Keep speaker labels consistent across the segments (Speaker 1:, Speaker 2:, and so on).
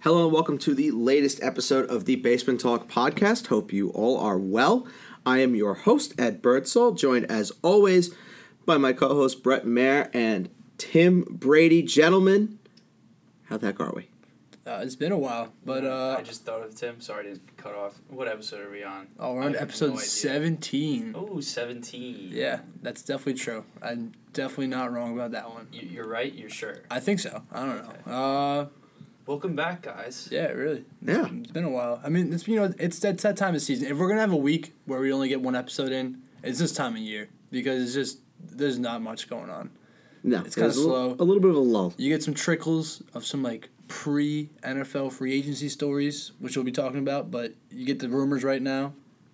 Speaker 1: Hello and welcome to the latest episode of the Basement Talk podcast. Hope you all are well. I am your host, Ed Birdsall, joined as always by my co host, Brett Mayer and Tim Brady. Gentlemen, how the heck are we?
Speaker 2: Uh, it's been a while, but uh,
Speaker 3: I just thought of Tim. Sorry to cut off. What episode are we on?
Speaker 2: oh, we're
Speaker 3: I
Speaker 2: on
Speaker 3: have
Speaker 2: episode
Speaker 3: no idea.
Speaker 2: 17.
Speaker 3: Oh, 17.
Speaker 2: Yeah, that's definitely true. I'm definitely not wrong about that one.
Speaker 3: You, you're right, you're sure.
Speaker 2: I think so. I don't know. Uh,
Speaker 3: Welcome back, guys.
Speaker 2: yeah, really.
Speaker 1: Yeah.
Speaker 2: It's been a while. I mean, it's you know, it's that, it's that time of season. If we're gonna have a week where we only get one episode in, it's this time of year because it's just there's not much going on.
Speaker 1: No,
Speaker 2: It's kinda
Speaker 1: there's a little- A
Speaker 2: slow.
Speaker 1: little bit of a lull.
Speaker 2: You get some trickles of some like pre NFL free agency stories, which we'll be talking about, but you get the rumors right now.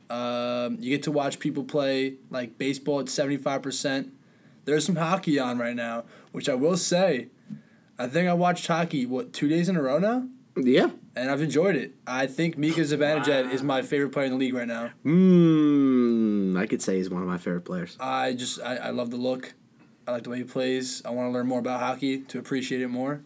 Speaker 2: Um, you get to watch people play like baseball at 75%. There's some hockey on right now, which I will say, I think I watched hockey, what, two days in a row now?
Speaker 1: Yeah.
Speaker 2: And I've enjoyed it. I think Mika Zibanejad is my favorite player in the league right now.
Speaker 1: Mmm. I could say he's one of my favorite players.
Speaker 2: I just, I, I love the look. I like the way he plays. I want to learn more about hockey to appreciate it more.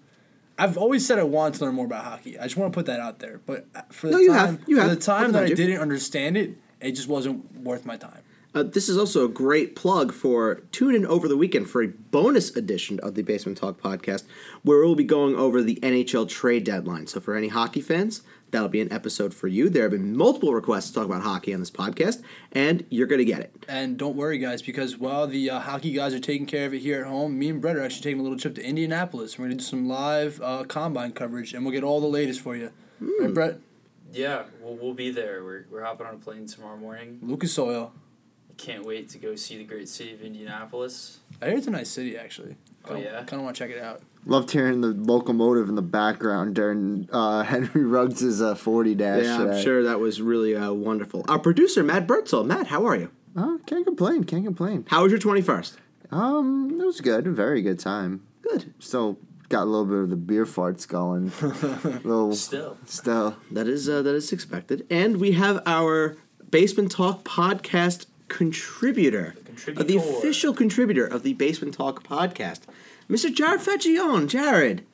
Speaker 2: I've always said I want to learn more about hockey. I just want to put that out there. But uh, for the
Speaker 1: No, you
Speaker 2: time,
Speaker 1: have. You
Speaker 2: for
Speaker 1: have.
Speaker 2: the time
Speaker 1: I've
Speaker 2: that
Speaker 1: heard
Speaker 2: I
Speaker 1: you.
Speaker 2: didn't understand it, it just wasn't worth my time.
Speaker 1: Uh, this is also a great plug for tune in over the weekend for a bonus edition of the Basement Talk podcast, where we'll be going over the NHL trade deadline. So, for any hockey fans, that'll be an episode for you. There have been multiple requests to talk about hockey on this podcast, and you're going to get it.
Speaker 2: And don't worry, guys, because while the uh, hockey guys are taking care of it here at home, me and Brett are actually taking a little trip to Indianapolis. We're gonna do some live uh, combine coverage, and we'll get all the latest for you.
Speaker 1: Hmm.
Speaker 2: Right, Brett,
Speaker 3: Yeah, we'll, we'll be there. We're, we're hopping on a plane tomorrow morning.
Speaker 2: Lucas Oil.
Speaker 3: Can't wait to go see the great city of Indianapolis.
Speaker 2: I hear it's a nice city, actually.
Speaker 3: Oh, yeah?
Speaker 2: Kind of want to check it out.
Speaker 4: Loved hearing the locomotive in the background during uh, Henry Ruggs' uh, 40 dash.
Speaker 1: yeah,
Speaker 4: today.
Speaker 1: I'm sure that was really uh, wonderful. Our producer, Matt Bertzel. Matt, how are you?
Speaker 4: Oh, can't complain. Can't complain.
Speaker 1: How was your 21st?
Speaker 4: Um, it was good. a Very good time.
Speaker 1: Good.
Speaker 4: Still got a little bit of the beer farts going. little
Speaker 3: Still.
Speaker 4: still.
Speaker 1: That is uh, that is expected. And we have our Basement Talk podcast contributor,
Speaker 3: contributor.
Speaker 1: Uh, the official contributor of the Basement Talk podcast, Mr. Jared Fetchion. Jared,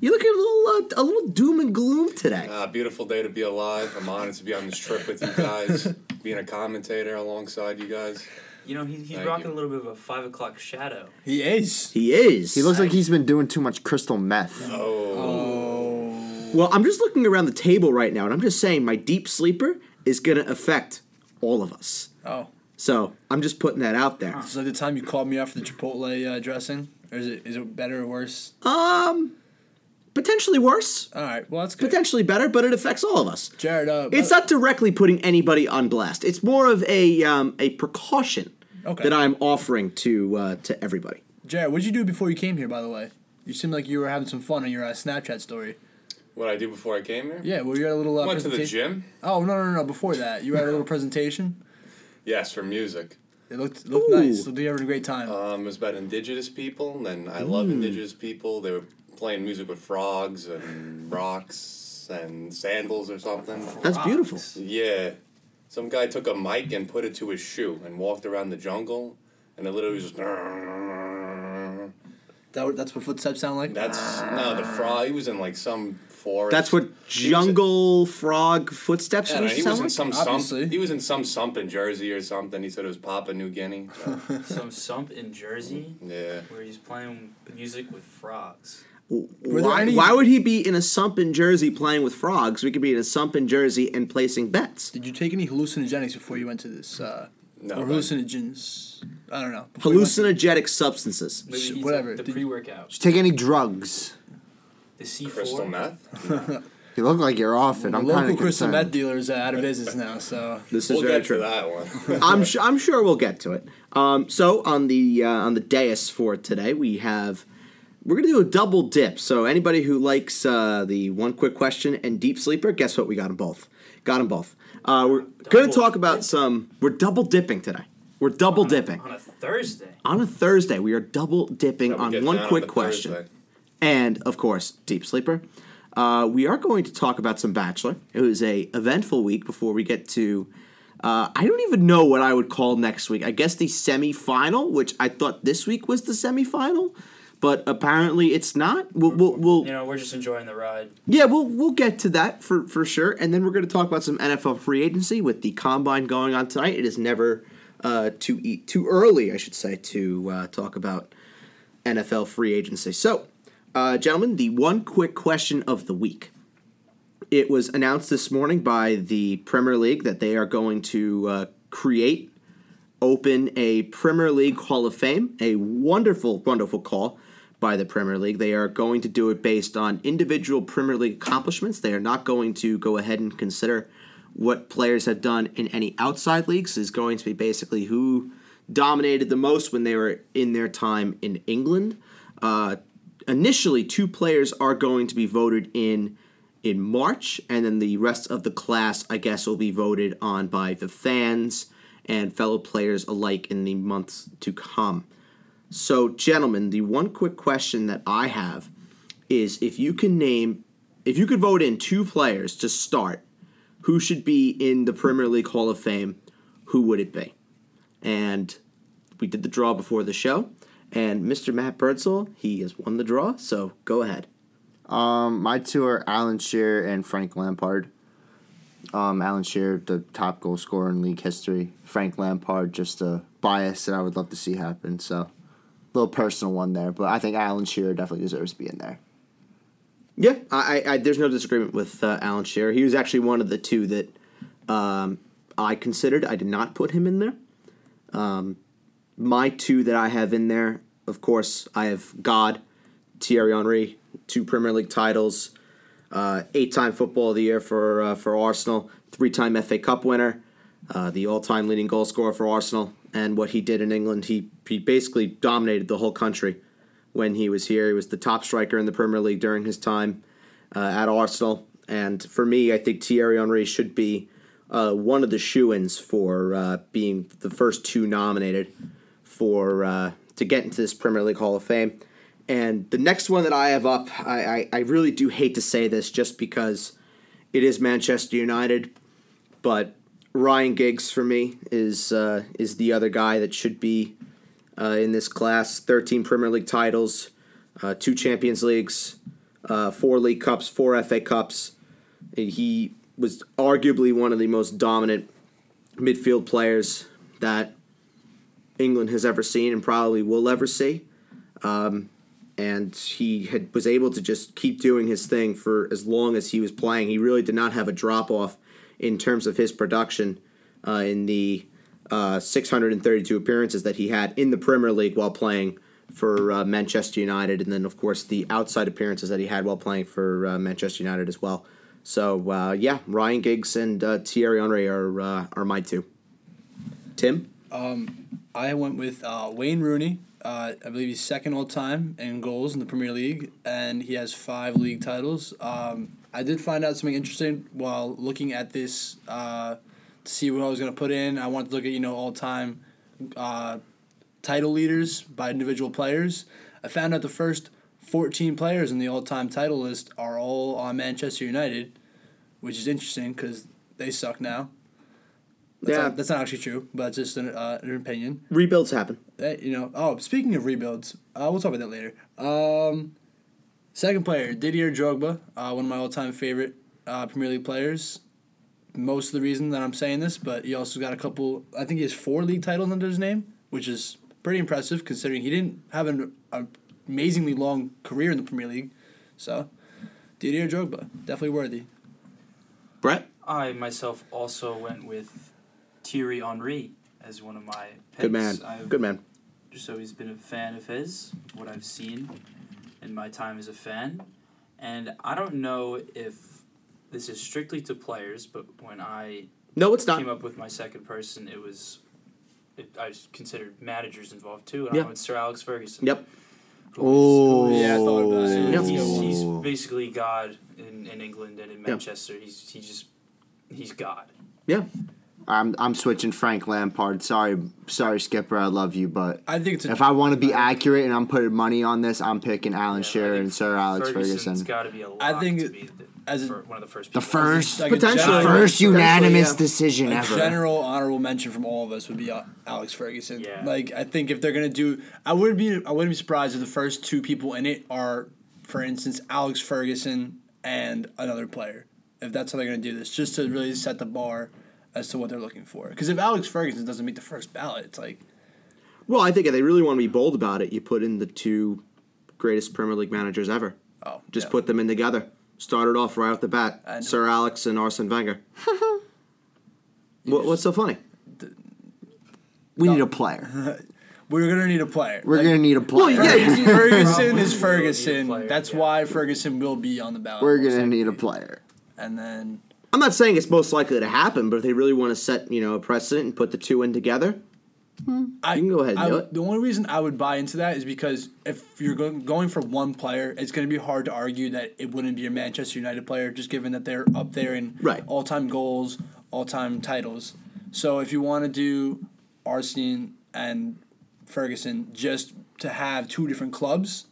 Speaker 1: you look a little uh, a little doom and gloom today.
Speaker 5: Uh, beautiful day to be alive. I'm honored to be on this trip with you guys, being a commentator alongside you guys.
Speaker 3: You know, he, he's
Speaker 5: Thank
Speaker 3: rocking
Speaker 5: you.
Speaker 3: a little bit of a 5 o'clock shadow.
Speaker 2: He is.
Speaker 1: he is.
Speaker 4: He looks like he's been doing too much crystal meth.
Speaker 5: Oh,
Speaker 1: well. I'm just looking around the table right now, and I'm just saying my deep sleeper is gonna affect all of us.
Speaker 2: Oh,
Speaker 1: So I'm just putting that out there.
Speaker 2: it's like the time you called me after the Chipotle uh, dressing, or is it is it better or worse?
Speaker 1: Um, potentially worse,
Speaker 2: All right, well that's good.
Speaker 1: potentially better, but it affects all of us.
Speaker 2: Jared, uh,
Speaker 1: It's
Speaker 2: by-
Speaker 1: not directly putting anybody on blast. It's more of a um, a precaution
Speaker 2: Okay.
Speaker 1: that I'm offering to uh, to everybody.
Speaker 2: Jared. What did you do before you came here? By the way, you seemed like you were having some fun on your uh, Snapchat story.
Speaker 5: what I did before I came here?
Speaker 2: Yeah, well you had a little uh,
Speaker 5: Went to the
Speaker 2: presentation.
Speaker 5: gym.
Speaker 2: Oh no no no! Before that, you had a little presentation.
Speaker 5: Yes, for music.
Speaker 2: It looked it looked
Speaker 1: Ooh.
Speaker 2: nice. Looked like you were having a great time.
Speaker 5: Um, it was about indigenous people, and I
Speaker 2: Mm.
Speaker 5: love indigenous people. They were playing music with frogs and rocks and sandals or something.
Speaker 1: That's beautiful.
Speaker 5: Yeah. Some guy took a mic and put it to his shoe and walked around the jungle, and it literally was just.
Speaker 2: that, that's what footsteps sound like.
Speaker 5: That's no the frog. He was in like some forest.
Speaker 1: That's what
Speaker 5: He was in-
Speaker 1: jungle frog footsteps
Speaker 5: I don't know,
Speaker 1: would
Speaker 5: he was
Speaker 1: sound
Speaker 5: in
Speaker 1: like.
Speaker 5: some
Speaker 2: Obviously.
Speaker 5: sump. He was in some sump in Jersey or something. He said it was Papua New Guinea. So,
Speaker 3: Some sump in Jersey
Speaker 2: Mm-hmm.
Speaker 5: yeah.
Speaker 3: where he's playing music with frogs.
Speaker 2: there
Speaker 1: Why,
Speaker 2: any-
Speaker 1: why would he be in a sump in Jersey playing with frogs? We could be in a sump in Jersey and placing bets.
Speaker 2: Did you take any hallucinogenics before you went to this? Uh,
Speaker 5: No,
Speaker 2: or
Speaker 5: but-
Speaker 2: hallucinogens? I don't know. Before you went to-
Speaker 1: Hallucinogenic substances.
Speaker 3: Maybe
Speaker 2: Sh-
Speaker 3: he took
Speaker 2: whatever.
Speaker 3: The
Speaker 2: Did you-
Speaker 3: pre workout.
Speaker 4: Did you take any drugs?
Speaker 3: The C4.
Speaker 5: Crystal meth.
Speaker 4: You look like you're off it.
Speaker 2: The
Speaker 4: I'm kind
Speaker 2: local
Speaker 4: of
Speaker 2: crystal meth
Speaker 4: concerned.
Speaker 2: dealers out of business now, so
Speaker 1: This is
Speaker 5: We'll
Speaker 1: very
Speaker 5: get
Speaker 1: true.
Speaker 5: to that one.
Speaker 1: I'm su- I'm sure we'll get to it. Um, so on the uh, on the dais for today, we have we're gonna do a double dip. So anybody who likes uh, the one quick question and deep sleeper, guess what? We got them both. Got them both. Uh, we're gonna
Speaker 3: Double
Speaker 1: talk about
Speaker 3: dip.
Speaker 1: some. We're double dipping today. We're double dipping
Speaker 3: On a Thursday.
Speaker 1: on a Thursday. We are double dipping
Speaker 5: We'll
Speaker 1: on
Speaker 5: get
Speaker 1: one
Speaker 5: down
Speaker 1: quick
Speaker 5: the
Speaker 1: question
Speaker 5: Thursday.
Speaker 1: and of course deep sleeper uh, we are going to talk about some bachelor it was a eventful week before we get to uh, i don't even know what i would call next week i guess the semifinal which i thought this week was the semifinal but apparently it's not. We'll, we'll, we'll
Speaker 3: You know, we're just enjoying the ride.
Speaker 1: yeah, we'll we'll get to that for for sure, and then we're going to talk about some NFL free agency with the combine going on tonight. It is never uh, too e- too early, I should say, to uh, talk about NFL free agency. So, uh, gentlemen, the one quick question of the week. It was announced this morning by the Premier League that they are going to uh, create open a Premier League Hall of Fame. A wonderful, wonderful call by the Premier League. They are going to do it based on individual Premier League accomplishments. They are not going to go ahead and consider what players have done in any outside leagues. Is going to be basically who dominated the most when they were in their time in England. Uh, initially, two players are going to be voted in in March, and then the rest of the class, I guess, will be voted on by the fans and fellow players alike in the months to come. So, gentlemen, the one quick question that I have is if you can name, if you could vote in two players to start who should be in the Premier League Hall of Fame, who would it be? And we did the draw before the show, and Mr. Matt Birdsell, he has won the draw, so go ahead.
Speaker 4: Um, my two are Alan Shearer and Frank Lampard. Um, Alan Shearer, the top goal scorer in league history. Frank Lampard, just a bias that I would love to see happen. So, little personal one there, but I think Alan Shearer definitely deserves to be in there.
Speaker 1: Yeah, I, I, I there's no disagreement with uh, Alan Shearer. He was actually one of the two that um, I considered. I did not put him in there. Um, my two that I have in there, of course, I have God, Thierry Henry, two Premier League titles, uh, eight-time Football of the Year for uh, for Arsenal, three-time FA Cup winner, uh, the all-time leading goal scorer for Arsenal, and what he did in England, he he basically dominated the whole country when he was here. He was the top striker in the Premier League during his time uh, at Arsenal. And for me, I think Thierry Henry should be uh, one of the shoe ins for uh, being the first two nominated for uh, to get into this Premier League Hall of Fame. And the next one that I have up, I, I, I really do hate to say this just because it is Manchester United, but Ryan Giggs for me is uh, is the other guy that should be uh, in this class 13 Premier League titles, uh, two Champions Leagues, uh, four League Cups, four FA Cups. He was arguably one of the most dominant midfield players that England has ever seen and probably will ever see. Um, and he had, was able to just keep doing his thing for as long as he was playing. He really did not have a drop off in terms of his production uh, in the uh, 632 appearances that he had in the Premier League while playing for uh, Manchester United, and then of course the outside appearances that he had while playing for uh, Manchester United as well. So uh, yeah, Ryan Giggs and uh, Thierry Henry are uh, are my two. Tim,
Speaker 2: I went with uh, Wayne Rooney. Uh, I believe he's second all time in goals in the Premier League, and he has five league titles. Um, I did find out something interesting while looking at this uh, to see what I was going to put in. I wanted to look at you know all time uh, title leaders by individual players. I found out the first fourteen players in the all time title list are all on Manchester United, which is interesting because they suck now. That's
Speaker 1: Yeah.
Speaker 2: not, that's not actually true, but it's just an, uh, an opinion
Speaker 1: rebuilds happen.
Speaker 2: that you know. Oh, speaking of rebuilds, uh, we'll talk about that later. Um, second player Didier Drogba, uh, one of my all-time favorite uh, Premier League players. Most of the reason that I'm saying this, but he also got a couple. I think he has four league titles under his name, which is pretty impressive considering he didn't have an an amazingly long career in the Premier League. So, Didier Drogba, definitely worthy.
Speaker 1: Brett,
Speaker 3: I myself also went with Thierry Henry as one of my picks.
Speaker 1: good man,
Speaker 3: I've
Speaker 1: good man.
Speaker 3: just always been a fan of his, what I've seen in my time as a fan. And I don't know if this is strictly to players, but when I
Speaker 1: No, it's not.
Speaker 3: came up with my second person, it was it, I was considered managers involved too, and
Speaker 1: Yeah.
Speaker 3: I went Sir Alex Ferguson.
Speaker 1: Yep.
Speaker 2: Oh, yeah, I thought about it.
Speaker 3: So
Speaker 1: Yep.
Speaker 3: he's, he's
Speaker 4: Ooh.
Speaker 3: basically God in, in England and in Manchester. He's he just he's God.
Speaker 1: Yeah.
Speaker 4: I'm I'm switching Frank Lampard. Sorry, sorry, Skipper. I love you, but
Speaker 2: I think it's a,
Speaker 4: if I want to be accurate and I'm putting money on this, I'm picking Alan
Speaker 3: Yeah, I
Speaker 4: Shearer
Speaker 3: think
Speaker 4: and Sir Alex
Speaker 3: Ferguson's
Speaker 4: Ferguson.
Speaker 3: got to be a lock
Speaker 2: I think
Speaker 3: to
Speaker 2: it-
Speaker 3: be the,
Speaker 2: as a-
Speaker 3: fir- one of the first.
Speaker 4: The
Speaker 3: people.
Speaker 4: first,
Speaker 2: like a
Speaker 4: potential
Speaker 2: general-
Speaker 4: first
Speaker 1: potentially,
Speaker 4: unanimous
Speaker 1: yeah.
Speaker 4: decision
Speaker 2: a
Speaker 4: ever.
Speaker 2: general honorable mention from all of us would be uh, Alex Ferguson.
Speaker 3: Yeah.
Speaker 2: Like I think if they're gonna do, I would be I wouldn't be surprised if the first two people in it are, for instance, Alex Ferguson and another player. If that's how they're gonna do this, just to really set the bar as to what they're looking for. Because if Alex Ferguson doesn't make the first ballot, it's like
Speaker 1: Well, I think if they really want to be bold about it, you put in the two greatest Premier League managers ever.
Speaker 2: oh,
Speaker 1: Just
Speaker 2: yeah.
Speaker 1: put them in together. Started off right off the bat.
Speaker 2: I know.
Speaker 1: Sir Alex and Arsene Wenger. what, what's so funny?
Speaker 4: We need a player.
Speaker 2: we're gonna need a player.
Speaker 4: We're gonna need a
Speaker 1: Well,
Speaker 4: player.
Speaker 1: yeah, you-
Speaker 2: Ferguson is
Speaker 3: Probably will
Speaker 2: Ferguson.
Speaker 3: need a player,
Speaker 2: That's
Speaker 3: yeah.
Speaker 2: why Ferguson will be on the ballot.
Speaker 4: We're
Speaker 2: most
Speaker 4: gonna need a
Speaker 2: likely.
Speaker 4: player.
Speaker 2: And then
Speaker 1: I'm not saying it's most likely to happen, but if they really want to set you know a precedent and put the two in together,
Speaker 2: I,
Speaker 1: You can go ahead and
Speaker 2: I-
Speaker 1: do it.
Speaker 2: The only reason I would buy into that is because if you're going, going for one player, it's going to be hard to argue that it wouldn't be a Manchester United player, just given that they're up there in
Speaker 1: Right.
Speaker 2: all time goals, all time titles. So if you want to do Arsene and Ferguson just to have two different clubs,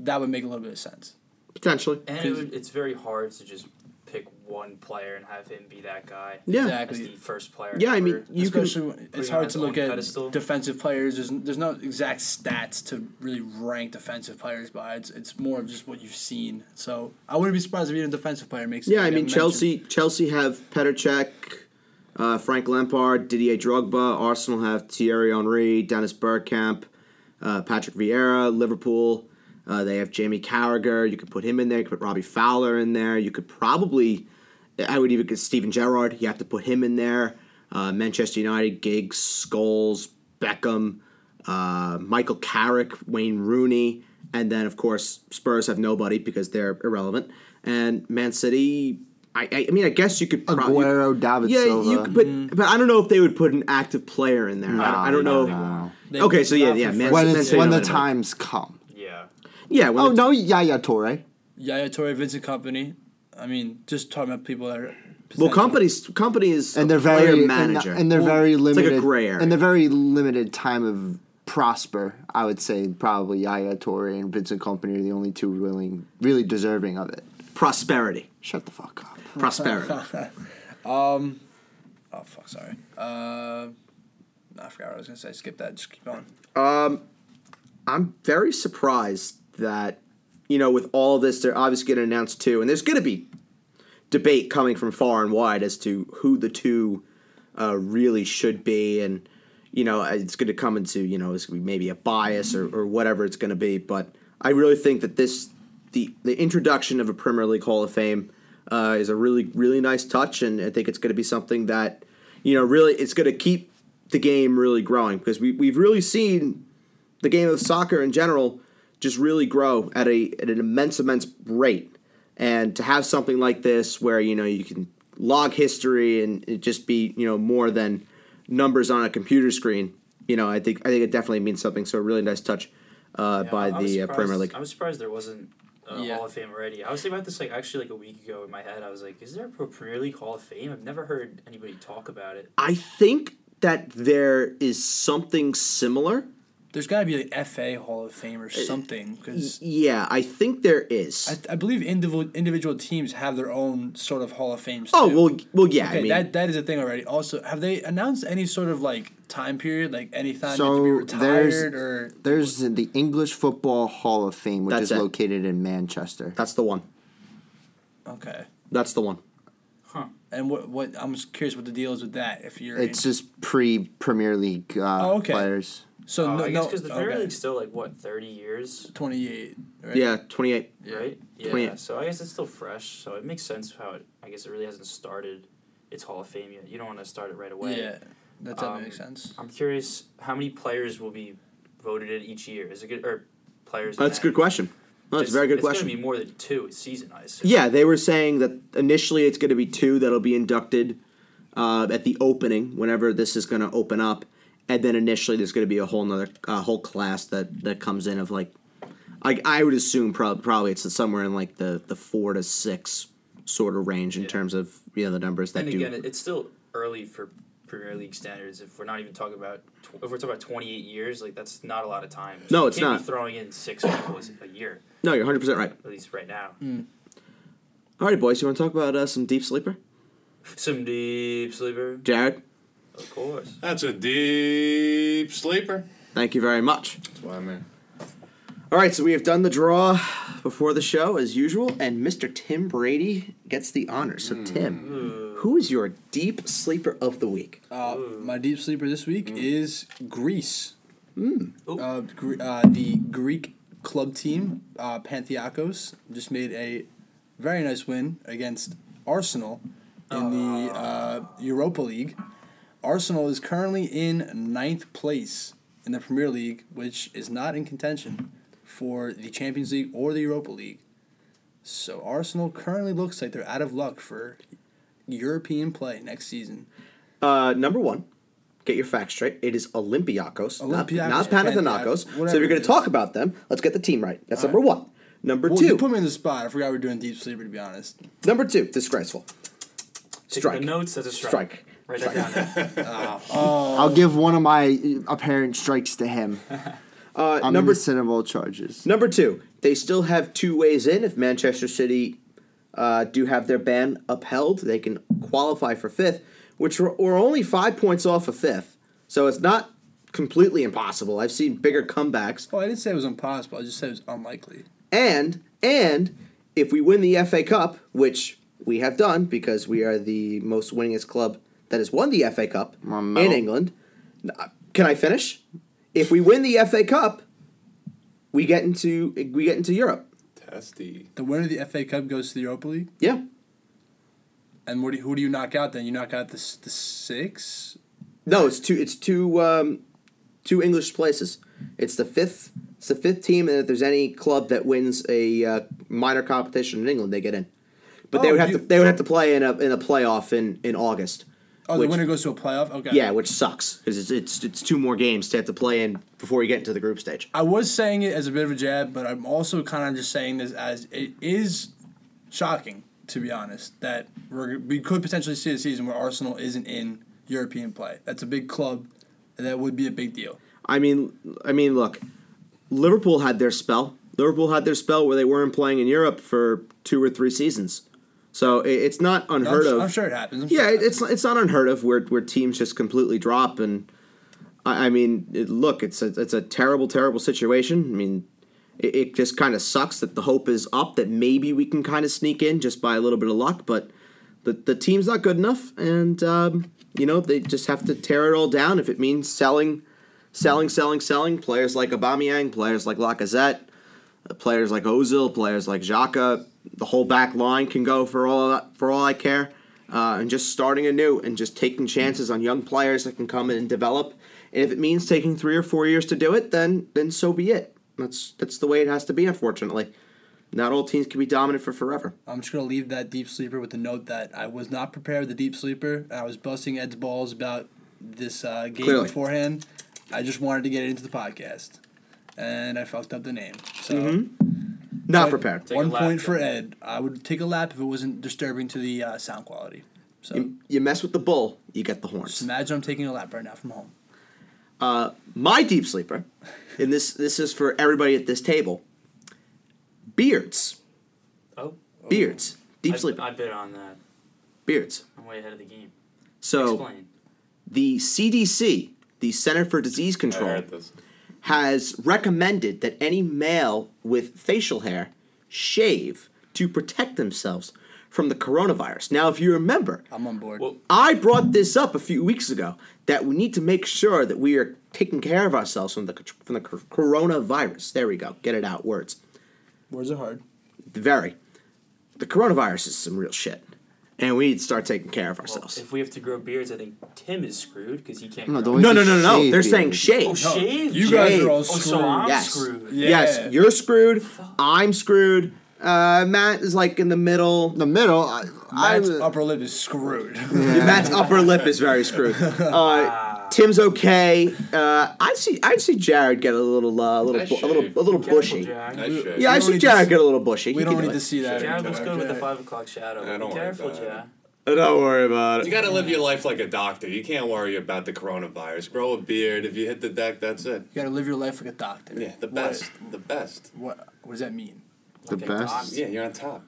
Speaker 2: that would make a little bit of sense.
Speaker 1: potentially.
Speaker 3: And it would, it's very hard to just pick one player and have him be that guy.
Speaker 1: Yeah.
Speaker 3: As the
Speaker 2: Exactly.
Speaker 3: first player.
Speaker 1: Yeah, I mean,
Speaker 3: ever.
Speaker 1: you can-
Speaker 2: Especially when
Speaker 3: Putting
Speaker 2: it's
Speaker 3: him
Speaker 2: hard
Speaker 3: as
Speaker 2: to
Speaker 3: on
Speaker 2: look at
Speaker 3: pedestal.
Speaker 2: defensive players. There's there's no exact stats to really rank defensive players by. It's it's more of just what you've seen. So I wouldn't be surprised if even a defensive player makes.
Speaker 1: Yeah, I
Speaker 2: like
Speaker 1: mean
Speaker 2: mentioned.
Speaker 1: Chelsea. Chelsea have Petr Cech, uh, Frank Lampard, Didier Drogba. Arsenal have Thierry Henry, Dennis Bergkamp, uh, Patrick Vieira. Liverpool, uh, they have Jamie Carragher. You could put him in there. You could put Robbie Fowler in there. You could probably, I would even get Steven Gerrard. You have to put him in there. Uh, Manchester United, Giggs, Scholes, Beckham, uh, Michael Carrick, Wayne Rooney, and then of course Spurs have nobody because they're irrelevant. And Man City, I, I, I mean, I guess you could probably
Speaker 4: Aguero, David
Speaker 1: yeah,
Speaker 4: Silva.
Speaker 1: you could, but but I don't know if they would put an active player in there. I don't, I don't know.
Speaker 2: They-
Speaker 1: Okay, so yeah,
Speaker 2: not
Speaker 1: yeah,
Speaker 2: for
Speaker 1: Man,
Speaker 4: when
Speaker 1: Man
Speaker 4: it's
Speaker 1: City
Speaker 4: when
Speaker 1: don't
Speaker 4: the
Speaker 1: have anybody.
Speaker 4: times come.
Speaker 3: Yeah.
Speaker 1: Yeah. When
Speaker 4: Oh
Speaker 1: the-
Speaker 4: no, Yaya Torre.
Speaker 2: Yaya Torre, Vincent Company. I mean, just talking about people that are.
Speaker 1: Well,
Speaker 2: potential-
Speaker 1: companies company is
Speaker 4: and
Speaker 1: a
Speaker 4: they're
Speaker 1: player
Speaker 4: very
Speaker 1: manager,
Speaker 4: and, they're very
Speaker 1: like a
Speaker 4: limited.
Speaker 1: gray area.
Speaker 4: And they're very limited time of prosper. I would say probably Yaya Torre and Vincent Company are the only two willing, really deserving of it.
Speaker 1: prosperity,
Speaker 4: Shut the fuck up.
Speaker 2: Uh,
Speaker 1: prosperity.
Speaker 2: Oh fuck, sorry. Uh, I forgot what I was gonna say. Skip that. Just keep going.
Speaker 1: I'm very surprised that you know with all this they're obviously going to announce two, and there's going to be debate coming from far and wide as to who the two uh, really should be, and you know uh, it's going to come into you know it's gonna be maybe a bias or, or whatever it's going to be. But I really think that this the the introduction of a Premier League Hall of Fame uh, is a really really nice touch, and I think it's going to be something that you know really it's going to keep the game really growing because we we've really seen the game of soccer in general just really grow at a at an immense immense rate and to have something like this where you know you can log history and it just be you know more than numbers on a computer screen you know i think i think it definitely means something so a really nice touch uh,
Speaker 3: Yeah,
Speaker 1: by
Speaker 3: I was
Speaker 1: the uh, premier
Speaker 3: surprised-
Speaker 1: league
Speaker 3: I was surprised there wasn't a
Speaker 2: Yeah.
Speaker 3: Hall of Fame already. I was thinking about this like actually like a week ago in my head. I was like, is there a pro- Premier League Hall of Fame? I've never heard anybody talk about it.
Speaker 1: i think that there is something similar
Speaker 2: There's got to be like FA Hall of Fame or
Speaker 1: Eh,
Speaker 2: something because.
Speaker 1: yeah i think there is
Speaker 2: I, I believe individual individual teams have their own sort of Hall of Fames.
Speaker 1: oh
Speaker 2: too.
Speaker 1: well well yeah
Speaker 2: Okay,
Speaker 1: i mean
Speaker 2: that that is a thing already. Also, have they announced any sort of like time period, like any time
Speaker 4: So
Speaker 2: to be
Speaker 4: there's-
Speaker 2: retired or?
Speaker 4: There's the English Football Hall of Fame, which
Speaker 1: That's
Speaker 4: is
Speaker 1: it.
Speaker 4: located in Manchester.
Speaker 1: that's the one
Speaker 2: Okay,
Speaker 1: that's the one
Speaker 3: Huh.
Speaker 2: and what what I'm just curious what the deal is with that. If you're
Speaker 4: It's just pre Premier League uh,
Speaker 2: Oh, okay.
Speaker 4: players.
Speaker 2: so
Speaker 3: Oh,
Speaker 2: no,
Speaker 3: I guess
Speaker 2: no,
Speaker 3: because the Premier
Speaker 2: okay.
Speaker 3: League's still like what thirty years,
Speaker 2: twenty eight. Right?
Speaker 1: yeah 28
Speaker 3: right? Yeah.
Speaker 1: 28.
Speaker 3: So I guess it's still fresh. So it makes sense how it. I guess it really hasn't started. It's Hall of Fame yet. You don't want to start it right away.
Speaker 2: yeah, that that
Speaker 3: Um,
Speaker 2: makes sense.
Speaker 3: I'm curious how many players will be voted in each year. Is it good or players? in
Speaker 1: That's a
Speaker 3: that-
Speaker 1: good question. No, that's a
Speaker 3: It's-
Speaker 1: very good
Speaker 3: it's
Speaker 1: question.
Speaker 3: gonna be more than two a season, I assume.
Speaker 1: yeah, they were saying that initially it's going to be two that'll be inducted uh, at the opening, whenever this is going to open up, and then initially there's going to be a whole another uh, whole class that that comes in of like, I I would assume prob- probably it's somewhere in like the the four to six sort of range in
Speaker 3: Yeah.
Speaker 1: terms of you know the numbers that
Speaker 3: And
Speaker 1: do.
Speaker 3: again, it- it's still early for Premier League standards. If we're not even talking about, tw- if we're talking about twenty eight years, like that's not a lot of time.
Speaker 1: No,
Speaker 3: You
Speaker 1: it's
Speaker 3: can't be
Speaker 1: not.
Speaker 3: throwing in six goals a year,
Speaker 1: No, you're 100 percent right.
Speaker 3: at least right now.
Speaker 1: All right, boys, you want to talk about uh, some deep sleeper?
Speaker 3: Some deep sleeper,
Speaker 1: Jared,
Speaker 3: of course.
Speaker 5: That's a deep sleeper.
Speaker 1: thank you very much.
Speaker 5: That's why I'm here.
Speaker 1: All right, so we have done the draw before the show as usual, and Mr. Tim Brady gets the honor.
Speaker 2: Hmm.
Speaker 1: So, Tim, who is your deep sleeper of the week?
Speaker 2: Uh, my deep sleeper this week is Greece. Uh, Gre- uh, the Greek club team, uh, Pantheakos, just made a very nice win against Arsenal in the uh, Europa League. Arsenal is currently in ninth place in the Premier League, which is not in contention for the Champions League or the Europa League. So Arsenal currently looks like they're out of luck for European play next season.
Speaker 1: Uh, number one, get your facts straight. It is Olympiacos, not-
Speaker 2: Olympiacos,
Speaker 1: not, Panathinaikos.
Speaker 2: Panathinaikos,
Speaker 1: So, if you're
Speaker 2: whatever
Speaker 1: going
Speaker 2: it
Speaker 1: to
Speaker 2: is.
Speaker 1: talk about them, let's get the team right. That's number one. Number
Speaker 2: Well, you
Speaker 1: two,
Speaker 2: put me in the spot. I forgot we were doing deep sleeper. To be honest,
Speaker 1: number two, disgraceful.
Speaker 3: Take
Speaker 1: Strike.
Speaker 3: The notes. That's a strike.
Speaker 1: Strike.
Speaker 3: Right there down there.
Speaker 4: I'll give one of my uh, apparent strikes to him.
Speaker 1: Uh,
Speaker 4: I'm
Speaker 1: number
Speaker 4: innocent of all charges.
Speaker 1: Number two, they still have two ways in. If Manchester City uh, do have their ban upheld, they can qualify for fifth, which we're, we're only five points off of fifth. So it's not completely impossible. I've seen bigger comebacks.
Speaker 2: well, I didn't say it was impossible. I just said it was unlikely.
Speaker 1: And and if we win the FA Cup, which we have done because we are the most winningest club that has won the FA Cup
Speaker 4: on,
Speaker 1: in
Speaker 4: Mel.
Speaker 1: England. N- uh, Can I finish? If we win the FA Cup, we get into we get into Europe.
Speaker 5: Testy.
Speaker 2: The winner of the FA Cup goes to the Europa League,
Speaker 1: Yeah.
Speaker 2: and what do you, who do you knock out? Then you knock out the s- the six.
Speaker 1: No, it's two. It's two. Um, two English places. It's the fifth. It's the fifth team, and if there's any club that wins a uh, minor competition in England, they get in. But they
Speaker 2: Oh,
Speaker 1: would have
Speaker 2: you-
Speaker 1: to. They would have to play in a in a playoff in in August.
Speaker 2: Oh,
Speaker 1: Which-
Speaker 2: the winner goes to a playoff. Okay.
Speaker 1: Yeah, which sucks because it's, it's it's two more games to have to play in before you get into the group stage.
Speaker 2: I was saying it as a bit of a jab, but I'm also kind of just saying this as it is shocking to be honest that we're, we could potentially see a season where Arsenal isn't in European play. That's a big club. and That would be a big deal.
Speaker 1: I mean, I mean, look, Liverpool had their spell. Liverpool had their spell where they weren't playing in Europe for two or three seasons. So it, it's not
Speaker 2: I'm,
Speaker 1: unheard
Speaker 2: su-
Speaker 1: of.
Speaker 2: I'm sure it happens. I'm sure
Speaker 1: Yeah,
Speaker 2: it
Speaker 1: it- it's it's not unheard of where where teams just completely drop and I, I mean, it, look, it's a it's a terrible terrible situation. I mean, it, it just kind of sucks that the hope is up that maybe we can kind of sneak in just by a little bit of luck, but the the team's not good enough, and um, you know they just have to tear it all down if it means selling, selling, selling, selling players like Aubameyang, players like Lacazette, players like Ozil, players like Xhaka, the whole back line can go for all for all I care, uh, and just starting anew and just taking chances on young players that can come in and develop. And if it means taking three or four years to do it, then then so be it. That's that's the way it has to be. Unfortunately, not all teams can be dominant for forever.
Speaker 2: I'm just gonna leave that deep sleeper with the note that I was not prepared with the deep sleeper. and I was busting Ed's balls about this uh, game
Speaker 1: Clearly.
Speaker 2: beforehand. I just wanted to get it into the podcast, and I fucked up the name. So
Speaker 1: Not
Speaker 2: But-
Speaker 1: prepared.
Speaker 3: Take a
Speaker 2: one
Speaker 3: lap,
Speaker 2: point for
Speaker 3: Dylan.
Speaker 2: Ed. I would take a lap if it wasn't disturbing to the uh, sound quality. So
Speaker 1: You, you mess with the bull, you get the horns.
Speaker 2: imagine I'm taking a lap right now from home.
Speaker 1: my deep sleeper, and this this is for everybody at this table. Beards,
Speaker 3: Oh,
Speaker 1: beards, deep
Speaker 3: I-
Speaker 1: sleeper,
Speaker 3: I bid on that.
Speaker 1: beards.
Speaker 3: I'm way ahead of the game.
Speaker 1: So
Speaker 3: Explain.
Speaker 1: the CDC, the Center for Disease
Speaker 5: I
Speaker 1: Control,
Speaker 5: heard this.
Speaker 1: has recommended that any male with facial hair shave to protect themselves from the coronavirus. Now, if you remember,
Speaker 2: I'm on board.
Speaker 3: Well,
Speaker 1: I brought this up a few weeks ago that we need to make sure that we are taking care of ourselves from the from the cor- coronavirus. There we go. Get it out words.
Speaker 2: Words are hard.
Speaker 1: Very. The coronavirus is some real shit, and we need to start taking care of
Speaker 3: well,
Speaker 1: ourselves.
Speaker 3: if we have to grow beards, I think Tim is screwed because he can't.
Speaker 4: No,
Speaker 3: grow.
Speaker 4: don't-
Speaker 1: no, no, no, no, no.
Speaker 4: Shave
Speaker 1: They're
Speaker 4: beard.
Speaker 1: saying shave.
Speaker 3: Oh, shave.
Speaker 2: You guys
Speaker 1: Shave.
Speaker 2: are
Speaker 1: Oh,
Speaker 2: all
Speaker 3: so
Speaker 2: screwed.
Speaker 3: I'm-
Speaker 1: yes.
Speaker 3: screwed.
Speaker 2: Yeah.
Speaker 1: Yes, you're screwed. I'm screwed. Uh, Matt is like in the middle.
Speaker 4: The middle, I, I
Speaker 2: Matt's
Speaker 4: would-
Speaker 2: upper lip is screwed.
Speaker 1: Matt's upper lip is very screwed.
Speaker 3: Ah,
Speaker 1: Uh, Tim's okay. Uh, I see. I see Jared get a little, uh, a little,
Speaker 5: Nice
Speaker 1: bu- a little,
Speaker 5: shave.
Speaker 1: a little
Speaker 3: Careful,
Speaker 1: bushy.
Speaker 3: Jack.
Speaker 5: I should.
Speaker 1: Yeah, I
Speaker 2: don't
Speaker 1: see
Speaker 2: need to
Speaker 1: Jared
Speaker 2: s-
Speaker 1: get a little bushy.
Speaker 2: we
Speaker 1: He
Speaker 2: don't
Speaker 1: can
Speaker 2: need
Speaker 1: do
Speaker 2: to
Speaker 1: it.
Speaker 2: see that.
Speaker 3: Jared, what's good with the
Speaker 2: Okay.
Speaker 3: five o'clock shadow?
Speaker 5: I don't
Speaker 3: Be
Speaker 5: worry
Speaker 3: careful,
Speaker 5: about it.
Speaker 3: Jack.
Speaker 1: Don't worry about
Speaker 5: You gotta live your life like a doctor. You can't worry about the coronavirus. Grow a beard. If you hit the deck, that's it.
Speaker 2: You gotta live your life like a doctor.
Speaker 5: Yeah, the best. The best.
Speaker 2: What, what, what does that mean?
Speaker 4: The
Speaker 3: Like a
Speaker 4: best.
Speaker 3: doc-
Speaker 5: Yeah, you're on top.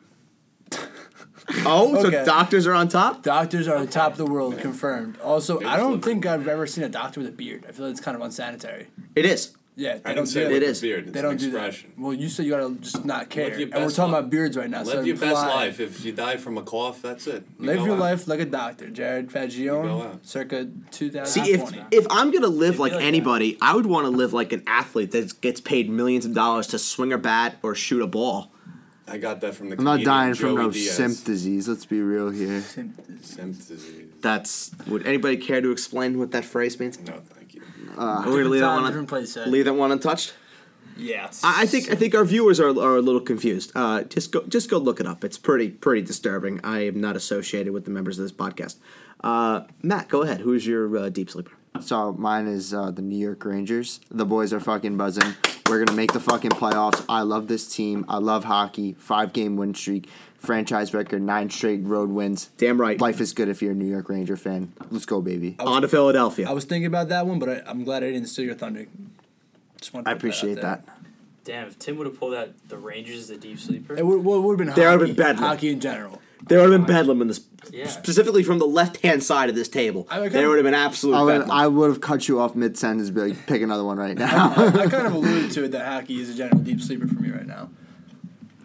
Speaker 1: Oh, so
Speaker 2: Okay.
Speaker 1: doctors are on top?
Speaker 2: Doctors are on top of the world, confirmed. Also,
Speaker 5: They're
Speaker 2: I don't
Speaker 5: just
Speaker 2: think I've ever seen a doctor with a beard. I feel like it's kind of unsanitary.
Speaker 1: It is.
Speaker 2: Yeah, they
Speaker 5: I
Speaker 2: don't
Speaker 5: didn't say
Speaker 2: do
Speaker 5: live
Speaker 1: It
Speaker 5: the
Speaker 1: is.
Speaker 5: Beard. It's
Speaker 2: They
Speaker 5: an
Speaker 2: don't do that.
Speaker 5: expression.
Speaker 2: Well, you said you gotta just not care,
Speaker 5: your
Speaker 2: and we're
Speaker 5: best
Speaker 2: talking
Speaker 5: life.
Speaker 2: about beards right now. so
Speaker 5: Live your best
Speaker 2: imply-
Speaker 5: life. If you die from a cough, that's it. You
Speaker 2: Live
Speaker 5: go
Speaker 2: your
Speaker 5: out.
Speaker 2: life like a doctor, Jared
Speaker 5: go
Speaker 2: Fagione,
Speaker 5: out.
Speaker 2: circa 2020.
Speaker 1: See, if if I'm gonna live
Speaker 3: feel
Speaker 1: like
Speaker 3: like that.
Speaker 1: anybody, I would want to live like an athlete that gets paid millions of dollars to swing a bat or shoot a ball.
Speaker 5: I got that from the.
Speaker 4: I'm not
Speaker 5: comedian
Speaker 4: dying from
Speaker 5: Joey
Speaker 4: no
Speaker 5: Diaz.
Speaker 4: simp disease. Let's be real here.
Speaker 5: Simp disease.
Speaker 1: That's would anybody care to explain what that phrase means?
Speaker 5: No, thank you.
Speaker 1: We're gonna leave that
Speaker 2: time,
Speaker 1: one
Speaker 2: different
Speaker 1: un-
Speaker 2: place. eh?
Speaker 1: leave that one untouched.
Speaker 2: Yeah.
Speaker 1: I, I think I think our viewers are, are a little confused. Uh, just go just go look it up. It's pretty pretty disturbing. I am not associated with the members of this podcast. Uh, Matt, go ahead. Who's your uh, deep sleeper?
Speaker 4: So mine is uh, the New York Rangers. The boys are fucking buzzing. We're gonna make the fucking playoffs. I love this team. I love hockey. Five game win streak, franchise record, nine straight road wins.
Speaker 1: Damn right.
Speaker 4: Life is good if you're a New York Ranger fan. Let's go, baby.
Speaker 1: On to Philadelphia.
Speaker 2: I was thinking about that one, but I, I'm glad I didn't steal your thunder. Just wanted to
Speaker 4: I
Speaker 2: put out
Speaker 4: appreciate
Speaker 2: there.
Speaker 4: that.
Speaker 3: Damn, if Tim would have pulled out the Rangers as the deep sleeper,
Speaker 2: It would, would, have been
Speaker 1: There
Speaker 2: hockey,
Speaker 1: would've been bedlam.
Speaker 2: hockey in general.
Speaker 1: There would have been bedlam in this,
Speaker 3: Yeah.
Speaker 1: specifically from the left hand side of this table.
Speaker 2: I would
Speaker 1: there
Speaker 2: kinda-
Speaker 1: would have been absolute
Speaker 4: I would,
Speaker 1: bedlam.
Speaker 4: I would have cut you off mid sentence. Be like, pick another one right now.
Speaker 2: I, I kind of alluded to it that hockey is a general deep sleeper for me right now.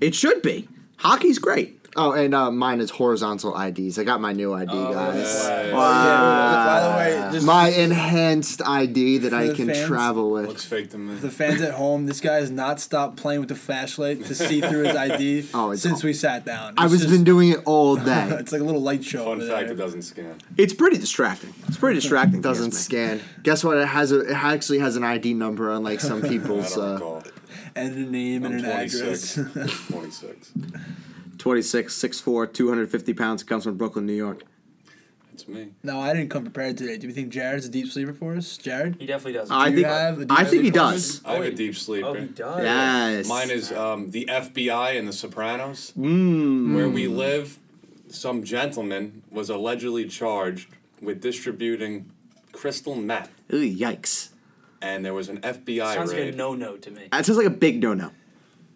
Speaker 1: it should be. Hockey's great.
Speaker 4: oh, and uh, mine is horizontal IDs. I got my new ID, guys.
Speaker 5: Uh,
Speaker 2: Oh, By the way, just
Speaker 4: My enhanced ID that
Speaker 2: For
Speaker 4: I
Speaker 2: the
Speaker 4: can
Speaker 2: fans?
Speaker 4: travel
Speaker 5: Looks
Speaker 4: with.
Speaker 5: fake to me.
Speaker 2: the fans at home, this guy has not stopped playing with the flashlight to see through his ID
Speaker 4: Oh, it's-
Speaker 2: since we sat down.
Speaker 4: I
Speaker 2: It's
Speaker 4: was
Speaker 2: just-
Speaker 4: been doing it all day.
Speaker 2: It's like a little light show.
Speaker 5: Fun
Speaker 2: over
Speaker 5: fact:
Speaker 2: there.
Speaker 5: it doesn't scan.
Speaker 1: It's pretty distracting. It's pretty distracting. if you
Speaker 4: doesn't
Speaker 1: ask me.
Speaker 4: scan. Guess what? It has a. It actually has an ID number, unlike some
Speaker 5: I
Speaker 4: people's.
Speaker 5: don't
Speaker 4: Uh,
Speaker 5: recall.
Speaker 2: and a name
Speaker 5: I'm
Speaker 2: and an
Speaker 5: 26.
Speaker 2: address.
Speaker 5: 26.
Speaker 1: 26, 6'4", 250 pounds. Comes from Brooklyn, New York.
Speaker 5: That's me.
Speaker 2: no, I didn't come prepared today. Do we think Jared's a deep sleeper for us? Jared?
Speaker 3: he definitely doesn't.
Speaker 1: I
Speaker 2: you
Speaker 1: think
Speaker 2: have- do you
Speaker 1: I
Speaker 2: have
Speaker 1: think
Speaker 2: any
Speaker 1: he
Speaker 2: comments?
Speaker 1: does.
Speaker 5: I have a
Speaker 3: Wait.
Speaker 5: deep sleeper.
Speaker 3: oh, he does.
Speaker 1: Yes.
Speaker 5: Mine is um, the FBI and the Sopranos,
Speaker 4: Mmm.
Speaker 5: where we live. Some gentleman was allegedly charged with distributing crystal meth,
Speaker 1: Ooh, yikes.
Speaker 5: and there was an FBI
Speaker 3: Sounds like a
Speaker 5: raid.
Speaker 3: no-no to me.
Speaker 1: That sounds like a big no-no.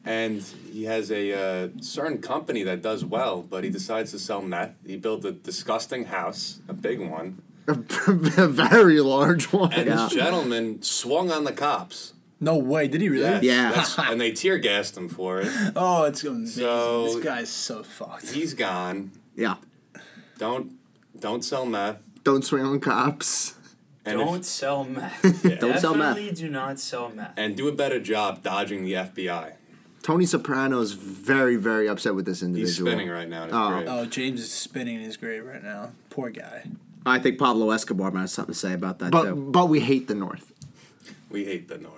Speaker 5: and he has a uh, certain company that does well, but he decides to sell meth. He built a disgusting house, a big one,
Speaker 4: a very large one.
Speaker 5: and
Speaker 1: Yeah.
Speaker 5: this gentleman swung on the cops.
Speaker 2: No way. Did he really?
Speaker 5: Yes,
Speaker 1: Yeah.
Speaker 5: that's- and they tear gassed him for it.
Speaker 2: Oh, it's amazing.
Speaker 5: So-
Speaker 2: this guy's so fucked.
Speaker 5: He's gone.
Speaker 1: Yeah.
Speaker 5: Don't don't sell meth.
Speaker 4: Don't swing on cops.
Speaker 5: And if-
Speaker 3: don't sell meth.
Speaker 1: Don't sell meth.
Speaker 3: Definitely do not sell meth.
Speaker 5: and do a better job dodging the FBI.
Speaker 4: Tony Soprano is very, very upset with this
Speaker 5: He's
Speaker 4: individual.
Speaker 5: spinning right now. in his
Speaker 4: Oh.
Speaker 5: grave.
Speaker 2: Oh, James is spinning in his grave right now. Poor guy.
Speaker 1: I think Pablo Escobar might have something to say about that,
Speaker 4: But
Speaker 1: too.
Speaker 4: but we hate the North.
Speaker 5: We hate the North.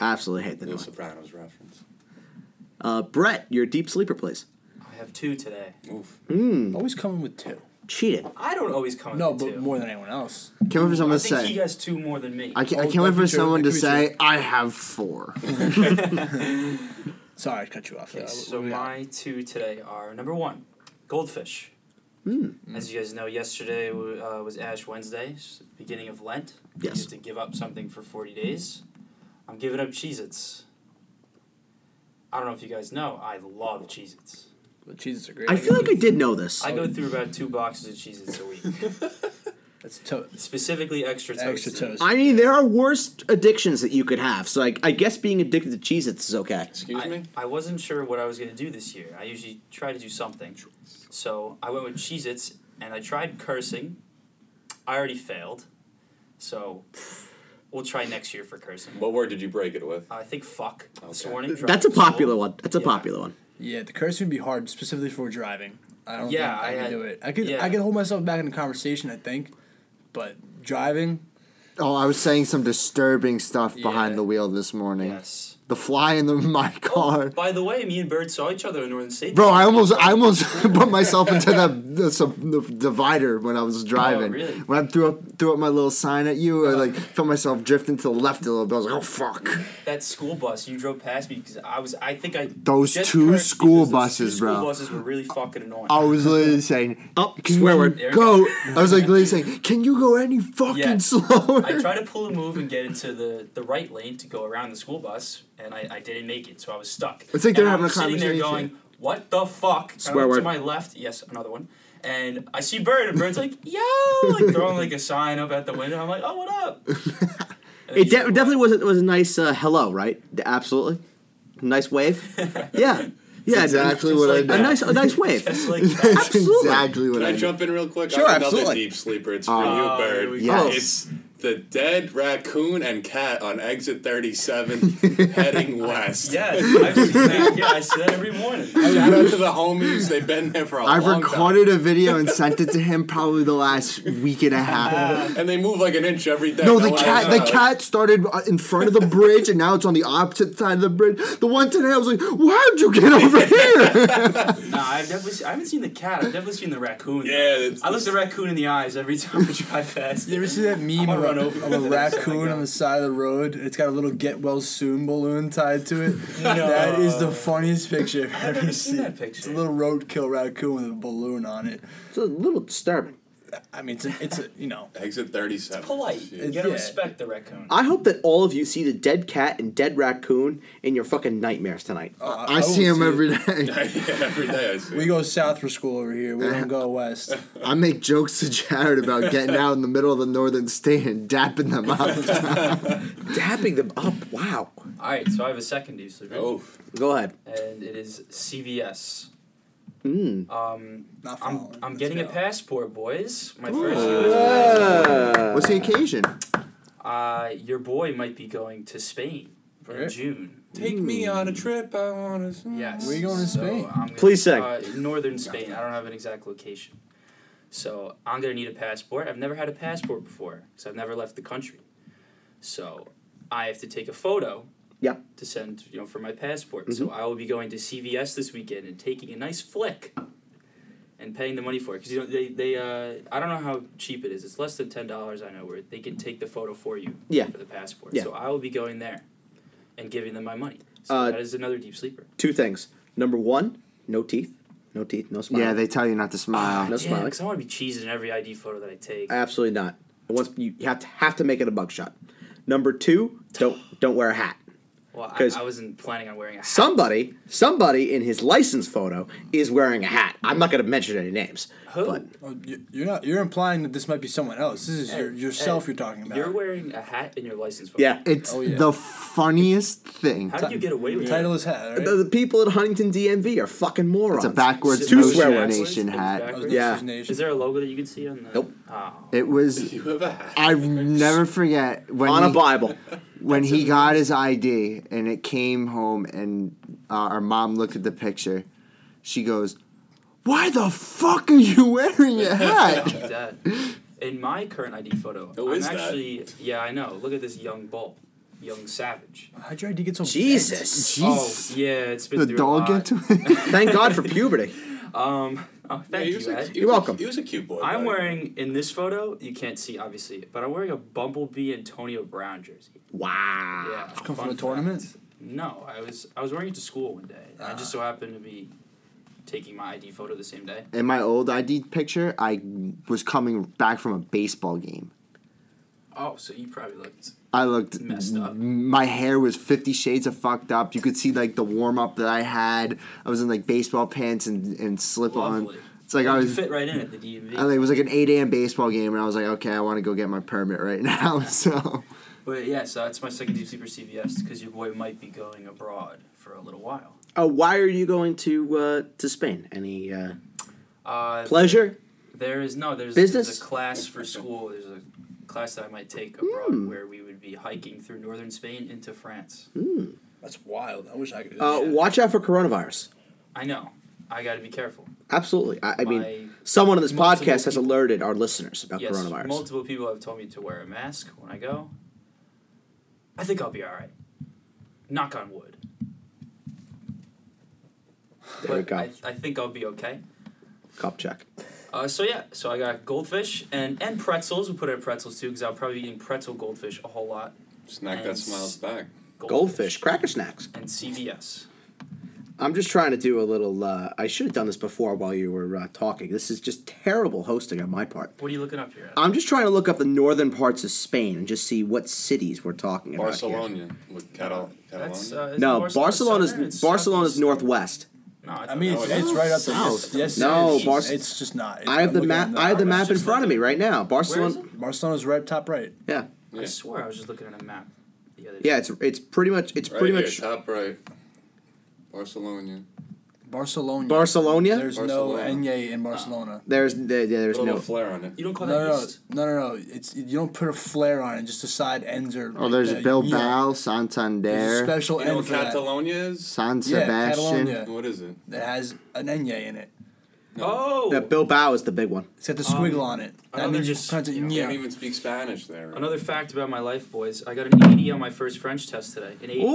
Speaker 1: Absolutely hate the
Speaker 5: The
Speaker 1: noise.
Speaker 5: Sopranos reference.
Speaker 1: Uh, Brett, your deep sleeper, please.
Speaker 3: I have two today.
Speaker 5: Oof.
Speaker 1: Hmm.
Speaker 2: Always coming with two.
Speaker 1: Cheated.
Speaker 3: I don't always come up
Speaker 2: No,
Speaker 3: with
Speaker 2: but
Speaker 3: two.
Speaker 2: more than anyone else.
Speaker 4: Can't wait for
Speaker 3: I
Speaker 4: someone to
Speaker 3: think he
Speaker 4: say.
Speaker 3: has two more than me.
Speaker 4: I can't, I
Speaker 2: Oh,
Speaker 4: can't wait
Speaker 2: that'd
Speaker 4: for
Speaker 2: be true,
Speaker 4: someone to
Speaker 2: that'd be
Speaker 4: say, I have four.
Speaker 2: Sorry, I cut you off.
Speaker 3: Okay,
Speaker 2: Yeah,
Speaker 3: so
Speaker 2: what we got?
Speaker 3: my two today are number one, goldfish. As you guys know, yesterday w- uh, was Ash Wednesday, s- beginning of Lent. You
Speaker 1: Yes.
Speaker 3: have to give up something for 40 days. I'm giving up Cheez Its. I don't know if you guys know, I love Cheez Its.
Speaker 2: But Jesus, are great.
Speaker 1: I feel like I did know this.
Speaker 3: I go through about two boxes of Cheez Its a week,
Speaker 2: That's to-
Speaker 3: specifically extra toast.
Speaker 2: extra toast.
Speaker 1: I mean, there are worse addictions that you could have. So I, I guess being addicted to Cheez-Its is okay.
Speaker 5: Excuse
Speaker 3: I,
Speaker 5: me?
Speaker 3: I wasn't sure what I was going to do this year. I usually try to do something. So I went with Cheez Its and I tried cursing. I already failed. So we'll try next year for cursing.
Speaker 5: What word did you break it with?
Speaker 3: I think fuck. It's a
Speaker 5: Okay.
Speaker 3: warning
Speaker 1: That's a
Speaker 3: drive.
Speaker 1: popular one. That's a
Speaker 3: Yeah.
Speaker 1: popular one.
Speaker 2: Yeah, the cursing would be hard, specifically for driving. I don't
Speaker 3: Yeah,
Speaker 2: think I,
Speaker 3: I
Speaker 2: can
Speaker 3: had-
Speaker 2: do it. I could
Speaker 3: yeah.
Speaker 2: I could hold myself back in a conversation, I think, but driving.
Speaker 4: oh, I was saying some disturbing stuff
Speaker 3: Yeah.
Speaker 4: behind the wheel this morning.
Speaker 3: Yes.
Speaker 4: the fly in the, my car.
Speaker 3: By the way, me and Bird saw each other in Northern State.
Speaker 4: Bro, I almost, I almost put myself into the, the, sub- the divider when I was driving.
Speaker 3: really?
Speaker 4: When I threw up, threw up my little sign at you, I like felt myself drifting to the left a little bit. I was like, oh fuck.
Speaker 3: that school bus you drove past me because I was I think I
Speaker 4: Those
Speaker 3: just
Speaker 4: two
Speaker 3: cursed
Speaker 4: school
Speaker 3: because those two
Speaker 4: buses,
Speaker 3: school
Speaker 4: bro.
Speaker 3: buses were really fucking annoying.
Speaker 4: I was literally saying,
Speaker 1: Oh,
Speaker 4: can
Speaker 1: swear
Speaker 4: you
Speaker 1: word.
Speaker 3: There we
Speaker 4: go? I was like literally saying, can you go any fucking
Speaker 3: Yeah.
Speaker 4: slower?
Speaker 3: I tried to pull a move and get into the, the right lane to go around the school bus, and I, I didn't make it, so I was stuck.
Speaker 4: It's like they're
Speaker 3: And
Speaker 4: having
Speaker 3: I'm
Speaker 4: a
Speaker 3: sitting there
Speaker 4: conversation.
Speaker 3: going, "What the fuck?" And I
Speaker 1: Swear
Speaker 3: look
Speaker 1: word.
Speaker 3: To my left, yes, another one. And I see Bird, and Bird's like, "Yo!" like throwing like a sign up at the window. I'm like, "Oh, what up?" And then
Speaker 1: It
Speaker 3: he's
Speaker 1: de-
Speaker 3: like,
Speaker 1: definitely was a, was a nice uh, hello, right? D- Absolutely, nice wave. Yeah, yeah,
Speaker 4: That's exactly what I
Speaker 1: a
Speaker 4: did.
Speaker 1: nice a nice wave.
Speaker 3: Just like that.
Speaker 4: That's
Speaker 1: Absolutely.
Speaker 4: exactly what
Speaker 5: Can
Speaker 4: I
Speaker 5: I
Speaker 4: did.
Speaker 5: jump in real quick?
Speaker 1: Sure,
Speaker 5: I have Another
Speaker 1: absolutely.
Speaker 5: deep sleeper. It's for
Speaker 4: Oh,
Speaker 5: you,
Speaker 3: here we
Speaker 5: Bird.
Speaker 4: go. Yes.
Speaker 5: It's the dead raccoon and cat on exit 37 heading west.
Speaker 3: Yes, I've seen that. Yeah, I see that every morning.
Speaker 5: Shout out to the homies. They've been there for a
Speaker 4: I've
Speaker 5: long
Speaker 4: recorded a video and sent it to him probably the last week and a half.
Speaker 5: time. And they move like an inch every day.
Speaker 4: No, the
Speaker 5: No one
Speaker 4: cat.
Speaker 5: knows.
Speaker 4: The cat started uh, in front of the bridge, and now it's on the opposite side of the bridge. The one today, I was like, "Why'd you get over here?"
Speaker 3: No, I've definitely seen, I haven't seen the cat. I've definitely seen the raccoon.
Speaker 5: Yeah, it's-
Speaker 3: I look the raccoon in the eyes every time I drive past.
Speaker 2: You ever see that meme
Speaker 3: gonna
Speaker 2: of,
Speaker 3: run
Speaker 2: a-
Speaker 3: over
Speaker 2: of
Speaker 3: you.
Speaker 2: a raccoon
Speaker 1: uh,
Speaker 2: on the side of the road? It's got a little "Get Well Soon" balloon tied to it.
Speaker 3: No.
Speaker 2: That is the funniest picture I've
Speaker 3: I've
Speaker 2: ever
Speaker 3: never seen
Speaker 2: seen.
Speaker 3: that
Speaker 2: It's a
Speaker 3: picture.
Speaker 2: little roadkill raccoon with a balloon on it.
Speaker 1: It's a little disturbing.
Speaker 2: I mean, it's a, it's a you know.
Speaker 5: Exit 37.
Speaker 3: Polite. You
Speaker 5: Shit.
Speaker 3: gotta
Speaker 2: Yeah.
Speaker 3: respect the raccoon.
Speaker 1: I hope that all of you see the dead cat and dead raccoon in your fucking nightmares tonight.
Speaker 4: I, see him
Speaker 2: every day.
Speaker 4: every day.
Speaker 5: every day I see
Speaker 2: We
Speaker 5: it.
Speaker 2: go south for school over here. We don't go west.
Speaker 4: I make jokes to Jared about getting out in the middle of the northern state and dapping them up.
Speaker 1: Dapping them up. Wow.
Speaker 3: All right, so I have a second deep sleeper,
Speaker 5: Oh,
Speaker 1: Go ahead.
Speaker 3: and it is CVS.
Speaker 1: Mm.
Speaker 3: Um,
Speaker 2: Not
Speaker 3: I'm
Speaker 2: falling.
Speaker 3: I'm
Speaker 2: Let's
Speaker 3: getting a
Speaker 2: go.
Speaker 3: passport, boys. My first.
Speaker 1: Uh,
Speaker 4: What's the occasion?
Speaker 3: Uh, your boy might be going to Spain
Speaker 2: Where?
Speaker 3: in June.
Speaker 5: take me on a trip. I want to.
Speaker 3: Yes.
Speaker 2: Where you going to
Speaker 3: so
Speaker 2: Spain?
Speaker 3: I'm gonna-
Speaker 1: Please sing.
Speaker 3: Uh, northern Spain. I don't have an exact location. So I'm gonna need a passport. I've never had a passport before because I've never left the country. So I have to take a photo.
Speaker 1: Yeah. Mm-hmm.
Speaker 3: To send, you know, for my passport. So I will be going to CVS this weekend and taking a nice flick. And paying the money for it because you know they they uh, I don't know how cheap it is. It's less than ten dollars. I know where they can take the photo for you.
Speaker 1: Yeah.
Speaker 3: For the passport.
Speaker 1: Yeah.
Speaker 3: So I will be going there, and giving them my money. So
Speaker 1: Uh,
Speaker 3: that is another deep sleeper.
Speaker 1: Two things. Number one, no teeth. No teeth. No smile.
Speaker 4: Yeah, they tell you not to smile.
Speaker 1: No
Speaker 3: Damn,
Speaker 1: smiling. Uh,
Speaker 3: 'cause I want to be cheesing in every ID photo that I take.
Speaker 1: Absolutely not. And Once you you have to have to make it a buckshot. Number two, don't don't wear a hat.
Speaker 3: well, I,
Speaker 1: 'cause-
Speaker 3: I wasn't planning on wearing a hat.
Speaker 1: Somebody, somebody in his license photo is wearing a hat. I'm not going to mention any names.
Speaker 3: Who?
Speaker 1: But
Speaker 2: Oh, you- you're not. You're implying that this might be someone else. This is your,
Speaker 3: Hey,
Speaker 2: yourself.
Speaker 3: hey,
Speaker 2: you're talking about.
Speaker 3: You're wearing a hat in your license photo.
Speaker 1: yeah,
Speaker 4: It's
Speaker 2: Oh, yeah.
Speaker 4: the funniest thing.
Speaker 3: How did you get away with
Speaker 2: title
Speaker 3: that?
Speaker 2: is hat. Right?
Speaker 1: the, the people at Huntington DMV are fucking morons.
Speaker 4: It's a backwards
Speaker 1: Two
Speaker 4: motion
Speaker 1: swear words.
Speaker 4: nation
Speaker 3: It was
Speaker 4: hat.
Speaker 2: Oh,
Speaker 3: backwards.
Speaker 1: Yeah.
Speaker 3: Is there a logo that you can see on the?
Speaker 1: Nope.
Speaker 3: Oh.
Speaker 4: It was.
Speaker 5: You have a hat.
Speaker 4: I never forget when
Speaker 1: on a
Speaker 4: he-
Speaker 1: Bible.
Speaker 4: when he got his ID and it came home and uh, our mom looked at the picture, she goes, "Why the fuck are you wearing a hat?"
Speaker 3: Dad. In my current ID photo,
Speaker 5: Who
Speaker 3: I'm
Speaker 5: is that?
Speaker 3: actually yeah, I know. Look at this young bull, young savage.
Speaker 2: How'd your ID get so bent?
Speaker 1: Jesus.
Speaker 4: Jeez,
Speaker 3: Oh yeah, it's been
Speaker 4: the
Speaker 3: through
Speaker 4: dog
Speaker 3: a lot.
Speaker 4: into it.
Speaker 1: Thank God for puberty.
Speaker 3: Um, oh,
Speaker 5: Yeah,
Speaker 3: thank
Speaker 5: he
Speaker 3: you,
Speaker 5: was a-
Speaker 3: Ed.
Speaker 5: he
Speaker 1: You're
Speaker 5: was a-
Speaker 1: welcome.
Speaker 5: He was a cute boy.
Speaker 3: I'm
Speaker 5: buddy.
Speaker 3: wearing in this photo. You can't see obviously, but I'm wearing a Bumblebee Antonio Brown jersey.
Speaker 1: Wow.
Speaker 3: Yeah, fun
Speaker 2: Come from a
Speaker 3: fact.
Speaker 2: tournament.
Speaker 3: No, I was I was wearing it to school one day. and I
Speaker 4: Ah.
Speaker 3: just so happened to be taking my ID photo the same day.
Speaker 4: In my old ID picture, I was coming back from a baseball game.
Speaker 3: Oh, so you probably looked.
Speaker 4: I looked
Speaker 3: Messed up.
Speaker 4: My hair was Fifty Shades of fucked up. You could see like the warm up that I had. I was in like baseball pants and and slip on.
Speaker 3: Lovely.
Speaker 4: It's like I
Speaker 3: you
Speaker 4: was
Speaker 3: fit right in at the DMV.
Speaker 4: I think it was like an 8 a.m. baseball game, and I was like, okay, I want to go get my permit right now. So
Speaker 3: but yeah, so that's my second deep sleeper CVS because your boy might be going abroad for a little while.
Speaker 1: Uh, why are you going to uh, to Spain? Any uh,
Speaker 3: Uh,
Speaker 1: pleasure?
Speaker 3: there is no there's,
Speaker 1: Business?
Speaker 3: there's a class for school. There's a class that I might take abroad
Speaker 4: Hmm.
Speaker 3: where we would be hiking through northern Spain into France.
Speaker 2: That's wild. I wish I could. do
Speaker 1: Uh,
Speaker 2: that.
Speaker 1: watch out for coronavirus.
Speaker 3: I know. I got to be careful.
Speaker 1: Absolutely. I, I mean,
Speaker 3: My-
Speaker 1: someone on this
Speaker 3: multiple
Speaker 1: podcast has
Speaker 3: people-
Speaker 1: alerted our listeners about
Speaker 3: yes,
Speaker 1: coronavirus.
Speaker 3: multiple people have told me to wear a mask when I go. I think I'll be all right. Knock on wood.
Speaker 1: There we
Speaker 3: But
Speaker 1: go.
Speaker 3: I, I think I'll be okay.
Speaker 1: Cup check.
Speaker 3: Uh, so yeah, so I got goldfish and and pretzels. We put in pretzels too because I'll probably be eating pretzel goldfish a whole lot.
Speaker 5: Snack that
Speaker 3: And
Speaker 5: smiles
Speaker 3: s-
Speaker 5: back.
Speaker 1: Goldfish, cracker snacks.
Speaker 3: and CVS.
Speaker 1: I'm just trying to do a little. Uh, I should have done this before while you were uh, talking. This is just terrible hosting on my part.
Speaker 3: What are you looking up here? At?
Speaker 1: I'm just trying to look up the northern parts of Spain and just see what cities we're talking about. here.
Speaker 5: Barcelona with Catal-
Speaker 3: That's, uh,
Speaker 5: Catalonia.
Speaker 3: is
Speaker 1: No,
Speaker 3: Barcelona southern?
Speaker 1: Barcelona's
Speaker 3: It's
Speaker 1: Barcelona's
Speaker 3: southeast.
Speaker 1: northwest.
Speaker 3: No, I,
Speaker 2: I mean, it's,
Speaker 5: Oh,
Speaker 2: it's
Speaker 5: yeah.
Speaker 2: right up there.
Speaker 1: South.
Speaker 2: Yes, yes,
Speaker 1: No,
Speaker 2: it is.
Speaker 1: Barce-
Speaker 2: it's just not. It's-
Speaker 1: I have
Speaker 2: I'm
Speaker 1: the
Speaker 2: looking
Speaker 1: map.
Speaker 2: at
Speaker 1: I have the
Speaker 2: numbers.
Speaker 1: map in
Speaker 3: just
Speaker 1: front of me
Speaker 3: looking.
Speaker 1: right now. Barcelona.
Speaker 3: it?
Speaker 2: Barcelona's right top right.
Speaker 1: Yeah,
Speaker 3: I
Speaker 5: yeah.
Speaker 3: swear I was just looking at a map the other day.
Speaker 1: yeah. It's it's pretty much it's
Speaker 5: Right
Speaker 1: pretty
Speaker 5: here,
Speaker 1: much
Speaker 5: top right. Barcelona.
Speaker 2: Barcelona.
Speaker 1: Barcelona.
Speaker 2: There's
Speaker 5: Barcelona.
Speaker 2: no Nye in
Speaker 3: Ah.
Speaker 2: Barcelona.
Speaker 1: There's there, there's
Speaker 5: Put a little
Speaker 1: no.
Speaker 5: flair on it.
Speaker 3: You don't call
Speaker 2: No,
Speaker 3: that
Speaker 2: no,
Speaker 3: east?
Speaker 2: no, no, no. It's you don't put a flare on it. Just the side ends are.
Speaker 4: Oh, there's
Speaker 2: like the- yeah.
Speaker 4: Bilbao,
Speaker 2: There's a
Speaker 4: Santander,
Speaker 2: special
Speaker 5: You know
Speaker 2: end
Speaker 5: what
Speaker 2: for that.
Speaker 5: Catalonia is?
Speaker 4: San
Speaker 2: Yeah,
Speaker 4: Sebastian.
Speaker 2: Catalonia.
Speaker 5: What is it?
Speaker 2: that has an enye in it.
Speaker 3: Oh,
Speaker 1: Yeah, Bilbao is the big one.
Speaker 2: It's got the
Speaker 3: Um,
Speaker 2: squiggle on it.
Speaker 3: I know
Speaker 2: That
Speaker 3: they're
Speaker 2: means you
Speaker 3: just-
Speaker 2: pronounce it
Speaker 3: you know,
Speaker 2: nye.
Speaker 5: Can't even speak Spanish there.
Speaker 3: another fact about my life, boys. I got an 80 on my first French test today. An 80.
Speaker 1: Ooh.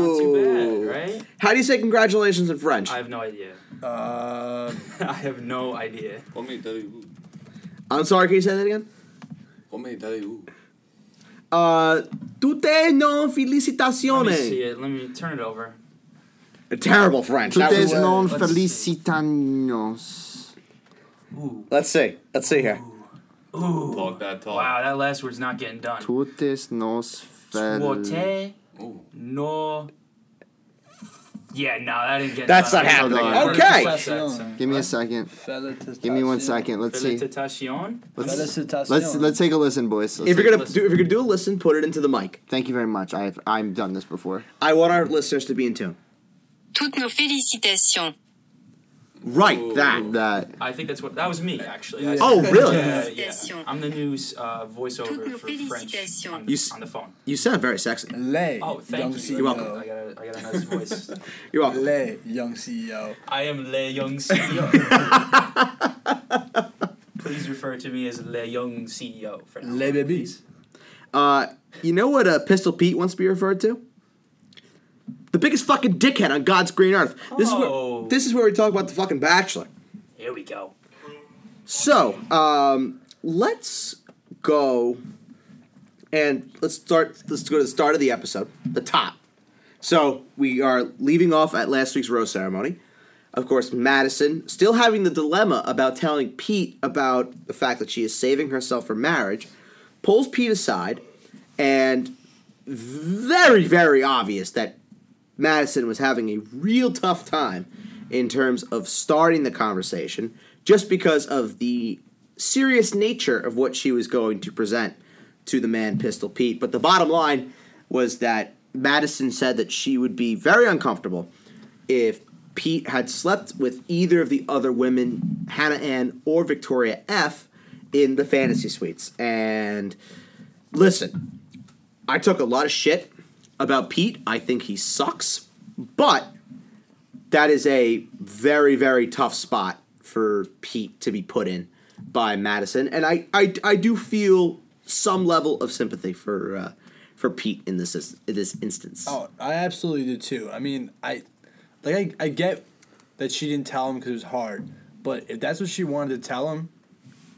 Speaker 3: Not too bad, right?
Speaker 1: How do you say congratulations in French?
Speaker 3: I have no idea.
Speaker 2: Uh,
Speaker 3: I have no idea.
Speaker 5: Come Italiano.
Speaker 1: I'm sorry. Can you say that again?
Speaker 5: Come Italiano.
Speaker 1: Uh, tutte non
Speaker 3: Let me see
Speaker 1: felicitazione.
Speaker 3: it. Let me turn it over.
Speaker 1: Terrible French. That
Speaker 4: Tutes
Speaker 1: was, uh,
Speaker 2: Tutte-
Speaker 4: non
Speaker 3: Let's see.
Speaker 4: felicitanos.
Speaker 3: Ooh,
Speaker 1: let's see. Let's see here.
Speaker 3: ooh.
Speaker 5: Talk that talk.
Speaker 3: Wow, that last word's not getting done.
Speaker 4: Tutes nos fel.
Speaker 3: Tuote
Speaker 5: Ooh.
Speaker 3: no. Yeah, no, that didn't get.
Speaker 1: That's
Speaker 3: done.
Speaker 1: not
Speaker 4: Hold
Speaker 1: happening.
Speaker 4: on.
Speaker 1: Okay.
Speaker 4: Give me a second. Give me one second. Let's see.
Speaker 3: Felicitacion.
Speaker 4: Let's
Speaker 2: Felicitacion.
Speaker 4: let's let's take a listen, boys. Let's
Speaker 1: If
Speaker 4: take-
Speaker 1: you're gonna
Speaker 3: Listen.
Speaker 1: do, if you're gonna do a listen, put it into the mic.
Speaker 4: Thank you very much. I've I've done this before.
Speaker 1: I want our listeners to be in tune.
Speaker 6: Toutes nos félicitations.
Speaker 1: Right.
Speaker 5: Ooh.
Speaker 2: Ah.
Speaker 1: That.
Speaker 4: That
Speaker 3: I think that's what that was me actually. I-
Speaker 1: Oh, really?
Speaker 3: Yeah, yeah.
Speaker 6: Félicitations.
Speaker 3: I'm the news uh, voiceover for French
Speaker 6: Félicitations.
Speaker 3: on,
Speaker 1: You s-
Speaker 3: on the phone.
Speaker 1: You sound very sexy.
Speaker 2: Lay,
Speaker 3: Oh,
Speaker 2: young E
Speaker 3: thank you.
Speaker 2: CEO.
Speaker 1: You're welcome.
Speaker 3: I got a, I got a nice voice.
Speaker 1: You're welcome.
Speaker 2: Lay, young E CEO.
Speaker 3: I am Le Young E CEO. Please refer to me as Le Young CEO for now.
Speaker 2: Lay babies.
Speaker 1: Uh, you know what uh, Pistol Pete wants to be referred to? The biggest fucking dickhead on God's green earth. This is
Speaker 3: Oh.
Speaker 1: where this is where we talk about the fucking Bachelor.
Speaker 3: Here we go.
Speaker 1: So, um, let's go and let's start. Let's go to the start of the episode, the top. So we are leaving off at last week's rose ceremony. Of course, Madison still having the dilemma about telling Pete about the fact that she is saving herself for marriage, pulls Pete aside, and very, very obvious that Madison was having a real tough time in terms of starting the conversation just because of the serious nature of what she was going to present to the man Pistol Pete. But the bottom line was that Madison said that she would be very uncomfortable if Pete had slept with either of the other women, Hannah Ann or Victoria F, in the fantasy suites. And listen, I took a lot of shit about Pete. I think he sucks, but that is a very, very tough spot for Pete to be put in by Madison, and I, I, I do feel some level of sympathy for uh, for Pete in this is- in this instance.
Speaker 2: Oh, I absolutely do too. I mean, I like I, I get that she didn't tell him because it was hard, but if that's what she wanted to tell him,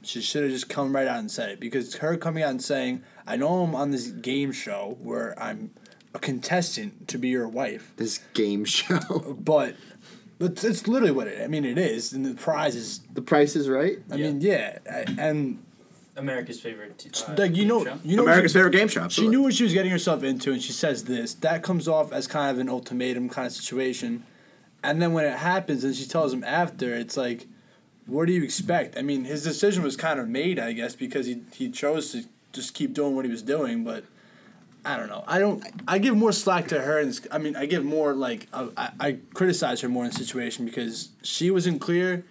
Speaker 2: she should have just come right out and said it because her coming out and saying, "I know I'm on this game show where I'm a contestant to be your wife,"
Speaker 4: this game show.
Speaker 2: but it's, it's literally what it. I mean, it is, and the prize is.
Speaker 4: the Price is Right.
Speaker 2: I mean, yeah, I, and
Speaker 3: America's favorite. Uh,
Speaker 2: like you know,
Speaker 3: show.
Speaker 2: you know,
Speaker 1: America's favorite game shop.
Speaker 2: She knew what she was getting herself into, and she says this. That comes off as kind of an ultimatum kind of situation. And then when it happens, and she tells him after, it's like, what do you expect? I mean, his decision was kind of made, I guess, because he he chose to just keep doing what he was doing. But I don't know. I don't. I give more slack to her, and s- I mean, I give more like I, I- I criticize her more in the situation because she wasn't clear,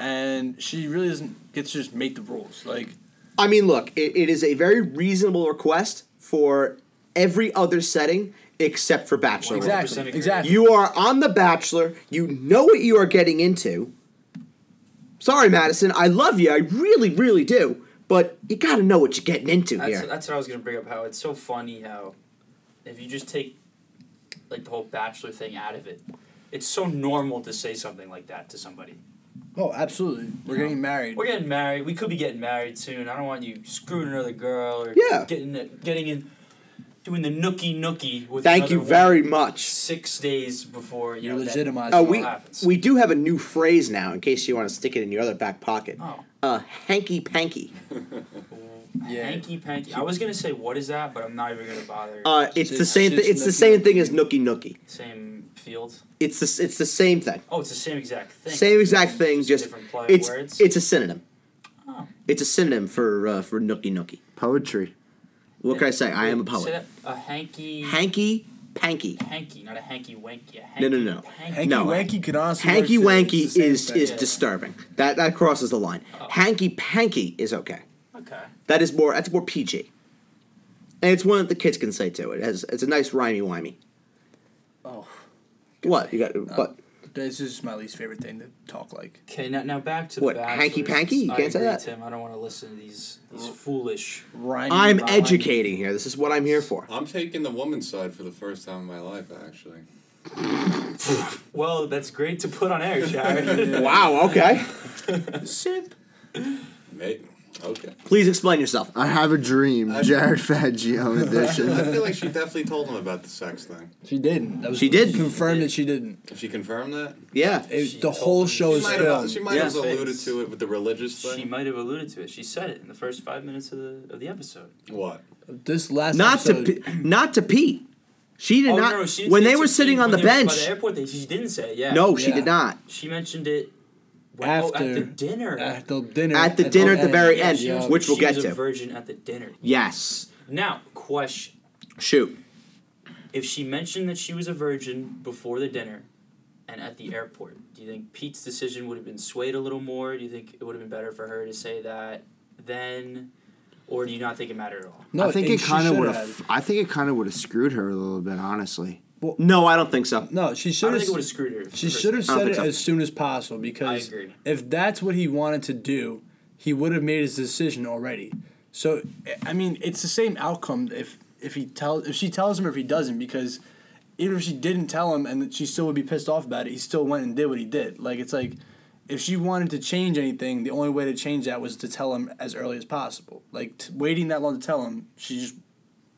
Speaker 2: and she really doesn't get to just make the rules. Like
Speaker 1: I mean, look, it, it is a very reasonable request for every other setting except for Bachelor.
Speaker 3: Exactly. agree.
Speaker 2: exactly.
Speaker 1: You are on The Bachelor. You know what you are getting into. Sorry, Madison. I love you. I really, really do. But you got to know what you're getting into
Speaker 3: That's,
Speaker 1: here.
Speaker 3: that's what I was gonna bring up. How it's so funny how if you just take like the whole bachelor thing out of it, it's so normal to say something like that to somebody.
Speaker 2: Oh, absolutely. We're getting married.
Speaker 3: We're getting married. We could be getting married soon. I don't want you screwing another girl or
Speaker 1: Yeah.
Speaker 3: getting it, getting in, doing the nookie nookie with.
Speaker 1: Thank you
Speaker 3: another
Speaker 1: very
Speaker 3: woman
Speaker 1: much.
Speaker 3: Six days before you
Speaker 2: You're
Speaker 3: know, that-
Speaker 2: legitimized.
Speaker 1: Uh,
Speaker 3: what
Speaker 1: we
Speaker 3: happens.
Speaker 1: we do have a new phrase now in case you want to stick it in your other back pocket.
Speaker 3: Oh.
Speaker 1: Uh, hanky panky.
Speaker 2: Yeah.
Speaker 3: Hanky panky. I was gonna say what is that, but I'm not even gonna bother.
Speaker 1: Uh, it's the
Speaker 2: Shits-
Speaker 1: same. Th-
Speaker 2: shits
Speaker 1: it's the
Speaker 2: nookie
Speaker 1: same
Speaker 2: nookie.
Speaker 1: thing as nookie nookie.
Speaker 3: same field.
Speaker 1: It's the s- it's the same thing.
Speaker 3: Oh, it's the same exact thing.
Speaker 1: Same exact thing. Just
Speaker 3: different play of
Speaker 1: it's
Speaker 3: words.
Speaker 1: it's a synonym.
Speaker 3: Oh.
Speaker 1: It's a synonym for uh, for nookie nookie.
Speaker 4: Poetry.
Speaker 1: What can I say? I am a
Speaker 3: Wait, say
Speaker 1: poet.
Speaker 3: that- a hanky.
Speaker 1: Hanky panky.
Speaker 3: hanky, not a hanky wanky. A hanky,
Speaker 1: No, no, no.
Speaker 3: panky.
Speaker 2: Hanky
Speaker 1: No.
Speaker 2: wanky could honestly. work
Speaker 1: Hanky
Speaker 2: too.
Speaker 1: wanky
Speaker 2: It's the same
Speaker 1: is
Speaker 2: thing.
Speaker 1: is
Speaker 3: Yeah.
Speaker 1: disturbing. That that crosses the line.
Speaker 3: Oh.
Speaker 1: Hanky panky is okay.
Speaker 3: Okay.
Speaker 1: That is more. That's more PG. And it's one that the kids can say too. It has. It's a nice rhymey wimey.
Speaker 2: Oh, Uh,
Speaker 1: What you got? what?
Speaker 2: this is just my least favorite thing to talk like.
Speaker 3: Okay, now, now back to
Speaker 1: What,
Speaker 3: the bachelors.
Speaker 1: hanky-panky? You
Speaker 3: I
Speaker 1: can't say
Speaker 3: agree,
Speaker 1: that.
Speaker 3: Tim, I don't want to listen to these these foolish.
Speaker 2: Rhyming.
Speaker 1: I'm
Speaker 2: rhyming.
Speaker 1: educating here. This is what I'm here for.
Speaker 5: I'm taking the woman's side for the first time in my life, actually.
Speaker 3: Well, that's great to put on air, Jared.
Speaker 1: Wow. Okay.
Speaker 3: Sip.
Speaker 5: Mate, okay.
Speaker 1: Please explain yourself.
Speaker 4: I have a dream.
Speaker 5: I-
Speaker 4: Jared Faggio
Speaker 5: I
Speaker 4: edition.
Speaker 5: feel like she definitely told him about the sex thing.
Speaker 2: She didn't. That was
Speaker 1: She did.
Speaker 2: Confirmed that she didn't.
Speaker 5: Did she confirm that?
Speaker 1: Yeah.
Speaker 2: It,
Speaker 3: She
Speaker 2: the
Speaker 3: told
Speaker 2: whole
Speaker 3: me.
Speaker 2: show
Speaker 5: She
Speaker 2: is
Speaker 5: might, have,
Speaker 2: filmed.
Speaker 5: she might
Speaker 1: Yeah.
Speaker 5: have alluded to it with the religious
Speaker 3: She
Speaker 5: thing.
Speaker 3: might have alluded to it. She said it in the first five minutes of the of the episode.
Speaker 5: What?
Speaker 2: This last
Speaker 1: Not
Speaker 2: episode,
Speaker 1: to P- not to Pete. She did
Speaker 3: oh,
Speaker 1: not.
Speaker 3: no, she didn't
Speaker 1: when
Speaker 3: say
Speaker 1: they
Speaker 3: it
Speaker 1: were
Speaker 3: to
Speaker 1: sitting
Speaker 3: Pete
Speaker 1: on the
Speaker 3: when they were By
Speaker 1: bench.
Speaker 3: the airport, they, she didn't say it. Yeah.
Speaker 1: No, she
Speaker 2: Yeah.
Speaker 1: did not.
Speaker 3: She mentioned it. When,
Speaker 2: after
Speaker 3: oh, at the dinner.
Speaker 2: at the dinner,
Speaker 1: At the dinner at the very
Speaker 3: yeah,
Speaker 1: end,
Speaker 3: she was,
Speaker 1: which we'll
Speaker 3: she
Speaker 1: get
Speaker 3: was
Speaker 1: to.
Speaker 3: a virgin at the dinner.
Speaker 1: Yes.
Speaker 3: Now, question:
Speaker 1: Shoot.
Speaker 3: If she mentioned that she was a virgin before the dinner, and at the airport, do you think Pete's decision would have been swayed a little more? Do you think it would have been better for her to say that then, or do you not think it mattered at all?
Speaker 2: No,
Speaker 4: I think
Speaker 2: and
Speaker 4: it
Speaker 2: she
Speaker 4: kind of
Speaker 2: should
Speaker 4: would
Speaker 2: have.
Speaker 4: have. I think it kind of would have screwed her a little bit, honestly.
Speaker 1: No, I don't think so.
Speaker 2: No, she
Speaker 3: I
Speaker 2: should
Speaker 3: don't think
Speaker 2: have.
Speaker 3: it would have screwed her.
Speaker 2: She should have
Speaker 1: I don't
Speaker 2: said
Speaker 1: think
Speaker 2: it
Speaker 1: so.
Speaker 2: as soon as possible because
Speaker 3: I agree.
Speaker 2: if that's what he wanted to do, he would have made his decision already. So I- I mean, it's the same outcome if if he tells if she tells him or if he doesn't because even if she didn't tell him and that she still would be pissed off about it, he still went and did what he did. Like it's like if she wanted to change anything, the only way to change that was to tell him as early as possible. Like t- waiting that long to tell him, she just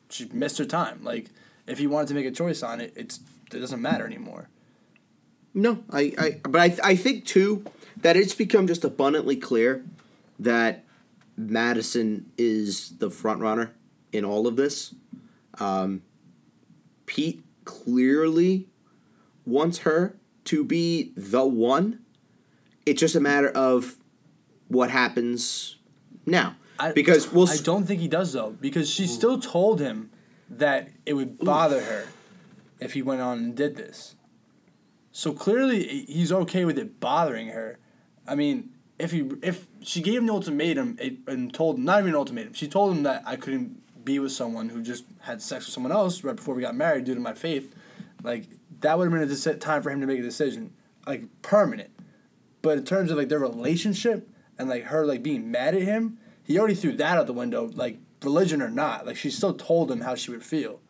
Speaker 2: she missed her time. Like if he wanted to make a choice on it, it's it doesn't matter anymore.
Speaker 1: No, I, I but I, I think too that it's become just abundantly clear that Madison is the front runner in all of this. Um, Pete clearly wants her to be the one. It's just a matter of what happens now.
Speaker 2: I-
Speaker 1: because we'll
Speaker 2: I
Speaker 1: s-
Speaker 2: don't think he does though, because she still told him that it would bother her if he went on and did this. So clearly he- he's okay with it bothering her. I mean, if he if she gave him the ultimatum it, and told not even an ultimatum, she told him that I couldn't be with someone who just had sex with someone else right before we got married due to my faith. Like that would have been a deci- time for him to make a decision, like permanent. But in terms of like their relationship and like her like being mad at him, he already threw that out the window, like religion or not. Like she still told him how she would feel.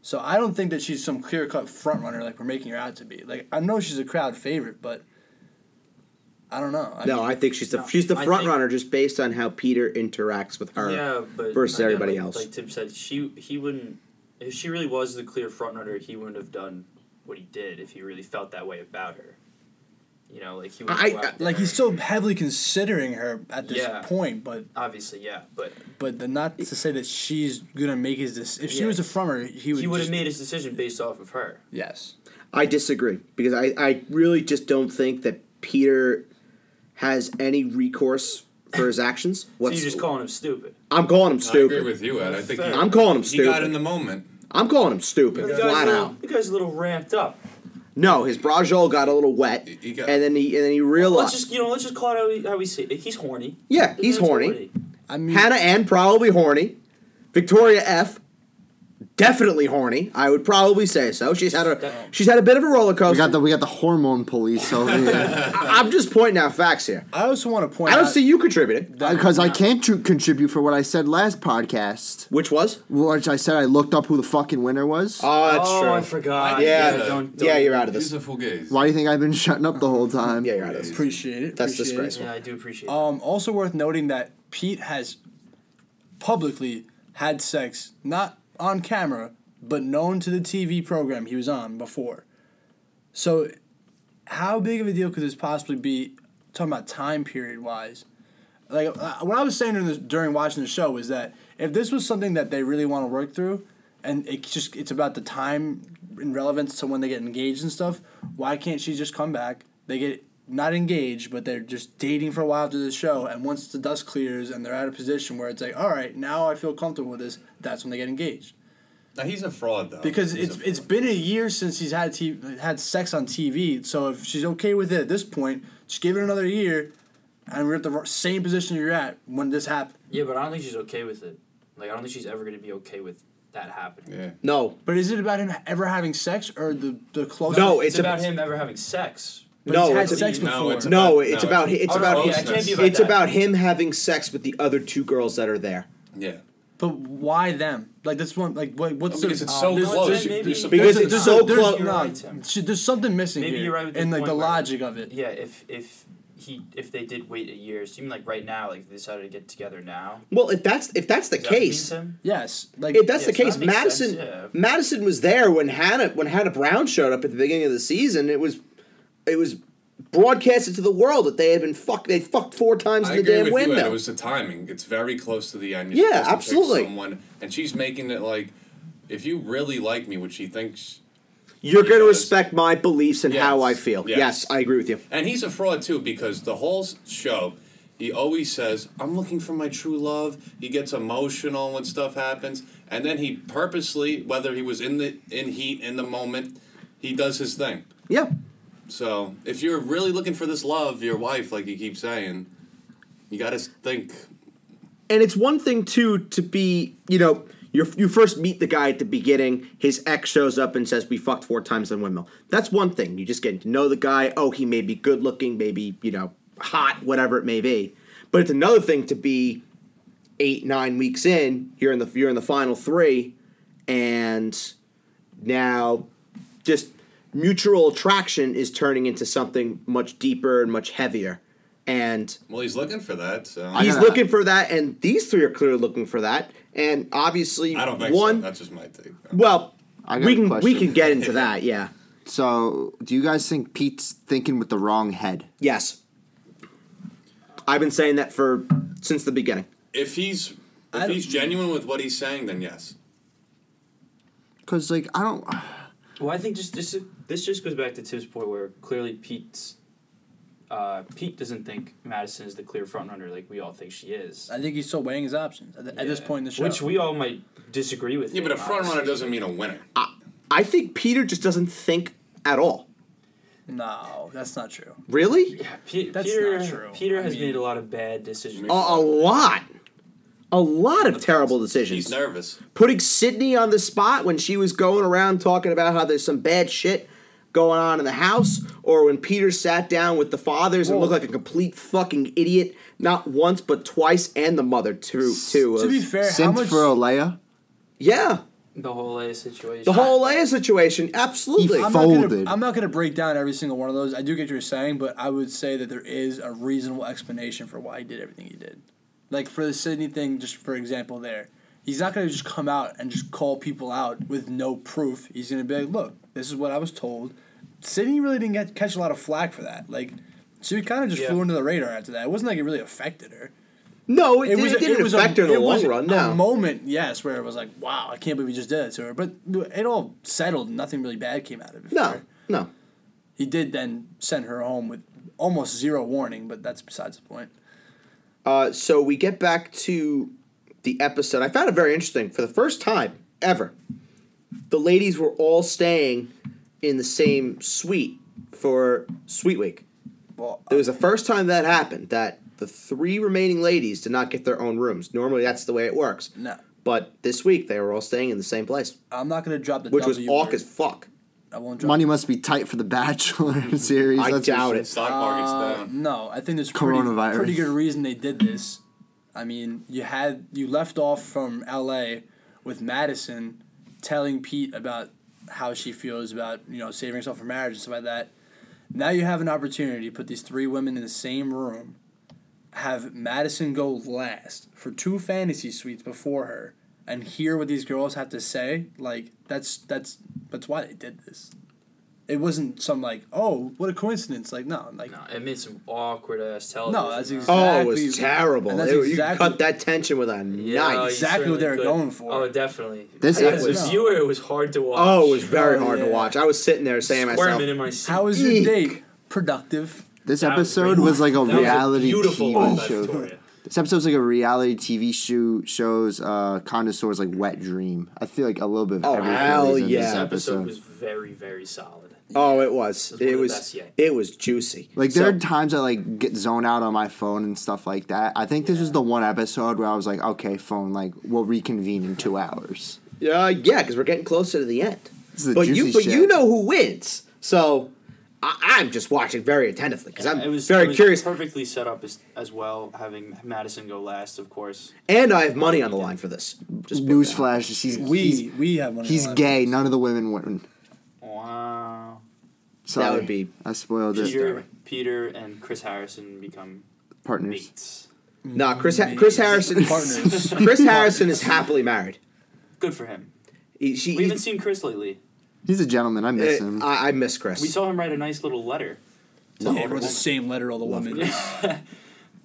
Speaker 2: So I don't think that she's some clear cut front runner like we're making her out to be. Like I know she's a crowd favorite, but I don't know. I
Speaker 1: no,
Speaker 2: mean,
Speaker 1: I think she's the
Speaker 3: No,
Speaker 1: she's the
Speaker 3: I
Speaker 1: front
Speaker 3: think-
Speaker 1: runner just based on how Peter interacts with her.
Speaker 3: yeah, but
Speaker 1: versus
Speaker 3: again,
Speaker 1: everybody
Speaker 3: like-
Speaker 1: else.
Speaker 3: Like Tim said, she he wouldn't. If she really was the clear frontrunner, he wouldn't have done what he did if he really felt that way about her. You know, like he would.
Speaker 1: I-
Speaker 2: like he's still heavily considering her at this
Speaker 3: Yeah.
Speaker 2: point, but
Speaker 3: obviously, yeah, but
Speaker 2: but the, not to say that she's gonna make his decision. If she
Speaker 3: Yeah.
Speaker 2: was a front runner, he would.
Speaker 3: he would have
Speaker 2: just-
Speaker 3: made his decision based off of her.
Speaker 2: Yes.
Speaker 1: I disagree because I, I really just don't think that Peter has any recourse for his actions.
Speaker 3: So
Speaker 1: What's,
Speaker 3: you're just calling him stupid.
Speaker 1: I'm calling him
Speaker 5: I agree
Speaker 1: stupid.
Speaker 5: with you, Ed. I think he,
Speaker 1: I'm calling him
Speaker 5: he got
Speaker 1: stupid.
Speaker 5: in the moment.
Speaker 1: I'm calling him stupid,
Speaker 3: The guy's,
Speaker 1: flat
Speaker 3: a little,
Speaker 1: out.
Speaker 3: the guy's a little ramped up.
Speaker 1: No, his brajol got a little wet,
Speaker 5: He got-
Speaker 1: and then he and then he
Speaker 3: Let's
Speaker 1: realized.
Speaker 3: just you know, let's just call it how we, how we see it. He's horny.
Speaker 1: yeah,
Speaker 3: The
Speaker 1: he's
Speaker 3: man's
Speaker 1: horny.
Speaker 2: I mean,
Speaker 1: Hannah Ann probably horny. Victoria F. definitely horny. I would probably say so. She's had a she's had a bit of a roller
Speaker 4: We
Speaker 1: coaster.
Speaker 4: got the we got the hormone police over here
Speaker 1: I- I'm just pointing out facts here.
Speaker 2: I also want to point
Speaker 1: I don't
Speaker 2: out
Speaker 1: see you contributing,
Speaker 2: that-
Speaker 4: because Uh, I can't tr- contribute for what I said last podcast,
Speaker 1: which was.
Speaker 4: which I said I looked up who the fucking winner was.
Speaker 1: Oh, that's
Speaker 3: oh,
Speaker 1: true.
Speaker 3: I forgot.
Speaker 1: Yeah,
Speaker 5: Yeah,
Speaker 3: don't, don't.
Speaker 1: yeah, you're out of this.
Speaker 5: He's a fugazi.
Speaker 4: Why do you think I've been shutting up the whole time?
Speaker 1: Yeah, you're out of this.
Speaker 2: Appreciate it.
Speaker 1: That's
Speaker 2: appreciate it.
Speaker 1: disgraceful.
Speaker 3: Yeah, I do appreciate. it.
Speaker 2: Um, also worth noting that Pete has publicly had sex, not on camera, but known to the TV program he was on before. So, how big of a deal could this possibly be? Talking about time period wise, like uh, what I was saying during, this, during watching the show was that if this was something that they really want to work through, and it's just it's about the time and relevance to when they get engaged and stuff. Why can't she just come back? They get not engaged, but they're just dating for a while after the show, and once the dust clears and they're at a position where it's like, all right, now I feel comfortable with this. That's when they get engaged
Speaker 5: Now, he's a fraud, though.
Speaker 2: because
Speaker 5: He's
Speaker 2: it's
Speaker 5: a
Speaker 2: it's
Speaker 5: fraud.
Speaker 2: been a year since he's had t- had sex on TV. So if she's okay with it at this point, just give it another year, and we're at the r- same position you're at when this happened.
Speaker 3: yeah, but I don't think she's okay with it. Like I don't think she's ever gonna be okay with that happening.
Speaker 5: Yeah.
Speaker 1: No,
Speaker 2: But is it about him ever having sex or the the close?
Speaker 1: No,
Speaker 3: It's,
Speaker 1: It's a-
Speaker 3: about him ever having sex.
Speaker 2: but
Speaker 1: no,
Speaker 2: he's had
Speaker 1: it's-
Speaker 2: sex
Speaker 5: No,
Speaker 2: before.
Speaker 5: it's-
Speaker 1: no.
Speaker 5: No,
Speaker 1: It's
Speaker 5: no,
Speaker 1: about
Speaker 5: it's-
Speaker 1: it's
Speaker 3: Oh, no,
Speaker 1: about
Speaker 3: yeah, it can't be about
Speaker 1: it's
Speaker 3: that.
Speaker 1: about him having sex with the other two girls that are there.
Speaker 5: Yeah.
Speaker 2: but why them? Like that's one. Like what? What's
Speaker 5: Because
Speaker 2: the,
Speaker 5: it's so
Speaker 2: there's-
Speaker 5: close.
Speaker 2: there's-
Speaker 3: maybe-
Speaker 5: There's some-
Speaker 1: Because
Speaker 2: there's-
Speaker 1: it's
Speaker 2: there's-
Speaker 1: so
Speaker 2: there's-
Speaker 1: close.
Speaker 2: no,
Speaker 3: You're right, Tim.
Speaker 2: she- there's something missing
Speaker 3: Maybe
Speaker 2: here,
Speaker 3: you're right with the
Speaker 2: and like
Speaker 3: point
Speaker 2: the
Speaker 3: where-
Speaker 2: logic of it.
Speaker 3: Yeah, if if he if they did wait a year, so you mean like right now, like if they decided to get together now?
Speaker 1: Well, if that's if that's the
Speaker 3: Is that what you mean,
Speaker 1: case,
Speaker 3: Tim?
Speaker 2: Yes, like
Speaker 1: if that's
Speaker 3: Yeah,
Speaker 1: the
Speaker 3: so that
Speaker 1: case,
Speaker 3: makes
Speaker 1: Madison
Speaker 3: sense, yeah.
Speaker 1: Madison was there when Hannah when Hannah Brown showed up at the beginning of the season. It was it was broadcasted to the world that they had been fucked. They fucked four times in
Speaker 5: I
Speaker 1: the
Speaker 5: agree
Speaker 1: damn
Speaker 5: with you. Ed.
Speaker 1: window.
Speaker 5: It was the timing. It's very close to the end.
Speaker 1: Yeah,
Speaker 5: You're supposed to pick
Speaker 1: absolutely.
Speaker 5: Someone, and she's making it like, if you really like me, which she thinks,
Speaker 1: You're going to
Speaker 5: Because-
Speaker 1: respect my beliefs and how I
Speaker 5: Yes.
Speaker 1: feel. Yes.
Speaker 5: Yes.
Speaker 1: I agree with you.
Speaker 5: and he's a fraud too because the whole s- show, he always says, "I'm looking for my true love." He gets emotional when stuff happens, and then he purposely, whether he was in the in heat in the moment, he does his thing.
Speaker 1: Yeah.
Speaker 5: So if you're really looking for this love, your wife, like you keep saying, you got to think.
Speaker 1: and it's one thing too to be you know you you first meet the guy at the beginning his ex shows up and says we fucked four times on windmill that's one thing you just getting to know the guy oh he may be good looking maybe you know hot whatever it may be but it's another thing to be eight nine weeks in you're in the you're in the final three and now just mutual attraction is turning into something much deeper and much heavier and
Speaker 5: Well, he's looking for that. So
Speaker 4: I
Speaker 1: He's
Speaker 4: gotta-
Speaker 1: looking for that, and these three are clearly looking for that. And obviously,
Speaker 5: I don't think
Speaker 1: one.
Speaker 5: so. That's just my take.
Speaker 1: well,
Speaker 4: I got
Speaker 1: we
Speaker 4: a
Speaker 1: can we
Speaker 4: question.
Speaker 1: can get into that. Yeah.
Speaker 4: So, do you guys think Pete's thinking with the wrong head?
Speaker 1: Yes. I've been saying that for since the beginning.
Speaker 5: If he's
Speaker 2: I
Speaker 5: if
Speaker 2: don't-
Speaker 5: he's genuine with what he's saying, then yes.
Speaker 4: Because like I don't.
Speaker 3: Well, I think just this this just goes back to Tim's point where clearly Pete's uh, Pete doesn't think Madison is the clear front runner like we all think she is.
Speaker 2: I think he's still weighing his options at, the- at this
Speaker 3: Yeah.
Speaker 2: point in the show.
Speaker 3: which we all might disagree with.
Speaker 5: Yeah, but a
Speaker 3: him,
Speaker 5: front runner
Speaker 3: honestly.
Speaker 5: doesn't mean a winner.
Speaker 1: I think Peter just doesn't think at all.
Speaker 2: no, that's not true.
Speaker 1: Really?
Speaker 3: Yeah, Pe-
Speaker 2: That's
Speaker 3: Peter,
Speaker 2: not true.
Speaker 3: Peter
Speaker 2: I
Speaker 3: has
Speaker 2: mean-
Speaker 3: made a lot of bad decisions.
Speaker 1: A,
Speaker 5: Uh-uh.
Speaker 1: a lot. A lot of terrible
Speaker 5: He's
Speaker 1: decisions.
Speaker 5: nervous.
Speaker 1: Putting Sydney on the spot when she was going around talking about how there's some bad shit going on in the house, or when Peter sat down with the fathers and
Speaker 2: Well-
Speaker 1: looked like a complete fucking idiot, not once but twice, and the mother too. too
Speaker 2: To
Speaker 1: of-
Speaker 2: be fair, how
Speaker 4: Sent
Speaker 2: much
Speaker 4: for Olea.
Speaker 1: yeah,
Speaker 3: The whole A situation.
Speaker 1: the whole Leia situation, absolutely.
Speaker 4: He
Speaker 2: I'm
Speaker 4: fu-
Speaker 2: not, gonna,
Speaker 4: folded.
Speaker 2: I'm not gonna break down every single one of those. I do get what you're saying, but I would say that there is a reasonable explanation for why he did everything he did. Like for the Sydney thing, just for example, there, he's not gonna just come out and just call people out with no proof. He's gonna be like, "Look, this is what I was told." Sydney really didn't get catch a lot of flack for that. Like, she kind of just
Speaker 3: Yeah.
Speaker 2: flew under the radar after that. It wasn't like it really affected her.
Speaker 1: no, it, it didn't
Speaker 2: a-
Speaker 1: affect her in the
Speaker 2: it was
Speaker 1: long run.
Speaker 2: A
Speaker 1: No,
Speaker 2: moment, yes, where it was like, wow, I can't believe we just did that to her. But it all settled. Nothing really bad came out of it. for
Speaker 1: no,
Speaker 2: her.
Speaker 1: no.
Speaker 2: He did then send her home with almost zero warning, but that's besides the point.
Speaker 1: Uh, so we get back to the episode. I found it very interesting. For the first time ever, the ladies were all staying in the same suite for Sweet Week.
Speaker 2: Well,
Speaker 1: It was the first time that happened that the three remaining ladies did not get their own rooms. Normally, that's the way it works.
Speaker 2: no.
Speaker 1: But this week they were all staying in the same place,
Speaker 2: I'm not gonna drop the
Speaker 1: which was
Speaker 2: W word.
Speaker 1: awk as fuck.
Speaker 2: I won't drop
Speaker 4: Money must be tight for the Bachelor series.
Speaker 1: I
Speaker 4: that's
Speaker 1: doubt
Speaker 4: for
Speaker 1: it.
Speaker 5: Stock market's
Speaker 2: Uh,
Speaker 5: down.
Speaker 2: no, I think there's
Speaker 4: Coronavirus.
Speaker 2: Pretty, pretty good reason they did this. I mean, you had you left off from L.A. with Madison telling Pete about how she feels about you know saving herself for marriage and stuff like that. Now you have an opportunity to put these three women in the same room, have Madison go last for two fantasy suites before her, and hear what these girls have to say. Like that's that's that's why they did this. It wasn't some like oh what a coincidence like no like
Speaker 3: No, it made some awkward ass television.
Speaker 2: No, that's
Speaker 3: man.
Speaker 2: exactly.
Speaker 1: Oh, it was terrible.
Speaker 2: and that's
Speaker 1: It- You
Speaker 2: exactly-
Speaker 1: cut that tension with a
Speaker 3: you
Speaker 1: knife.
Speaker 2: exactly
Speaker 3: certainly
Speaker 2: what they were
Speaker 3: could.
Speaker 2: going for.
Speaker 3: Oh, definitely.
Speaker 4: This
Speaker 3: As
Speaker 4: was-
Speaker 3: a viewer, it was hard to watch.
Speaker 1: Oh, it was very
Speaker 2: Oh,
Speaker 1: hard to
Speaker 2: yeah.
Speaker 1: watch. I was sitting there saying to myself,
Speaker 3: Squirming in my seat.
Speaker 2: How was your
Speaker 1: Eek.
Speaker 2: date? Productive.
Speaker 4: This
Speaker 3: That was
Speaker 4: episode
Speaker 3: great.
Speaker 4: was like a
Speaker 3: That was
Speaker 4: reality
Speaker 3: beautiful one by
Speaker 4: TV show.
Speaker 3: Victoria.
Speaker 4: This episode's like a reality TV show shows uh connoisseurs like wet dream. I feel like a little bit of
Speaker 1: Oh,
Speaker 4: everything
Speaker 1: hell
Speaker 4: is in
Speaker 1: yeah.
Speaker 4: this
Speaker 1: Episode
Speaker 4: episode.
Speaker 3: episode was very, very solid.
Speaker 1: "Oh, it
Speaker 3: It was
Speaker 1: was,
Speaker 3: one of
Speaker 1: it
Speaker 3: the
Speaker 1: was,
Speaker 3: best yet.
Speaker 1: it was juicy."
Speaker 4: like there
Speaker 1: So-
Speaker 4: are times I like get zoned out on my phone and stuff like that. I think this was the one episode where I was like, okay, phone, like we'll reconvene in two hours.
Speaker 1: Uh, yeah, because we're getting closer to the end.
Speaker 4: This is the
Speaker 1: but you,
Speaker 4: juicy
Speaker 1: but
Speaker 4: shit.
Speaker 1: you know who wins. So I, I'm just watching very attentively because I'm
Speaker 3: it was
Speaker 1: very
Speaker 3: it was
Speaker 1: curious,
Speaker 3: Perfectly set up as, as well, having Madison go last, of course.
Speaker 1: and I have money on the line for this. Just put that out.
Speaker 4: Newsflash, he's
Speaker 2: We
Speaker 4: he's,
Speaker 2: we have one. of
Speaker 4: he's
Speaker 2: them.
Speaker 4: gay. None of the women win.
Speaker 3: Wow.
Speaker 4: Sorry,
Speaker 1: would be-
Speaker 4: I spoiled it.
Speaker 3: Peter, Peter and Chris Harrison become
Speaker 4: Partners.
Speaker 3: mates.
Speaker 1: Nah,
Speaker 3: Mm,
Speaker 1: Chris, ha- Chris Harrison,
Speaker 2: Partners.
Speaker 1: Chris Harrison is happily married.
Speaker 3: Good for him.
Speaker 1: He, she, uh,
Speaker 3: We haven't seen Chris lately.
Speaker 4: He's a gentleman. I miss him.
Speaker 1: I, I miss Chris.
Speaker 3: We saw him write a nice little letter.
Speaker 2: Yeah, it was the same letter all the women.
Speaker 3: Well,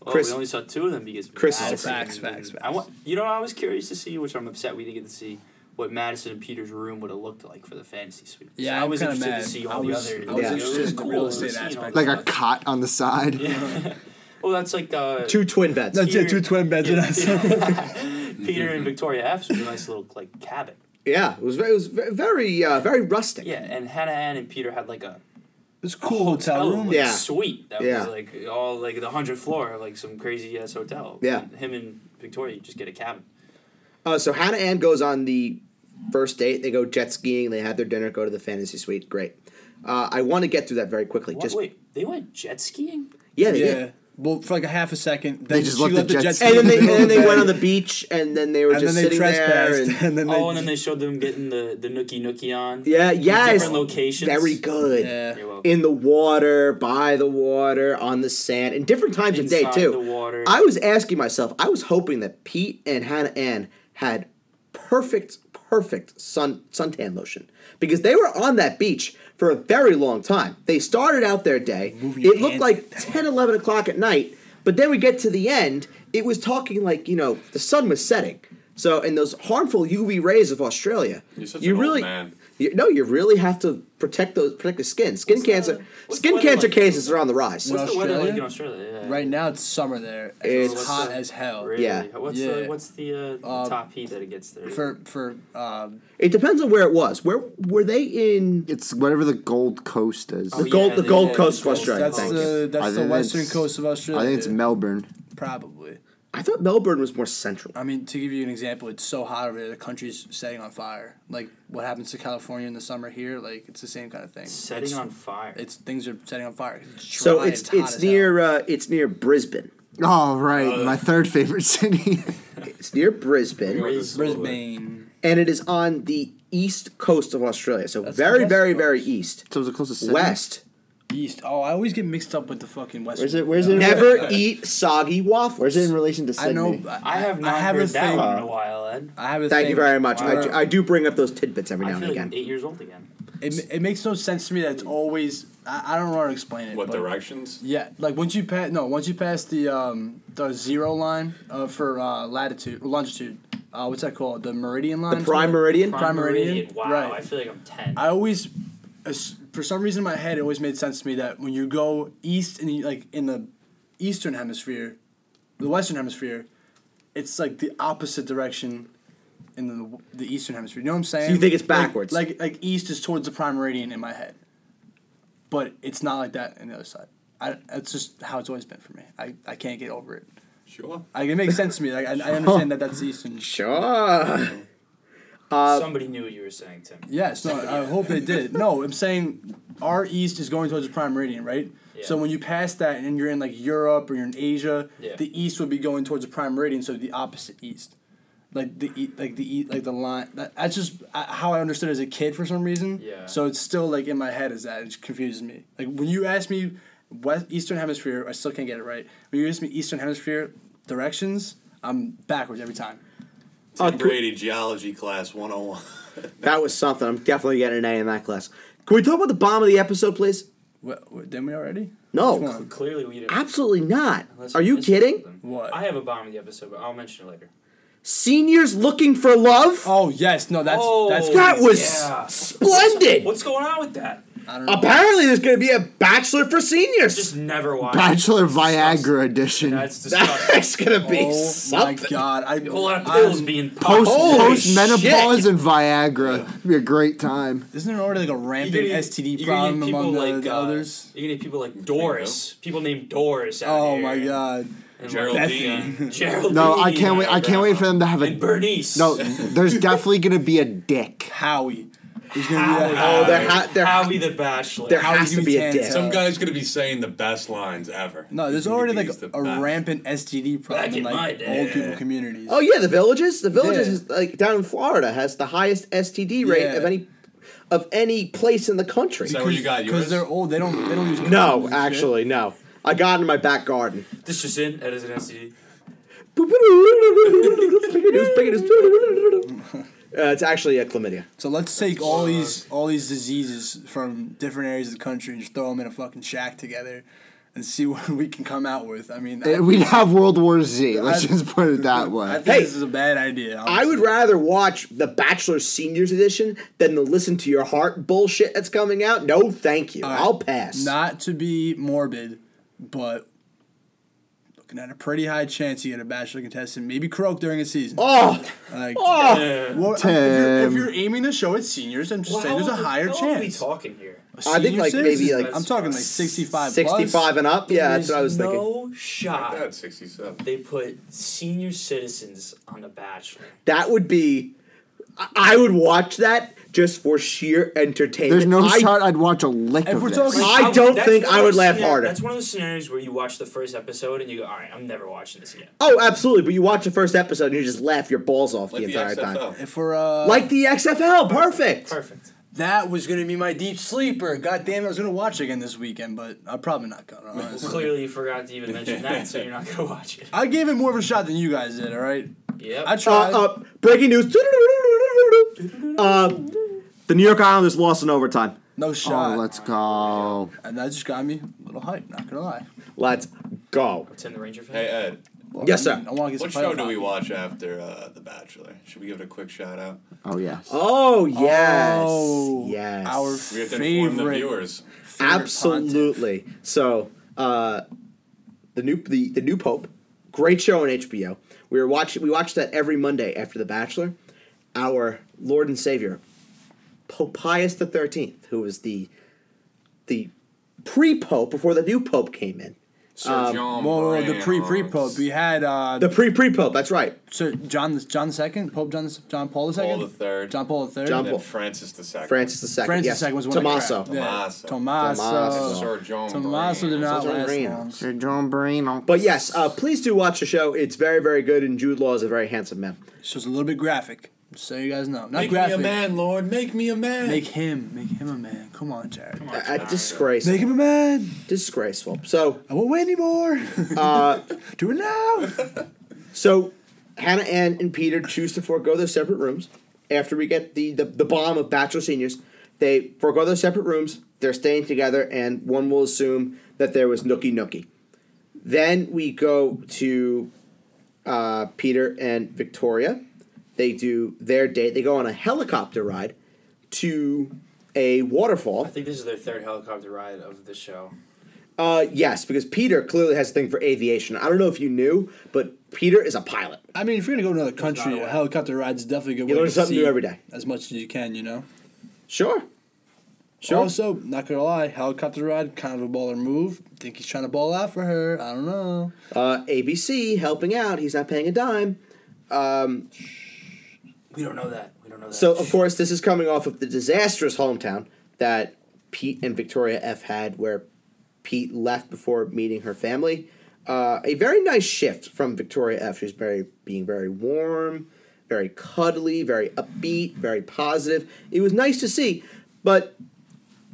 Speaker 1: Chris-
Speaker 3: we only saw two of them because
Speaker 1: Chris is
Speaker 3: Madison
Speaker 2: a Facts,
Speaker 3: and-
Speaker 2: facts,
Speaker 3: I want, you know, I was curious to see, which I'm upset we didn't get to see, what Madison and Peter's room would have looked like for the fantasy suite.
Speaker 2: Yeah,
Speaker 3: so I
Speaker 2: I'm
Speaker 3: was
Speaker 2: kinda
Speaker 3: interested
Speaker 2: mad.
Speaker 3: to see
Speaker 2: I
Speaker 3: all
Speaker 2: was-
Speaker 3: the other.
Speaker 2: I was
Speaker 1: Yeah.
Speaker 2: interested in the real estate
Speaker 3: You know,
Speaker 2: aspect.
Speaker 4: like a cot on the side.
Speaker 3: Yeah. well, that's like uh,
Speaker 1: two twin beds.
Speaker 2: That's
Speaker 3: Peter-
Speaker 2: it. Two twin beds and us.
Speaker 3: Peter and Victoria F's was a nice little like cabin.
Speaker 1: Yeah, it was very, it was ve- very, uh, very rustic.
Speaker 3: Yeah, and Hannah Ann and Peter had like a
Speaker 2: It's cool hotel
Speaker 3: hotel
Speaker 2: room.
Speaker 3: like,
Speaker 1: Yeah.
Speaker 3: suite that
Speaker 1: Yeah.
Speaker 3: was like all like the hundredth floor, of, like some crazy ass hotel.
Speaker 1: Yeah.
Speaker 3: And him and Victoria just get a cabin.
Speaker 1: Uh, so Hannah Ann goes on the first date. They go jet skiing. They have their dinner. Go to the fantasy suite. Great. Uh, I want to get through that very quickly.
Speaker 3: What,
Speaker 1: Just
Speaker 3: wait, they went jet skiing?
Speaker 1: yeah, they did.
Speaker 2: Yeah. Well, for like a half a second, then
Speaker 4: just
Speaker 2: she
Speaker 4: let the
Speaker 2: let the
Speaker 4: jet
Speaker 2: jet
Speaker 4: ski-
Speaker 2: ski.
Speaker 1: And then they,
Speaker 2: in
Speaker 1: and
Speaker 2: the
Speaker 1: then they
Speaker 2: middle
Speaker 1: went on
Speaker 2: of the
Speaker 1: the
Speaker 2: day,
Speaker 1: beach, and then they were
Speaker 2: and
Speaker 1: just
Speaker 2: then they
Speaker 1: sitting there.
Speaker 2: trespassed,
Speaker 1: And,
Speaker 2: and then they.
Speaker 3: Oh, and then they showed them getting the, the nookie nookie on.
Speaker 1: yeah, yes,
Speaker 3: Different locations.
Speaker 1: very good.
Speaker 2: Yeah.
Speaker 3: You're welcome.
Speaker 1: In the water, by the water, on the sand, and different times of
Speaker 3: Inside
Speaker 1: day too.
Speaker 3: the water.
Speaker 1: I was asking myself. I was hoping that Pete and Hannah Ann had perfect, perfect sun suntan lotion because they were on that beach for a very long time. They started out their day.
Speaker 2: Moving
Speaker 1: it looked
Speaker 2: hands
Speaker 1: like
Speaker 2: like
Speaker 1: 10, 11 o'clock at night, but then we get to the end. It was talking like you know the sun was setting. So in those harmful UV rays of Australia,
Speaker 5: You're such
Speaker 1: you
Speaker 5: an old
Speaker 1: really
Speaker 5: man.
Speaker 1: You, no, you really have to protect those protect the skin. Skin
Speaker 3: What's the-
Speaker 1: cancer,
Speaker 3: what's
Speaker 1: skin
Speaker 3: the weather
Speaker 1: cancer
Speaker 3: like?
Speaker 1: cases are on the rise.
Speaker 2: Well,
Speaker 3: What's the weather like in
Speaker 2: Australia?
Speaker 3: Australia? Yeah.
Speaker 2: Right now it's summer there. and
Speaker 1: It's-
Speaker 2: It's, hot as hell.
Speaker 3: Really?
Speaker 1: Yeah.
Speaker 3: What's
Speaker 2: Yeah.
Speaker 3: the what's the, uh, the
Speaker 2: Uh,
Speaker 3: top heat that it gets there?
Speaker 2: For for um,
Speaker 1: It depends on where it was. Where were they in?
Speaker 4: It's whatever the Gold Coast is.
Speaker 3: Oh, yeah,
Speaker 1: Gold- the
Speaker 3: they-
Speaker 1: Gold
Speaker 3: yeah,
Speaker 1: Coast of
Speaker 3: Gold
Speaker 1: Australia,
Speaker 2: that's
Speaker 1: thank
Speaker 2: the
Speaker 4: I
Speaker 2: that's the
Speaker 4: think
Speaker 2: western
Speaker 4: it's-
Speaker 2: coast of Australia.
Speaker 4: I think it's Melbourne.
Speaker 2: probably.
Speaker 1: I thought Melbourne was more central.
Speaker 2: I mean, to give you an example, it's so hot over there, the country's setting on fire. Like what happens to California in the summer here, like it's the same kind of thing.
Speaker 3: setting
Speaker 2: it's,
Speaker 3: on fire.
Speaker 2: It's things are setting on fire. It's dry,
Speaker 1: So it's
Speaker 2: hot
Speaker 1: it's,
Speaker 2: as hell.
Speaker 1: near uh, it's near Brisbane.
Speaker 4: Oh right, my third favorite city.
Speaker 1: It's near Brisbane,
Speaker 5: This is
Speaker 2: Brisbane.
Speaker 1: and it is on the east coast of Australia. So
Speaker 2: That's the
Speaker 1: very
Speaker 2: west
Speaker 1: very very
Speaker 2: coast.
Speaker 1: east.
Speaker 4: so it was the closest city.
Speaker 1: West.
Speaker 2: East. Oh, I always get mixed up with the fucking West.
Speaker 4: Where's it- where's it-
Speaker 1: Never eat soggy waffles.
Speaker 4: Where's it in relation to Sydney?
Speaker 2: I know. I,
Speaker 3: I uh, have not
Speaker 2: I have
Speaker 3: heard
Speaker 2: a
Speaker 3: that
Speaker 2: thing.
Speaker 3: one in a while, Ed.
Speaker 2: I have a
Speaker 1: Thank
Speaker 2: thing
Speaker 1: you very much. I,
Speaker 2: where
Speaker 1: do- I do bring up those tidbits every
Speaker 3: I
Speaker 1: now and
Speaker 3: feel
Speaker 1: again.
Speaker 3: like eight years old again.
Speaker 2: it, it makes no sense to me that it's always. I, I don't know how to explain it.
Speaker 5: What
Speaker 2: but-
Speaker 5: directions?
Speaker 2: Yeah, like once you pass no, once you pass the um the zero line uh, for uh, latitude or longitude, uh, what's that called? The meridian line.
Speaker 1: the
Speaker 2: or something?
Speaker 1: prime meridian.
Speaker 2: Prime Meridian?
Speaker 3: Wow,
Speaker 2: Right.
Speaker 3: I feel like I'm ten.
Speaker 2: I always, as- for some reason in my head, it always made sense to me that when you go east and you, like in the eastern hemisphere, the western hemisphere, it's like the opposite direction in the, the eastern hemisphere. You know what I'm saying?
Speaker 1: you think it's
Speaker 2: Like-
Speaker 1: backwards?
Speaker 2: Like like, east is towards the prime meridian in my head, but it's not like that on the other side. I, that's just how it's always been for me. I, I can't get over it.
Speaker 5: Sure.
Speaker 2: Like, it makes sense to me. Like, I, I understand that that's Eastern.
Speaker 1: Sure.
Speaker 3: Somebody knew what you were saying, Tim.
Speaker 2: Yes, no, I hope they did. No, I'm saying our east is going towards the prime meridian, right? So
Speaker 3: Yeah.
Speaker 2: when you pass that and you're in like Europe or you're in Asia,
Speaker 3: Yeah.
Speaker 2: the east would be going towards the prime meridian, so the opposite east. Like the e- like the e- like the line. That, that's just uh, how I understood as a kid for some reason.
Speaker 3: Yeah.
Speaker 2: So it's still like in my head is that it confuses me. Like when you ask me west eastern hemisphere, I still can't get it right. When you ask me eastern hemisphere directions, I'm backwards every time. Uh,
Speaker 5: Tim
Speaker 1: cool.
Speaker 5: Brady, Geology Class 101.
Speaker 1: That was something. I'm definitely getting an A in that class. Can we talk about the bomb of the episode, please?
Speaker 2: What, what didn't we already? Which
Speaker 1: No,
Speaker 2: one?
Speaker 3: Clearly, we didn't.
Speaker 1: absolutely not.
Speaker 3: unless
Speaker 1: Are
Speaker 3: we
Speaker 1: you
Speaker 3: missed
Speaker 1: kidding?
Speaker 3: something.
Speaker 2: What?
Speaker 3: I have a bomb in the episode, but I'll mention it later.
Speaker 1: Seniors looking for love?
Speaker 2: Oh yes, no, that's that's
Speaker 3: Oh,
Speaker 1: that was
Speaker 3: yeah.
Speaker 1: splendid.
Speaker 3: What's going on with that?
Speaker 2: I don't know.
Speaker 1: Apparently, there's going to be a bachelor for
Speaker 3: Just
Speaker 1: seniors.
Speaker 3: never watch.
Speaker 4: Bachelor
Speaker 3: That's
Speaker 4: Viagra edition.
Speaker 3: That's disgusting.
Speaker 1: That's going to be
Speaker 2: oh my
Speaker 1: something.
Speaker 2: god! I,
Speaker 3: a whole lot of pills
Speaker 2: I'm-
Speaker 3: being
Speaker 4: Post,
Speaker 3: popped.
Speaker 1: Holy
Speaker 4: post menopause
Speaker 1: shit.
Speaker 4: and Viagra. Be a great time.
Speaker 2: Isn't there already like a
Speaker 3: You're
Speaker 2: rampant
Speaker 3: gonna-
Speaker 2: STD
Speaker 3: you're gonna
Speaker 2: problem
Speaker 3: get people
Speaker 2: among the,
Speaker 3: like,
Speaker 2: the
Speaker 3: uh,
Speaker 2: others?
Speaker 3: You're gonna get people like Doris. People named Doris. Out
Speaker 2: Oh
Speaker 3: here.
Speaker 2: my god!
Speaker 3: And like
Speaker 5: Geraldine.
Speaker 3: Geraldine.
Speaker 4: No, I can't wait. I can't wait for them to have
Speaker 3: And
Speaker 4: a.
Speaker 3: Bernice.
Speaker 4: No, there's definitely gonna be a dick.
Speaker 2: Howie, there's gonna
Speaker 3: Howie,
Speaker 2: be that.
Speaker 1: Oh, they're ha- they're ha-
Speaker 3: Howie the Bachelor.
Speaker 1: There
Speaker 2: How
Speaker 1: has
Speaker 2: do
Speaker 1: to
Speaker 2: you
Speaker 1: be a
Speaker 2: tan
Speaker 1: dick.
Speaker 2: tan?
Speaker 5: Some guy's going to be saying the best lines ever.
Speaker 2: No, there's
Speaker 5: He's
Speaker 2: already
Speaker 5: gonna
Speaker 2: like
Speaker 5: be the
Speaker 2: a,
Speaker 5: best.
Speaker 2: rampant STD problem
Speaker 3: Back in
Speaker 2: in
Speaker 3: my
Speaker 2: like
Speaker 3: day.
Speaker 2: old people communities.
Speaker 1: Oh yeah, the villages. The villages
Speaker 2: Yeah.
Speaker 1: is like down in Florida has the highest STD rate
Speaker 2: Yeah.
Speaker 1: of any of any place in the country.
Speaker 5: Is that where you got yours?
Speaker 2: because they're old. They don't. They don't use. condoms
Speaker 1: No,
Speaker 2: and shit.
Speaker 1: actually, no. I got it in my back garden.
Speaker 3: This just in. That is an STD.
Speaker 1: Uh, it's actually a chlamydia.
Speaker 2: So let's take all these all these diseases from different areas of the country and just throw them in a fucking shack together, and see what we can come out with. I mean, I-
Speaker 4: Uh, We'd have World War Z. Let's
Speaker 2: I-
Speaker 4: just put it that
Speaker 2: I
Speaker 4: way.
Speaker 2: think
Speaker 1: Hey,
Speaker 2: this is a bad idea.
Speaker 1: I would
Speaker 2: honestly.
Speaker 1: rather watch the Bachelor Seniors Edition than the Listen to Your Heart bullshit that's coming out. No, thank you. I'll pass.
Speaker 2: Not to be morbid, but looking at a pretty high chance you get a bachelor contestant, maybe croak during a season.
Speaker 1: Oh,
Speaker 2: Like,
Speaker 1: oh.
Speaker 2: well, if, you're, if
Speaker 4: Tim.
Speaker 2: you're aiming to show it seniors, I'm just
Speaker 3: Well,
Speaker 2: saying there's
Speaker 3: how
Speaker 2: a
Speaker 3: old-
Speaker 2: higher
Speaker 3: how old Are we
Speaker 2: chance.
Speaker 3: talking here?
Speaker 1: I think, like,
Speaker 2: Senior
Speaker 1: maybe,
Speaker 2: citizens,
Speaker 1: like,
Speaker 2: I'm talking like 65
Speaker 1: 65
Speaker 2: plus.
Speaker 1: and up? Yeah, that's
Speaker 3: There's
Speaker 1: what I was thinking.
Speaker 3: No shot.
Speaker 5: That's 67.
Speaker 3: They put senior citizens on The Bachelor.
Speaker 1: That would be. I- I would watch that just for sheer entertainment.
Speaker 4: There's no
Speaker 1: I,
Speaker 4: shot I'd watch a lick
Speaker 2: If
Speaker 4: of
Speaker 2: we're
Speaker 4: this. Oh,
Speaker 2: talking-
Speaker 1: I
Speaker 3: How-
Speaker 1: don't
Speaker 3: that's
Speaker 1: think
Speaker 3: one
Speaker 1: I
Speaker 3: of
Speaker 1: would
Speaker 3: those
Speaker 1: laugh
Speaker 3: scenar-
Speaker 1: harder.
Speaker 3: That's one of those scenarios where you watch the first episode and you go, "All right, I'm never watching this again."
Speaker 1: Oh, absolutely. But you watch the first episode and you just laugh your balls off
Speaker 5: Like
Speaker 1: the
Speaker 5: the
Speaker 1: entire time.
Speaker 5: XFL.
Speaker 2: If we're, uh,
Speaker 1: Like the XFL. Perfect.
Speaker 3: Perfect.
Speaker 2: that was gonna be my deep sleeper. God damn, it, I was gonna watch it again this weekend, but I'm probably not gonna.
Speaker 3: Well,
Speaker 2: Honestly.
Speaker 3: clearly, you forgot to even mention that, so you're not gonna watch it.
Speaker 2: I gave it more of a shot than you guys did. All right,
Speaker 3: Yep.
Speaker 2: I
Speaker 1: Uh,
Speaker 2: tried.
Speaker 1: uh, breaking news. Uh, the New York Islanders lost in overtime.
Speaker 2: no
Speaker 4: Oh,
Speaker 2: shot,
Speaker 4: let's go.
Speaker 2: and that just got me a little hype. Not gonna lie.
Speaker 1: Let's go.
Speaker 3: Tim the Ranger fan.
Speaker 5: Hey, uh, Ed,
Speaker 2: Well,
Speaker 1: Yes,
Speaker 2: I
Speaker 1: sir.
Speaker 2: mean, I want to get
Speaker 5: what
Speaker 2: some
Speaker 5: show
Speaker 2: playoff
Speaker 5: do we
Speaker 2: hockey.
Speaker 5: watch after uh, The Bachelor? Should we give it a quick shout out?
Speaker 4: Oh yes.
Speaker 1: Oh yes,
Speaker 2: Oh,
Speaker 1: yes.
Speaker 2: Our
Speaker 5: We have to
Speaker 2: favorite.
Speaker 5: inform the viewers.
Speaker 2: favorite
Speaker 1: absolutely. So uh, the new the, the new Pope, great show on HBO. We were watching we watched that every Monday after The Bachelor. Our Lord and Savior, Pope Pius the Thirteenth, who was the the pre Pope before the new Pope came in.
Speaker 5: Sir John
Speaker 2: content. Um, Well, well, the
Speaker 5: Moran.
Speaker 2: pre pre pope we had uh,
Speaker 1: The pre pre Pope. That's right.
Speaker 2: Sir John John II, Pope John John Paul II,
Speaker 5: Paul the Third.
Speaker 2: John Paul III,
Speaker 1: John
Speaker 5: And then
Speaker 1: Paul.
Speaker 5: Francis the Second.
Speaker 1: Francis the Second.
Speaker 2: Francis
Speaker 1: yes.
Speaker 2: II was one
Speaker 1: Tommaso.
Speaker 2: of the crowd.
Speaker 5: Tommaso.
Speaker 2: Yeah.
Speaker 1: Tommaso.
Speaker 2: Tommaso.
Speaker 5: Sir John
Speaker 2: Tommaso did
Speaker 5: Moran.
Speaker 2: not
Speaker 1: Sir John
Speaker 2: last
Speaker 1: Moran.
Speaker 2: long.
Speaker 4: Sir John Marino.
Speaker 1: But yes, uh, please do watch the show. It's very very good, and Jude Law is a very handsome man.
Speaker 2: It's just a little bit graphic, just so you guys know. Not
Speaker 5: Make
Speaker 2: graphic.
Speaker 5: me a man, Lord. Make me a man.
Speaker 2: Make him, make him a man. Come on, Jared.
Speaker 3: Come on,
Speaker 1: Uh,
Speaker 3: Tim.
Speaker 1: disgraceful.
Speaker 2: Make him a man.
Speaker 1: Disgraceful. So.
Speaker 2: I won't wait anymore.
Speaker 1: Uh,
Speaker 2: do it now.
Speaker 1: So Hannah Ann and Peter choose to forego their separate rooms. After we get the, the, the bomb of Bachelor Seniors, they forego their separate rooms. They're staying together, and one will assume that there was nookie nookie. Then we go to uh, Peter and Victoria. They do their date. They go on a helicopter ride to a waterfall.
Speaker 3: I think this is their third helicopter ride of the show.
Speaker 1: Uh, yes, because Peter clearly has a thing for aviation. I don't know if you knew, but Peter is a pilot.
Speaker 2: I mean, if you're gonna go to another country,
Speaker 3: not a
Speaker 2: a
Speaker 3: way.
Speaker 2: helicopter ride's definitely a good.
Speaker 1: You
Speaker 2: way
Speaker 1: learn
Speaker 2: to
Speaker 1: something new
Speaker 2: see
Speaker 1: every day.
Speaker 2: As much as you can, you know.
Speaker 1: Sure. Sure.
Speaker 2: Also, not gonna lie, helicopter ride, kind of a baller move. think he's trying to ball out for her. I don't know.
Speaker 1: Uh, ABC helping out. He's not paying a dime. Um,
Speaker 3: We don't know that. We don't know that.
Speaker 1: so, of course, this is coming off of the disastrous hometown that Pete and Victoria F had, where Pete left before meeting her family. Uh, a very nice shift from Victoria F. She's very being very warm, very cuddly, very upbeat, very positive. It was nice to see, but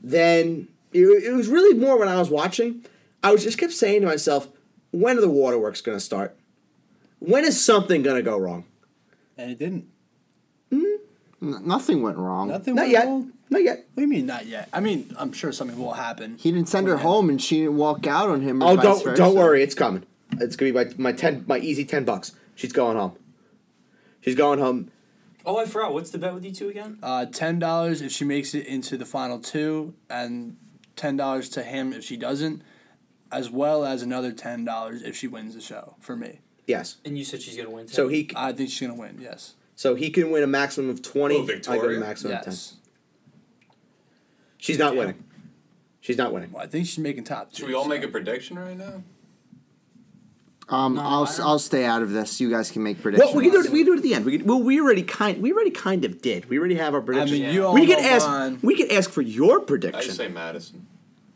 Speaker 1: then it, it was really more when I was watching. I was just kept saying to myself, "When are the waterworks going to start? When is something going to go wrong?"
Speaker 2: And it didn't.
Speaker 4: N- nothing went wrong.
Speaker 2: Nothing.
Speaker 1: Not
Speaker 2: went
Speaker 1: yet.
Speaker 2: wrong.
Speaker 1: Not yet.
Speaker 2: What do you mean not yet? I mean, I'm sure something will happen.
Speaker 4: He didn't send her
Speaker 2: Whatever.
Speaker 4: home, and she didn't walk out on him. or
Speaker 1: Oh,
Speaker 4: vice
Speaker 1: don't
Speaker 4: versa.
Speaker 1: don't worry, it's coming. It's gonna be my my ten my easy ten bucks. She's going home. She's going home.
Speaker 3: oh, I forgot. What's the bet with you two again?
Speaker 2: Uh, ten dollars if she makes it into the final two, and ten dollars to him if she doesn't, as well as another ten dollars if she wins the show. For me,
Speaker 1: Yes.
Speaker 3: And you said she's gonna win.
Speaker 1: So
Speaker 3: today.
Speaker 1: he
Speaker 2: I think she's gonna win. Yes.
Speaker 1: so he can win a maximum of twenty.
Speaker 5: Oh, Victoria?
Speaker 1: I get a maximum of ten.
Speaker 2: yes.
Speaker 1: She's not winning. She's not winning.
Speaker 2: Well, I think she's making top. Two,
Speaker 5: Should we all
Speaker 2: so-
Speaker 5: make a prediction right now?
Speaker 4: Um,
Speaker 3: No,
Speaker 4: I'll
Speaker 3: I don't-
Speaker 4: I'll stay out of this. You guys can make predictions.
Speaker 1: Well, we can do it. We can do it at the end. We can, well, we already kind we already kind of did. We already have our predictions.
Speaker 2: mean, you all
Speaker 1: we can
Speaker 2: know
Speaker 1: ask.
Speaker 2: mine.
Speaker 1: We can ask for your
Speaker 5: I
Speaker 1: prediction,
Speaker 5: say Madison.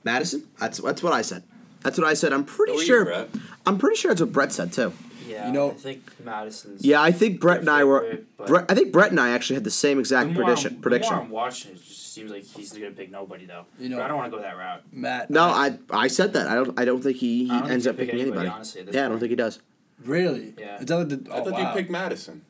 Speaker 1: Madison. That's that's what I said. That's what I said. I'm pretty
Speaker 5: Go you,
Speaker 1: sure.
Speaker 5: Brett.
Speaker 1: I'm pretty sure that's what Brett said too.
Speaker 3: yeah,
Speaker 2: you know-
Speaker 3: I think Madison's.
Speaker 1: Yeah, I think Brett and I were.
Speaker 3: Favorite, but-
Speaker 1: Brett, I think Brett and I actually had the same
Speaker 3: The
Speaker 1: exact
Speaker 3: more
Speaker 1: prediction.
Speaker 3: I'm,
Speaker 1: prediction.
Speaker 3: The more I'm watching, it it just seems like he's gonna pick nobody though.
Speaker 2: You know-
Speaker 3: but I don't want to go that route.
Speaker 2: Matt?
Speaker 1: No, I I said that. I don't I don't think he, he
Speaker 3: I don't think
Speaker 1: ends
Speaker 3: he'll
Speaker 1: up
Speaker 3: pick
Speaker 1: picking
Speaker 3: anybody,
Speaker 1: anybody.
Speaker 3: honestly, at
Speaker 1: yeah,
Speaker 3: this
Speaker 1: I don't
Speaker 3: point.
Speaker 1: think he does.
Speaker 2: Really?
Speaker 3: Yeah.
Speaker 2: It's other than, oh,
Speaker 5: I thought
Speaker 2: wow.
Speaker 5: you picked Madison.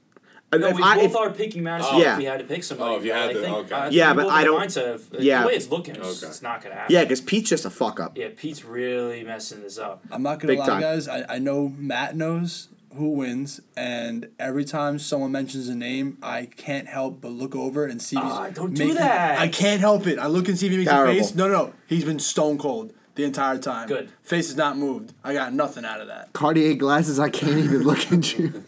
Speaker 1: I mean,
Speaker 3: No,
Speaker 1: if
Speaker 3: we
Speaker 1: I-
Speaker 3: both
Speaker 1: if-
Speaker 3: are picking Madison.
Speaker 5: Oh.
Speaker 1: Yeah.
Speaker 3: if we had to pick somebody.
Speaker 5: Oh, if you
Speaker 3: but
Speaker 5: had
Speaker 3: I
Speaker 5: to,
Speaker 3: think,
Speaker 5: okay.
Speaker 3: I think
Speaker 1: Yeah,
Speaker 3: we
Speaker 1: but
Speaker 3: both
Speaker 1: I
Speaker 3: have
Speaker 1: don't-
Speaker 3: mindset of-
Speaker 1: yeah.
Speaker 3: the way it's looking, it's,
Speaker 5: Okay.
Speaker 3: it's not gonna happen.
Speaker 1: yeah, because Pete's just a fuck up.
Speaker 3: yeah, Pete's really messing this up.
Speaker 2: I'm not gonna
Speaker 1: Big
Speaker 2: lie,
Speaker 1: time.
Speaker 2: guys. I, I know Matt knows who wins, and every time someone mentions a name, I can't help but look over and see. If he's
Speaker 3: Ah, don't do
Speaker 2: making,
Speaker 3: that.
Speaker 2: I can't help it. I look and see if he makes
Speaker 1: Terrible.
Speaker 2: a face. No, no, he's been stone cold the entire time.
Speaker 3: Good.
Speaker 2: Face is not moved. I got nothing out of that.
Speaker 4: Cartier glasses. I can't even look at you.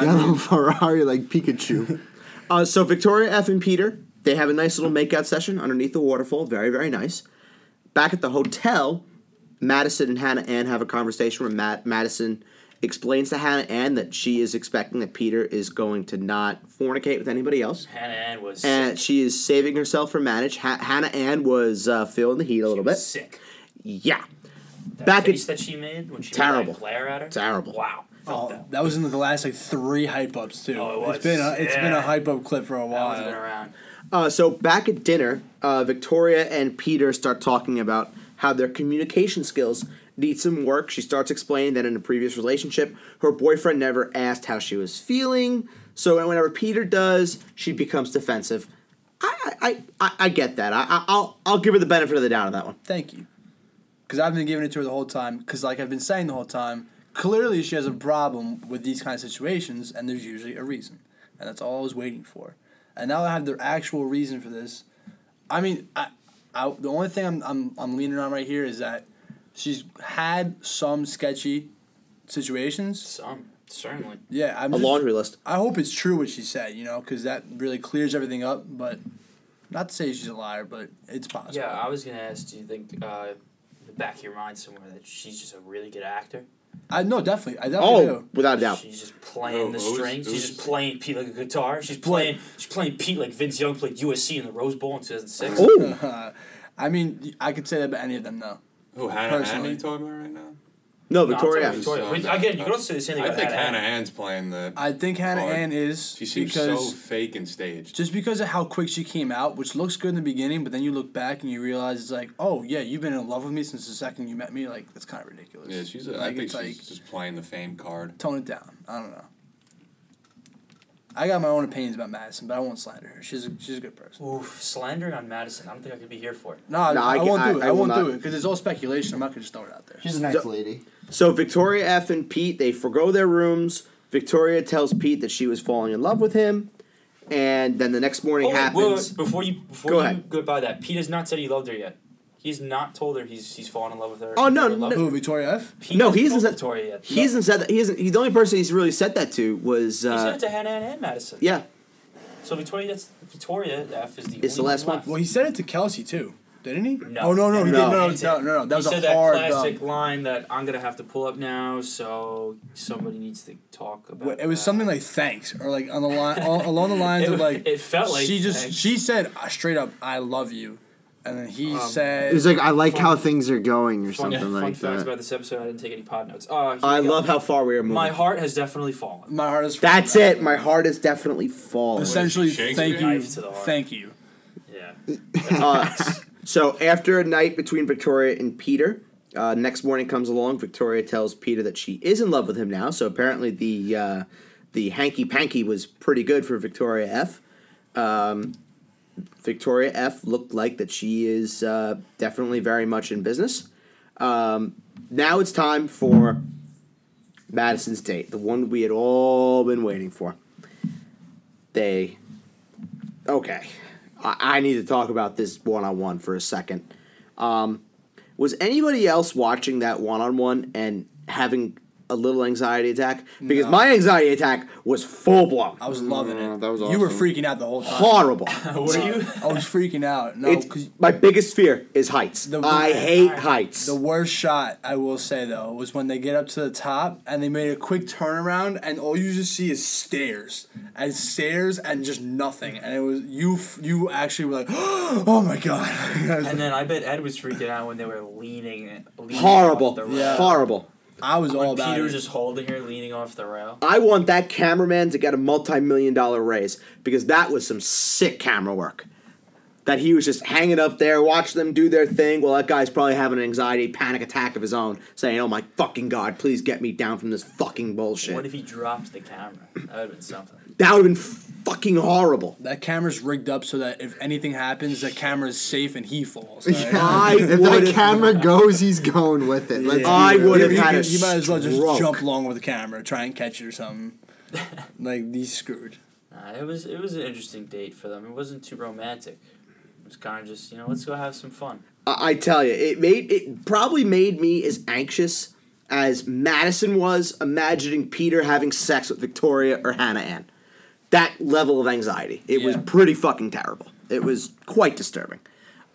Speaker 4: Yellow Ferrari like Pikachu.
Speaker 1: Uh, so Victoria F and Peter they have a nice little makeout session underneath the waterfall. Very very nice. Back at the hotel, Madison and Hannah Ann have a conversation where Matt Madison explains to Hannah Ann that she is expecting that Peter is going to not fornicate with anybody else.
Speaker 3: Hannah Ann was
Speaker 1: And she is saving herself for marriage. Ha- Hannah Ann was uh, feeling the heat a little bit.
Speaker 3: sick.
Speaker 1: Yeah,
Speaker 3: That
Speaker 1: Back in-
Speaker 3: face that she made when she
Speaker 1: Terrible.
Speaker 3: made that glare at her.
Speaker 1: Terrible.
Speaker 3: Wow. Felt
Speaker 2: Oh,
Speaker 3: that.
Speaker 2: that was in the last like three hype ups too.
Speaker 3: Oh, it
Speaker 2: has been a
Speaker 3: was.
Speaker 2: it's been a
Speaker 3: Yeah.
Speaker 2: hype up clip for a
Speaker 3: That
Speaker 2: while.
Speaker 3: one's been around.
Speaker 1: Uh, so back at dinner, uh, Victoria and Peter start talking about how their communication skills need some work. She starts explaining that in a previous relationship, her boyfriend never asked how she was feeling. So whenever Peter does, she becomes defensive. I I, I, I get that. I, I I'll I'll give her the benefit of the doubt on that one.
Speaker 2: Thank you. Because I've been giving it to her the whole time. Because, like I've been saying the whole time, clearly she has a problem with these kind of situations, and there's usually a reason. And that's all I was waiting for. And now I have the actual reason for this. I mean, I, I, the only thing I'm, I'm, I'm leaning on right here is that she's had some sketchy situations.
Speaker 3: Some certainly.
Speaker 2: Yeah, I'm
Speaker 1: A
Speaker 2: just-
Speaker 1: laundry list.
Speaker 2: I hope it's true what she said, you know, because that really clears everything up. But not to say she's a liar, but it's possible.
Speaker 3: Yeah, I was gonna ask. Do you think uh, in the back of your mind somewhere that she's just a really good actor?
Speaker 2: I no, definitely, I definitely
Speaker 1: Oh,
Speaker 2: do.
Speaker 1: without a doubt.
Speaker 3: She's just playing the
Speaker 5: Who- who's-
Speaker 3: strings. She's
Speaker 5: who's-
Speaker 3: just playing Pete like a guitar. She's playing. She's playing Pete like Vince Young played USC in the Rose Bowl in two thousand six.
Speaker 1: Oh,
Speaker 2: I mean, I could say that about any of them, though.
Speaker 5: Who Hannah Ann?
Speaker 2: Personally. um,
Speaker 5: Are you talking about right now?
Speaker 1: no, Victoria.
Speaker 3: No, I'm
Speaker 1: F.
Speaker 3: talking about Victoria. Wait, again, you can also say the same thing
Speaker 5: I
Speaker 3: about
Speaker 5: think
Speaker 3: Hannah.
Speaker 5: Hannah Ann's playing the.
Speaker 2: I think Hannah
Speaker 5: Hard.
Speaker 2: Ann is
Speaker 5: she seems
Speaker 2: because
Speaker 5: so fake and staged.
Speaker 2: just because of how quick she came out, which looks good in the beginning, but then you look back and you realize it's like, oh yeah, you've been in love with me since the second you met me. Like that's kind of ridiculous.
Speaker 5: Yeah, she's. A,
Speaker 2: like,
Speaker 5: I think
Speaker 2: it's
Speaker 5: she's
Speaker 2: like
Speaker 5: just playing the fame card.
Speaker 2: tone it down. I don't know. I got my own opinions about Madison, but I won't slander her. She's a, she's a good person.
Speaker 3: Oof, slandering on Madison. I don't think I could be here for it.
Speaker 2: No, I,
Speaker 1: No, I
Speaker 2: I
Speaker 1: ca-
Speaker 2: won't do
Speaker 1: I-
Speaker 2: it.
Speaker 1: I
Speaker 2: I,
Speaker 1: will
Speaker 2: won't do
Speaker 1: not-
Speaker 2: it because it's all speculation. I'm not gonna just throw it out there.
Speaker 4: She's a nice lady.
Speaker 1: So Victoria F and Pete they forgo their rooms. Victoria tells Pete that she was falling in love with him, and then the next
Speaker 2: Oh,
Speaker 1: morning
Speaker 3: Oh, wait,
Speaker 1: happens.
Speaker 3: wait, wait, before you before
Speaker 1: Go
Speaker 3: you
Speaker 1: ahead.
Speaker 3: go by that, Pete has not said he loved her yet. He's not told her he's he's fallen in love with her.
Speaker 1: Oh, no,
Speaker 3: He loved
Speaker 1: no.
Speaker 2: Who
Speaker 3: her.
Speaker 2: Victoria F?
Speaker 3: Pete
Speaker 1: No,
Speaker 3: hasn't
Speaker 1: he hasn't
Speaker 3: told
Speaker 1: said-
Speaker 3: Victoria yet.
Speaker 1: He hasn't said that. He hasn't. He's the only person he's really said that to was.
Speaker 3: He said
Speaker 1: Uh,
Speaker 3: it to Hannah Ann and Madison.
Speaker 1: yeah,
Speaker 3: So Victoria, that's Victoria F is the.
Speaker 1: It's the
Speaker 3: only
Speaker 1: last one.
Speaker 3: left.
Speaker 2: Well, he said it to Kelsey too. Didn't he?
Speaker 3: No.
Speaker 2: Oh no no he
Speaker 1: No.
Speaker 3: He
Speaker 2: didn't. No no no
Speaker 3: didn't.
Speaker 2: no. That was
Speaker 3: he
Speaker 2: a
Speaker 3: said
Speaker 2: hard um,
Speaker 3: that classic
Speaker 2: dunk.
Speaker 3: line that I'm gonna have to pull up now, so somebody needs to talk about.
Speaker 2: Wait, It was
Speaker 3: that."
Speaker 2: something like thanks or like on the line al- along the lines
Speaker 3: It-
Speaker 2: of like
Speaker 3: it felt like
Speaker 2: she just
Speaker 3: thanks.
Speaker 2: she said uh, straight up I love you, and then he
Speaker 3: Um,
Speaker 2: said
Speaker 4: It was like I like
Speaker 3: Fun-
Speaker 4: how things are going or
Speaker 3: Fun,
Speaker 4: something
Speaker 3: fun
Speaker 4: like
Speaker 3: facts
Speaker 4: that.
Speaker 3: about this episode. I didn't take any pod notes. Uh, here
Speaker 1: I
Speaker 3: we go.
Speaker 1: love how far we are moving.
Speaker 3: My heart has definitely fallen.
Speaker 2: my heart is
Speaker 1: That's it. My heart is definitely falling.
Speaker 2: essentially
Speaker 5: Shakespeare?
Speaker 2: thank you
Speaker 3: Knife to the heart.
Speaker 2: thank you.
Speaker 3: Yeah.
Speaker 1: So after a night between Victoria and Peter, uh, next morning comes along. Victoria tells Peter that she is in love with him now. So apparently the uh, the hanky panky was pretty good for Victoria F. Um, Victoria F. looked like that she is uh, definitely very much in business. Um, now it's time for Madison's date, the one we had all been waiting for. They okay. I, I need to talk about this one on one for a second. Um, was anybody else watching that one on one and having a little anxiety attack? Because
Speaker 2: No.
Speaker 1: my anxiety attack was full blown,
Speaker 2: I was loving it.
Speaker 4: Mm, that was
Speaker 2: You were
Speaker 4: awesome.
Speaker 2: freaking out the whole time.
Speaker 1: horrible.
Speaker 3: What are you?
Speaker 2: I was freaking out.
Speaker 3: Oh,
Speaker 2: No,
Speaker 1: It's,
Speaker 2: because
Speaker 1: my biggest fear is heights.
Speaker 2: The-
Speaker 1: I hate heights.
Speaker 2: the worst shot I will say though was when they get up to the top and they made a quick turnaround and all you just see is stairs and stairs and just nothing and it was you f- you actually were like oh my god
Speaker 3: And then I bet Ed was freaking out when they were leaning. leaning
Speaker 1: horrible.
Speaker 3: Off the rail.
Speaker 2: Yeah.
Speaker 1: Horrible.
Speaker 2: I was all about
Speaker 3: Peter
Speaker 2: it.
Speaker 3: was just holding her, leaning off the rail.
Speaker 1: I want that cameraman to get a multi-million dollar raise because that was some sick camera work. That he was just hanging up there, watch them do their thing. Well, that guy's probably having an anxiety panic attack of his own, saying, "Oh my fucking god, please get me down from this fucking bullshit."
Speaker 3: What if he dropped the camera? That would have been something.
Speaker 1: that would have been fucking horrible.
Speaker 2: that camera's rigged up so that if anything happens the camera is safe and he falls all right?
Speaker 1: I
Speaker 4: If that
Speaker 1: would.
Speaker 4: camera goes, he's going with it. Let's be
Speaker 1: I
Speaker 4: real.
Speaker 1: would have
Speaker 2: you,
Speaker 1: had a
Speaker 2: you might as well just
Speaker 1: stroke.
Speaker 2: jump along with the camera try and catch it or something like these screwed
Speaker 3: Nah, it was it was an interesting date for them. It wasn't too romantic. It was kind of just you know let's go have some fun.
Speaker 1: I I tell you, it made it probably made me as anxious as Madison was imagining Peter having sex with Victoria or Hannah Ann. That level of anxiety. It was
Speaker 2: Yeah.
Speaker 1: pretty fucking terrible. It was quite disturbing.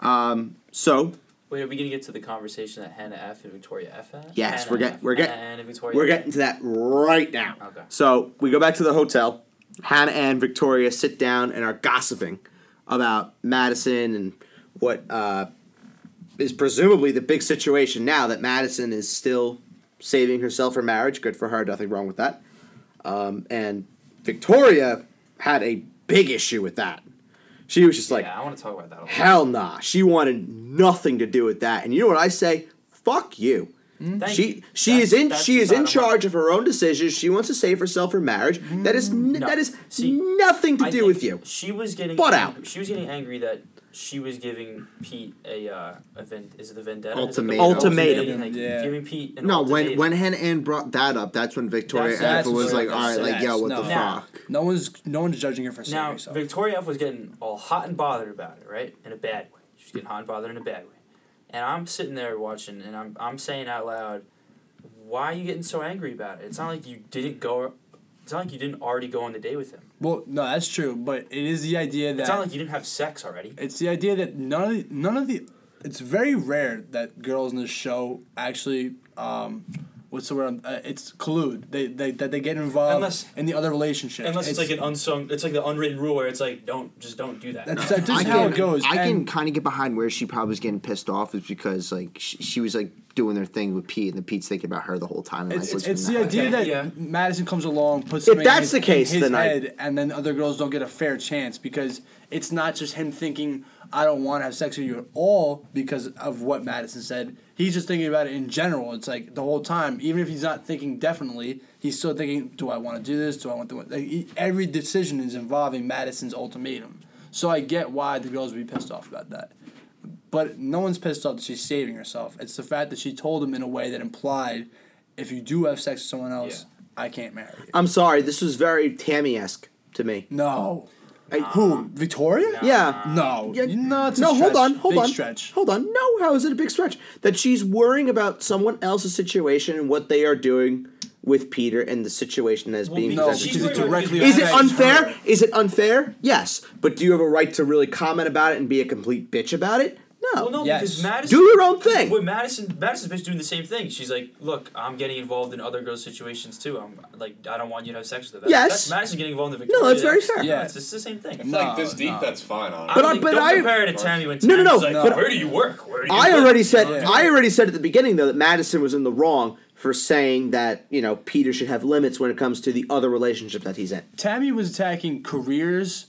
Speaker 1: Um, so
Speaker 3: Wait, are we gonna get to the conversation that Hannah F and Victoria F had?
Speaker 1: Yes,
Speaker 3: Hannah
Speaker 1: we're get-
Speaker 3: F,
Speaker 1: we're get-
Speaker 3: Hannah Ann and Victoria.
Speaker 1: we're
Speaker 3: F.
Speaker 1: getting to that right now.
Speaker 3: Okay.
Speaker 1: So we go back to the hotel. Hannah and Victoria sit down and are gossiping about Madison and what uh, is presumably the big situation now that Madison is still saving herself for marriage. Good for her. Nothing wrong with that. Um, and Victoria had a big issue with that. She was just like,
Speaker 3: yeah, I want to talk about that. A lot.
Speaker 1: hell nah. She wanted nothing to do with that. And you know what I say? Fuck you.
Speaker 3: Thank you.
Speaker 1: She she
Speaker 3: That's-
Speaker 1: is in
Speaker 3: that's
Speaker 1: she
Speaker 3: the
Speaker 1: is in
Speaker 3: bottom line.
Speaker 1: charge of her own decisions. She wants to save herself her marriage. That is n- that is
Speaker 3: See,
Speaker 1: nothing to
Speaker 3: I
Speaker 1: do
Speaker 3: think
Speaker 1: with you.
Speaker 3: She was getting
Speaker 1: Butt
Speaker 3: ang-
Speaker 1: out.
Speaker 3: She was getting angry that she was giving Pete a uh, a vend- is it the vendetta?
Speaker 4: Ultimatum.
Speaker 1: Ultimatum,
Speaker 3: Like,
Speaker 2: yeah.
Speaker 3: Giving Pete an
Speaker 4: No,
Speaker 3: ultimatum.
Speaker 4: when when Hannah Ann brought that up, that's when Victoria
Speaker 3: That's- that's
Speaker 4: F was
Speaker 2: what-
Speaker 4: like, all right, like, yo, what
Speaker 2: that's-
Speaker 4: the
Speaker 3: no.
Speaker 4: fuck?
Speaker 2: no one's no one's judging her for saying
Speaker 3: Now,
Speaker 2: herself.
Speaker 3: Victoria F was getting all hot and bothered about it, right? In a bad way. She was getting hot and bothered in a bad way. And I'm sitting there watching, and I'm, I'm saying out loud, why are you getting so angry about it? It's not like you didn't go. It's not like you didn't already go on the date with him.
Speaker 2: Well, no, that's true, but it is the idea that
Speaker 3: It's not like you didn't have sex already.
Speaker 2: it's the idea that none of the, none of the it's very rare that girls in the show actually um what's the word I'm- uh, it's collude they, they that they get involved
Speaker 3: Unless-
Speaker 2: in the other relationship
Speaker 3: Unless it's, like an unsung, it's like the unwritten rule where it's like, don't, just don't do that.
Speaker 2: that's, that's
Speaker 4: I
Speaker 2: just
Speaker 4: can,
Speaker 2: how it goes
Speaker 4: I can
Speaker 2: and
Speaker 4: kind of get behind where she probably was getting pissed off is because like she, she was like doing their thing with Pete, and the Pete's thinking about her the whole time. And,
Speaker 2: it's,
Speaker 4: like,
Speaker 2: it's,
Speaker 4: what's
Speaker 2: it's
Speaker 4: been
Speaker 2: the
Speaker 4: that?
Speaker 2: idea
Speaker 3: Okay,
Speaker 2: that
Speaker 3: yeah.
Speaker 2: Madison comes along, puts
Speaker 1: If
Speaker 2: something in
Speaker 1: that's
Speaker 2: his-
Speaker 1: the case,
Speaker 2: in his
Speaker 1: then I-
Speaker 2: head, and then other girls don't get a fair chance because it's not just him thinking I don't want to have sex with you at all because of what Madison said. He's just thinking about it in general. It's like the whole time, even if he's not thinking definitely, he's still thinking, Do I want to do this? Do I want to? Like, he- every decision is involving Madison's ultimatum. So I get why the girls would be pissed off about that. But no one's pissed off that she's saving herself. It's the fact that she told him in a way that implied, if you do have sex with someone else, I can't marry you.
Speaker 1: I'm sorry, this was very Tammy esque to me.
Speaker 2: No.
Speaker 1: I-
Speaker 2: Who? Victoria?
Speaker 1: Yeah.
Speaker 2: No.
Speaker 1: Yeah,
Speaker 2: No, it's a
Speaker 1: no, hold
Speaker 2: stretch.
Speaker 1: on, hold
Speaker 2: Big
Speaker 1: on,
Speaker 2: stretch.
Speaker 1: hold on. No, how is it a big stretch that she's worrying about someone else's situation and what they are doing with Peter and the situation as being
Speaker 2: No,
Speaker 1: presented
Speaker 2: because
Speaker 1: to
Speaker 2: it
Speaker 1: her?
Speaker 2: directly
Speaker 1: Is it
Speaker 2: affects
Speaker 1: unfair?
Speaker 2: her.
Speaker 1: Is it unfair? Yes. But do you have a right to really comment about it and be a complete bitch about it? No.
Speaker 3: Well, no,
Speaker 2: Yes.
Speaker 3: because Madison.
Speaker 1: Do your own thing.
Speaker 3: With Madison, Madison's basically doing the same thing. She's like, "Look, I'm getting involved in other girls' situations too. I'm like, I don't want you to have sex with them." That's-
Speaker 1: Yes.
Speaker 3: that's Madison getting involved in Victoria.
Speaker 1: No, that's very fair.
Speaker 2: Yeah.
Speaker 3: it's, it's the same thing.
Speaker 5: It's
Speaker 2: No,
Speaker 5: like this deep.
Speaker 2: no.
Speaker 5: That's fine.
Speaker 1: But
Speaker 5: Honestly.
Speaker 3: But
Speaker 1: I-
Speaker 3: I
Speaker 1: but
Speaker 3: don't
Speaker 1: I-
Speaker 3: compare it to Tammy when
Speaker 1: No, no,
Speaker 3: Tammy's
Speaker 1: no,
Speaker 3: like,
Speaker 1: but-
Speaker 3: where do you work? Where do you
Speaker 1: I
Speaker 3: live?"
Speaker 1: already said
Speaker 2: Yeah.
Speaker 1: I already said at the beginning though that Madison was in the wrong for saying that you know Peter should have limits when it comes to the other relationship that he's in
Speaker 2: Tammy was attacking careers,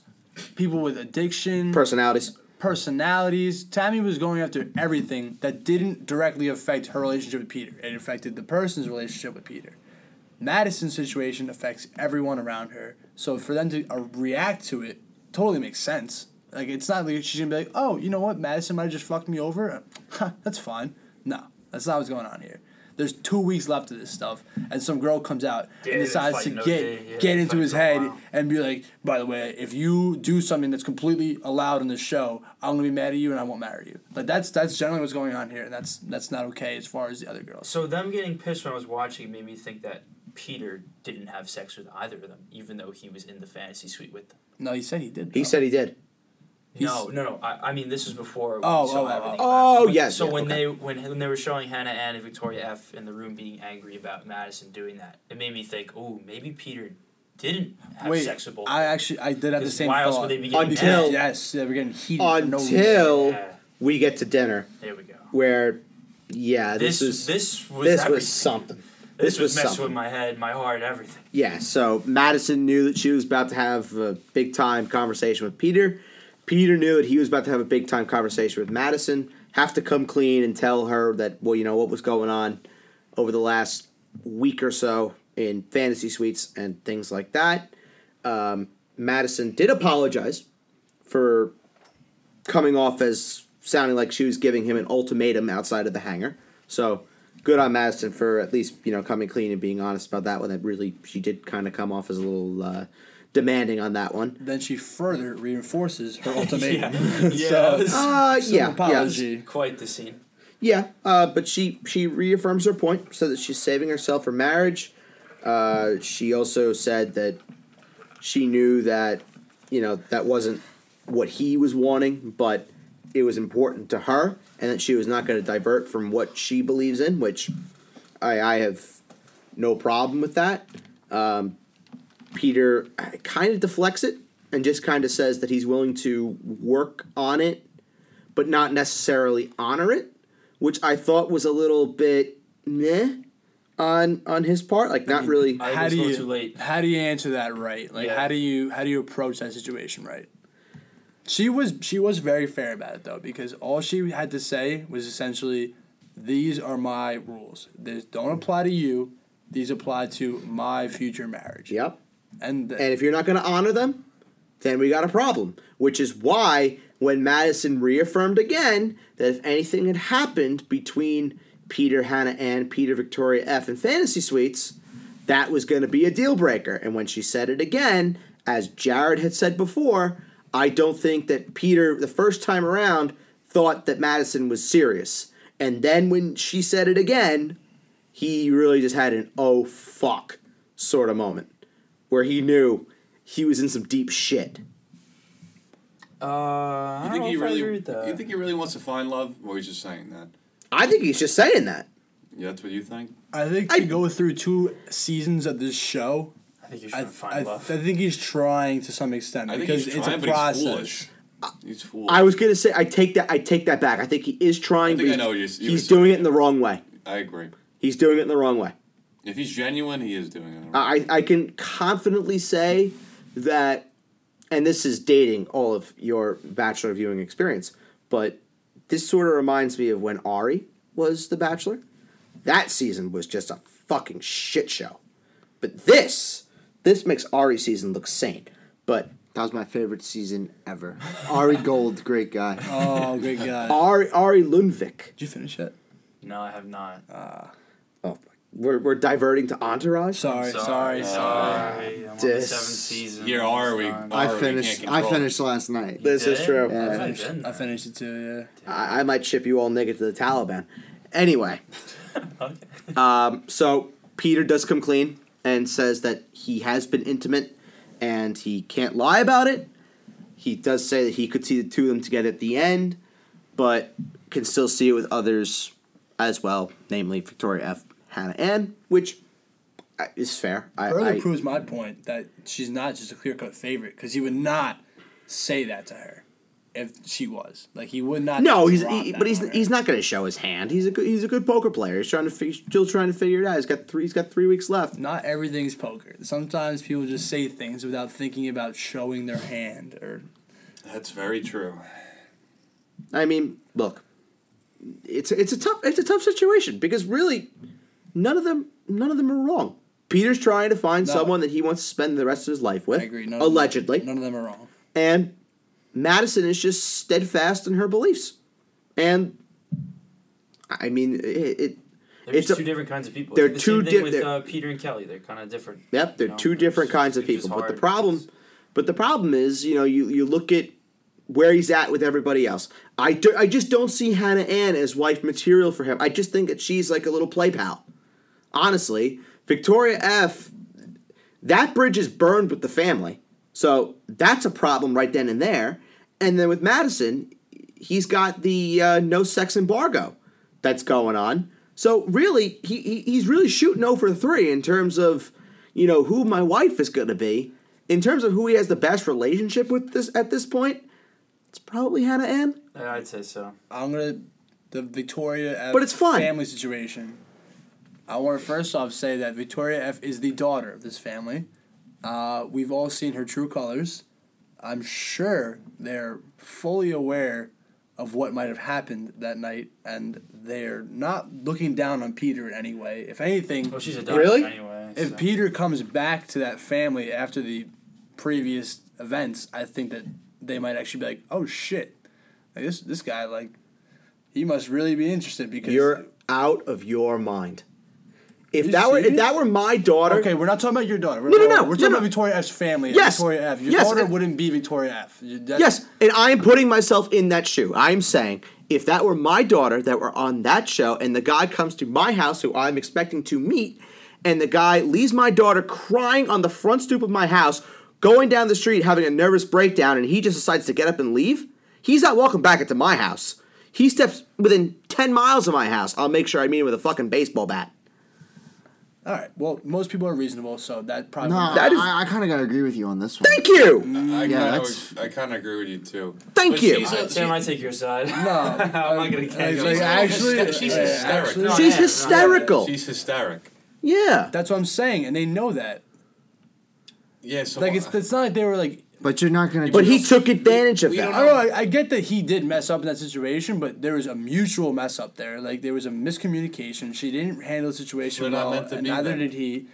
Speaker 2: people with addiction,
Speaker 1: personalities.
Speaker 2: personalities. Tammy was going after everything that didn't directly affect her relationship with Peter. It affected the person's relationship with Peter. Madison's situation affects everyone around her. So for them to uh, react to it totally makes sense. Like it's not like she's gonna be like, oh, you know what, Madison might have just fucked me over. Uh, Huh, that's fine. No, that's not what's going on here. There's two weeks left of this stuff, and some girl comes out and
Speaker 3: they're
Speaker 2: decides to
Speaker 3: fighting,
Speaker 2: get
Speaker 3: okay, yeah,
Speaker 2: get
Speaker 3: they're
Speaker 2: into his
Speaker 3: fighting
Speaker 2: head
Speaker 3: for a while.
Speaker 2: and be like, by the way, if you do something that's completely allowed in the show, I'm gonna be mad at you and I won't marry you. But that's that's generally what's going on here, and that's that's not okay as far as the other girls.
Speaker 3: So them getting pissed when I was watching made me think that Peter didn't have sex with either of them, even though he was in the fantasy suite with them.
Speaker 2: No, he said he did.
Speaker 1: He
Speaker 2: though.
Speaker 1: said he did.
Speaker 3: No, no, no. I, I mean, this was before. we
Speaker 2: Oh,
Speaker 3: saw
Speaker 2: oh, oh,
Speaker 3: everything about it.
Speaker 2: oh.
Speaker 1: Oh,
Speaker 3: When-
Speaker 1: yes,
Speaker 3: So
Speaker 1: yeah,
Speaker 3: when
Speaker 1: okay.
Speaker 3: they when when they were showing Hannah Ann and Victoria F in the room being angry about Madison doing that, it made me think, oh, maybe Peter didn't have
Speaker 2: Wait,
Speaker 3: sex with both.
Speaker 2: I
Speaker 3: of
Speaker 2: actually I did have the
Speaker 3: Because
Speaker 2: same
Speaker 3: why else
Speaker 2: thought.
Speaker 3: would they be getting
Speaker 1: Until- mad?
Speaker 2: yes, they were getting heated for no reason.
Speaker 1: Until
Speaker 3: Yeah.
Speaker 1: we get to dinner,
Speaker 3: them. There we go.
Speaker 1: where yeah,
Speaker 3: This
Speaker 1: this, is this,
Speaker 3: this was
Speaker 1: was
Speaker 3: everything.
Speaker 1: something.
Speaker 3: This, was, messing
Speaker 1: something.
Speaker 3: with my head, my heart, everything.
Speaker 1: Yeah, so Madison knew that she was about to have a big time conversation with Peter. Peter knew that he was about to have a big time conversation with Madison, have to come clean and tell her that, well, you know, what was going on over the last week or so in fantasy suites and things like that. Um, Madison did apologize for coming off as sounding like she was giving him an ultimatum outside of the hangar. So good on Madison for at least you know coming clean and being honest about that one. That really she did kind of come off as a little uh, demanding on that one.
Speaker 2: Then she further reinforces her ultimatum.
Speaker 3: Yeah,
Speaker 2: So-
Speaker 3: it was
Speaker 1: Uh,
Speaker 2: Some
Speaker 1: yeah, yeah,
Speaker 2: apology.
Speaker 3: quite the scene.
Speaker 1: yeah. Uh, but she she reaffirms her point, so that she's saving herself for marriage. Uh, she also said that she knew that you know that wasn't what he was wanting, but it was important to her, and that she was not going to divert from what she believes in, which I, I have no problem with that. Um, Peter kind of deflects it and just kind of says that he's willing to work on it, but not necessarily honor it, which I thought was a little bit meh on on his part, like not really.
Speaker 3: I
Speaker 2: How
Speaker 3: was a
Speaker 2: do
Speaker 3: little
Speaker 2: you
Speaker 3: too late.
Speaker 2: how do you answer that right? Like
Speaker 3: Yeah.
Speaker 2: how do you how do you approach that situation right? She was she was very fair about it though because all she had to say was essentially these are my rules. These don't apply to you. These apply to my future marriage.
Speaker 1: Yep.
Speaker 2: And, th-
Speaker 1: And if you're not going to honor them, then we got a problem. Which is why, when Madison reaffirmed again that if anything had happened between Peter, Hannah, and Peter, Victoria F, and Fantasy Suites, that was going to be a deal breaker. And when she said it again, as Jared had said before, I don't think that Peter, the first time around, thought that Madison was serious. And then when she said it again, he really just had an oh fuck sort of moment where he knew he was in some deep shit.
Speaker 3: Uh, I
Speaker 5: You
Speaker 3: don't
Speaker 5: think
Speaker 3: know
Speaker 5: he
Speaker 3: if I
Speaker 5: really?
Speaker 3: agree with that.
Speaker 5: You think he really wants to find love, or he's just saying that?
Speaker 1: I think he's just saying that.
Speaker 5: Yeah, that's what you think.
Speaker 2: I think
Speaker 1: I-
Speaker 2: to go through two seasons of this show,
Speaker 3: I think you
Speaker 2: I,
Speaker 3: should find
Speaker 2: I, I
Speaker 3: love.
Speaker 2: think he's trying to some extent
Speaker 5: I think
Speaker 2: because
Speaker 5: he's
Speaker 2: it's
Speaker 5: trying,
Speaker 2: a
Speaker 5: but
Speaker 2: process.
Speaker 5: he's foolish. He's foolish.
Speaker 1: I was gonna say I take that I take that back. I think he is trying,
Speaker 5: I think
Speaker 1: but
Speaker 5: I know what you're-
Speaker 1: he's,
Speaker 5: you
Speaker 1: he's
Speaker 5: were saying.
Speaker 1: doing it in the wrong way.
Speaker 5: I agree.
Speaker 1: He's doing it in the wrong way.
Speaker 5: If he's genuine, he is doing it.
Speaker 1: I I can confidently say that, and this is dating all of your bachelor viewing experience, but this sort of reminds me of when Ari was the Bachelor. That season was just a fucking shit show. But this this makes Ari season look sane. But
Speaker 4: That was my favorite season ever. Ari Gold, great guy.
Speaker 2: Oh, good God!
Speaker 1: Ari Ari Lundvik.
Speaker 2: Did you finish it?
Speaker 3: no, I have not.
Speaker 1: Oh, we're, we're diverting to Entourage.
Speaker 2: Sorry, sorry, sorry.
Speaker 3: sorry. I'm on the
Speaker 1: Dis-
Speaker 3: seventh season.
Speaker 5: Here are we?
Speaker 3: Sorry.
Speaker 4: I
Speaker 5: Ari, we
Speaker 4: finished.
Speaker 5: can't
Speaker 4: I
Speaker 5: control.
Speaker 4: finished last night.
Speaker 1: this is
Speaker 3: Did it?
Speaker 1: true.
Speaker 3: I
Speaker 2: I
Speaker 3: haven't
Speaker 2: finished,
Speaker 3: been
Speaker 2: I
Speaker 3: there.
Speaker 2: finished it too. Yeah.
Speaker 1: I, I might ship you all niggas to the Taliban. Anyway,
Speaker 3: Okay.
Speaker 1: um, so Peter does come clean and says that he has been intimate and he can't lie about it. He does say that he could see the two of them together at the end, but can still see it with others as well, namely Victoria F. Hannah Ann, which uh, is fair. I,
Speaker 2: Further
Speaker 1: I,
Speaker 2: proves my point that she's not just a clear cut favorite because he would not say that to her if she was. Like he would not.
Speaker 1: no, he's
Speaker 2: drop
Speaker 1: he,
Speaker 2: that
Speaker 1: but he's
Speaker 2: on her.
Speaker 1: he's not going to show his hand. He's a good, he's a good poker player. He's trying to fig- still trying to figure it out. He's got three he's got three weeks left.
Speaker 2: Not everything's poker. Sometimes people just say things without thinking about showing their hand or
Speaker 5: That's very true.
Speaker 1: I mean, look, it's it's a tough it's a tough situation because really, none of them none of them are wrong. Peter's trying to find
Speaker 2: No.
Speaker 1: someone that he wants to spend the rest of his life with,
Speaker 2: I agree. None
Speaker 1: allegedly,
Speaker 2: of them, none of them are wrong.
Speaker 1: and Madison is just steadfast in her beliefs, and I mean it. it
Speaker 3: They're
Speaker 1: It's
Speaker 3: just
Speaker 1: a-
Speaker 3: two different kinds of people.
Speaker 1: they're
Speaker 3: It's the
Speaker 1: two
Speaker 3: same thing
Speaker 1: di-
Speaker 3: with
Speaker 1: they're-
Speaker 3: uh, Peter and Kelly. They're kind of different.
Speaker 1: Yep, they're
Speaker 3: you know?
Speaker 1: two different
Speaker 3: It's-
Speaker 1: kinds of
Speaker 3: it's just
Speaker 1: people. But the
Speaker 3: hard.
Speaker 1: problem, but the problem is, you know, you, you look at where he's at with everybody else. I do, I just don't see Hannah Ann as wife material for him. I just think that she's like a little play pal. Honestly, Victoria F. That bridge is burned with the family, so that's a problem right then and there. And then with Madison, he's got the uh, no sex embargo that's going on. So really, he, he he's really shooting over three in terms of you know who my wife is going to be. In terms of who he has the best relationship with this at this point, it's probably Hannah Ann.
Speaker 3: Yeah, I'd say so.
Speaker 2: I'm gonna the Victoria F.
Speaker 1: But it's fun.
Speaker 2: family situation. I want to first off say that Victoria F. is the daughter of this family. Uh, we've all seen her true colors. I'm sure they're fully aware of what might have happened that night, and they're not looking down on Peter in any way. If anything,
Speaker 3: Well, she's a doctor
Speaker 1: Really?
Speaker 3: anyway.
Speaker 2: if
Speaker 3: so.
Speaker 2: Peter comes back to that family after the previous events, I think that they might actually be like, "Oh shit, like, this this guy like, he must really be interested because
Speaker 1: You're out of your mind. If
Speaker 2: you
Speaker 1: that were if
Speaker 2: serious?
Speaker 1: that were my daughter,
Speaker 2: okay. We're not talking about your daughter. We're
Speaker 1: No, no,
Speaker 2: we're-
Speaker 1: no,
Speaker 2: We're
Speaker 1: no,
Speaker 2: talking
Speaker 1: no.
Speaker 2: about Victoria F's family. and
Speaker 1: Yes,
Speaker 2: Victoria F. Your
Speaker 1: yes,
Speaker 2: daughter
Speaker 1: and-
Speaker 2: wouldn't be Victoria F. You- that-
Speaker 1: Yes, and I am putting myself in that shoe. I am saying if that were my daughter that were on that show and the guy comes to my house who I'm expecting to meet and the guy leaves my daughter crying on the front stoop of my house going down the street having a nervous breakdown and he just decides to get up and leave, he's not welcome back into my house. He steps within 10 miles of my house. I'll make sure I meet him with a fucking baseball bat.
Speaker 2: All right. Well, most people are reasonable, so that probably.
Speaker 4: No,
Speaker 1: That is-
Speaker 4: I, I kind of gotta agree with you on this one.
Speaker 1: Thank you.
Speaker 5: I
Speaker 4: Yeah,
Speaker 5: kind
Speaker 4: that's-
Speaker 5: of I kind of agree with you too.
Speaker 1: Thank you.
Speaker 5: she's a-
Speaker 3: Uh, Sam, I take your side.
Speaker 2: No,
Speaker 3: I'm not gonna
Speaker 2: I-
Speaker 3: catch
Speaker 2: like,
Speaker 3: you.
Speaker 2: actually,
Speaker 5: She's
Speaker 2: uh,
Speaker 5: hysterical.
Speaker 2: actually-
Speaker 5: No,
Speaker 1: She's
Speaker 3: yeah, no,
Speaker 1: hysterical.
Speaker 5: Oh, she's hysteric.
Speaker 1: Yeah.
Speaker 2: That's what I'm saying, and they know that.
Speaker 5: Yeah, so
Speaker 2: Like it's, it's not like they were like
Speaker 4: But you're not gonna.
Speaker 1: But
Speaker 4: do-
Speaker 1: he took advantage of
Speaker 5: we
Speaker 1: that.
Speaker 5: don't
Speaker 2: I don't know. I, I get that he did mess up in that situation, but there was a mutual mess up there. Like there was a miscommunication. She didn't handle the
Speaker 5: They're
Speaker 2: situation
Speaker 5: not
Speaker 2: well,
Speaker 5: meant to
Speaker 2: and
Speaker 5: be
Speaker 2: neither
Speaker 5: there.
Speaker 2: did he.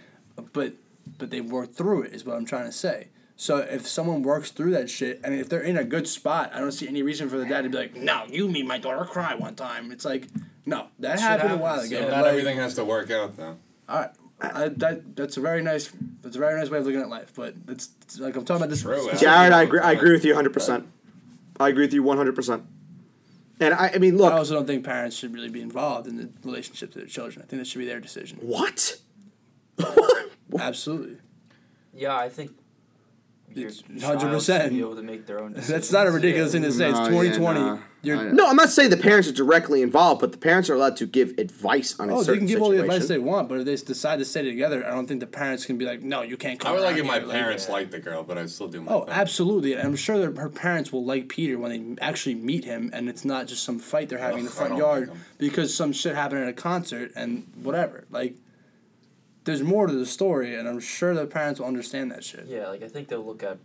Speaker 2: But but they worked through it. Is what I'm trying to say. So if someone works through that shit, and if they're in a good spot, I don't see any reason for the dad to be like, "No, you made my daughter cry one time." It's like, no, that happened a while
Speaker 3: happens.
Speaker 2: ago.
Speaker 5: not
Speaker 2: Like,
Speaker 5: everything has to work out though.
Speaker 2: all right. I, that that's a very nice that's a very nice way of looking at life, but it's, it's like I'm talking about this.
Speaker 5: True,
Speaker 2: this-
Speaker 1: Jared, I agree, I agree with you 100%. I agree with you 100%. And I, I mean, look,
Speaker 2: I also don't think parents should really be involved in the relationship to their children. I think that should be their decision.
Speaker 1: what?
Speaker 2: Absolutely.
Speaker 3: Yeah, I think. your
Speaker 2: It's
Speaker 3: child
Speaker 2: 100%.
Speaker 3: should Be able to make their own. Decisions.
Speaker 2: That's not a ridiculous thing to say. It's
Speaker 4: No, yeah,
Speaker 2: 2020.
Speaker 4: nah.
Speaker 2: You're,
Speaker 4: I-
Speaker 1: No, I'm not saying the parents are directly involved, but the parents are allowed to give advice on a
Speaker 2: oh, they
Speaker 1: certain
Speaker 2: can give
Speaker 1: situation.
Speaker 2: all the advice they want, but if they s- decide to stay together, I don't think the parents can be like, no, you can't come
Speaker 5: I would like if
Speaker 2: around
Speaker 5: my
Speaker 2: here."
Speaker 5: parents liked the girl, but I still do my.
Speaker 2: Oh,
Speaker 5: thing.
Speaker 2: absolutely. And I'm sure that her parents will like Peter when they actually meet him and it's not just some fight they're having in the
Speaker 5: Ugh, I
Speaker 2: front
Speaker 5: don't
Speaker 2: yard
Speaker 5: like him.
Speaker 2: because some shit happened at a concert and whatever. Like, there's more to the story, and I'm sure the parents will understand that shit.
Speaker 3: Yeah, like I think they'll look at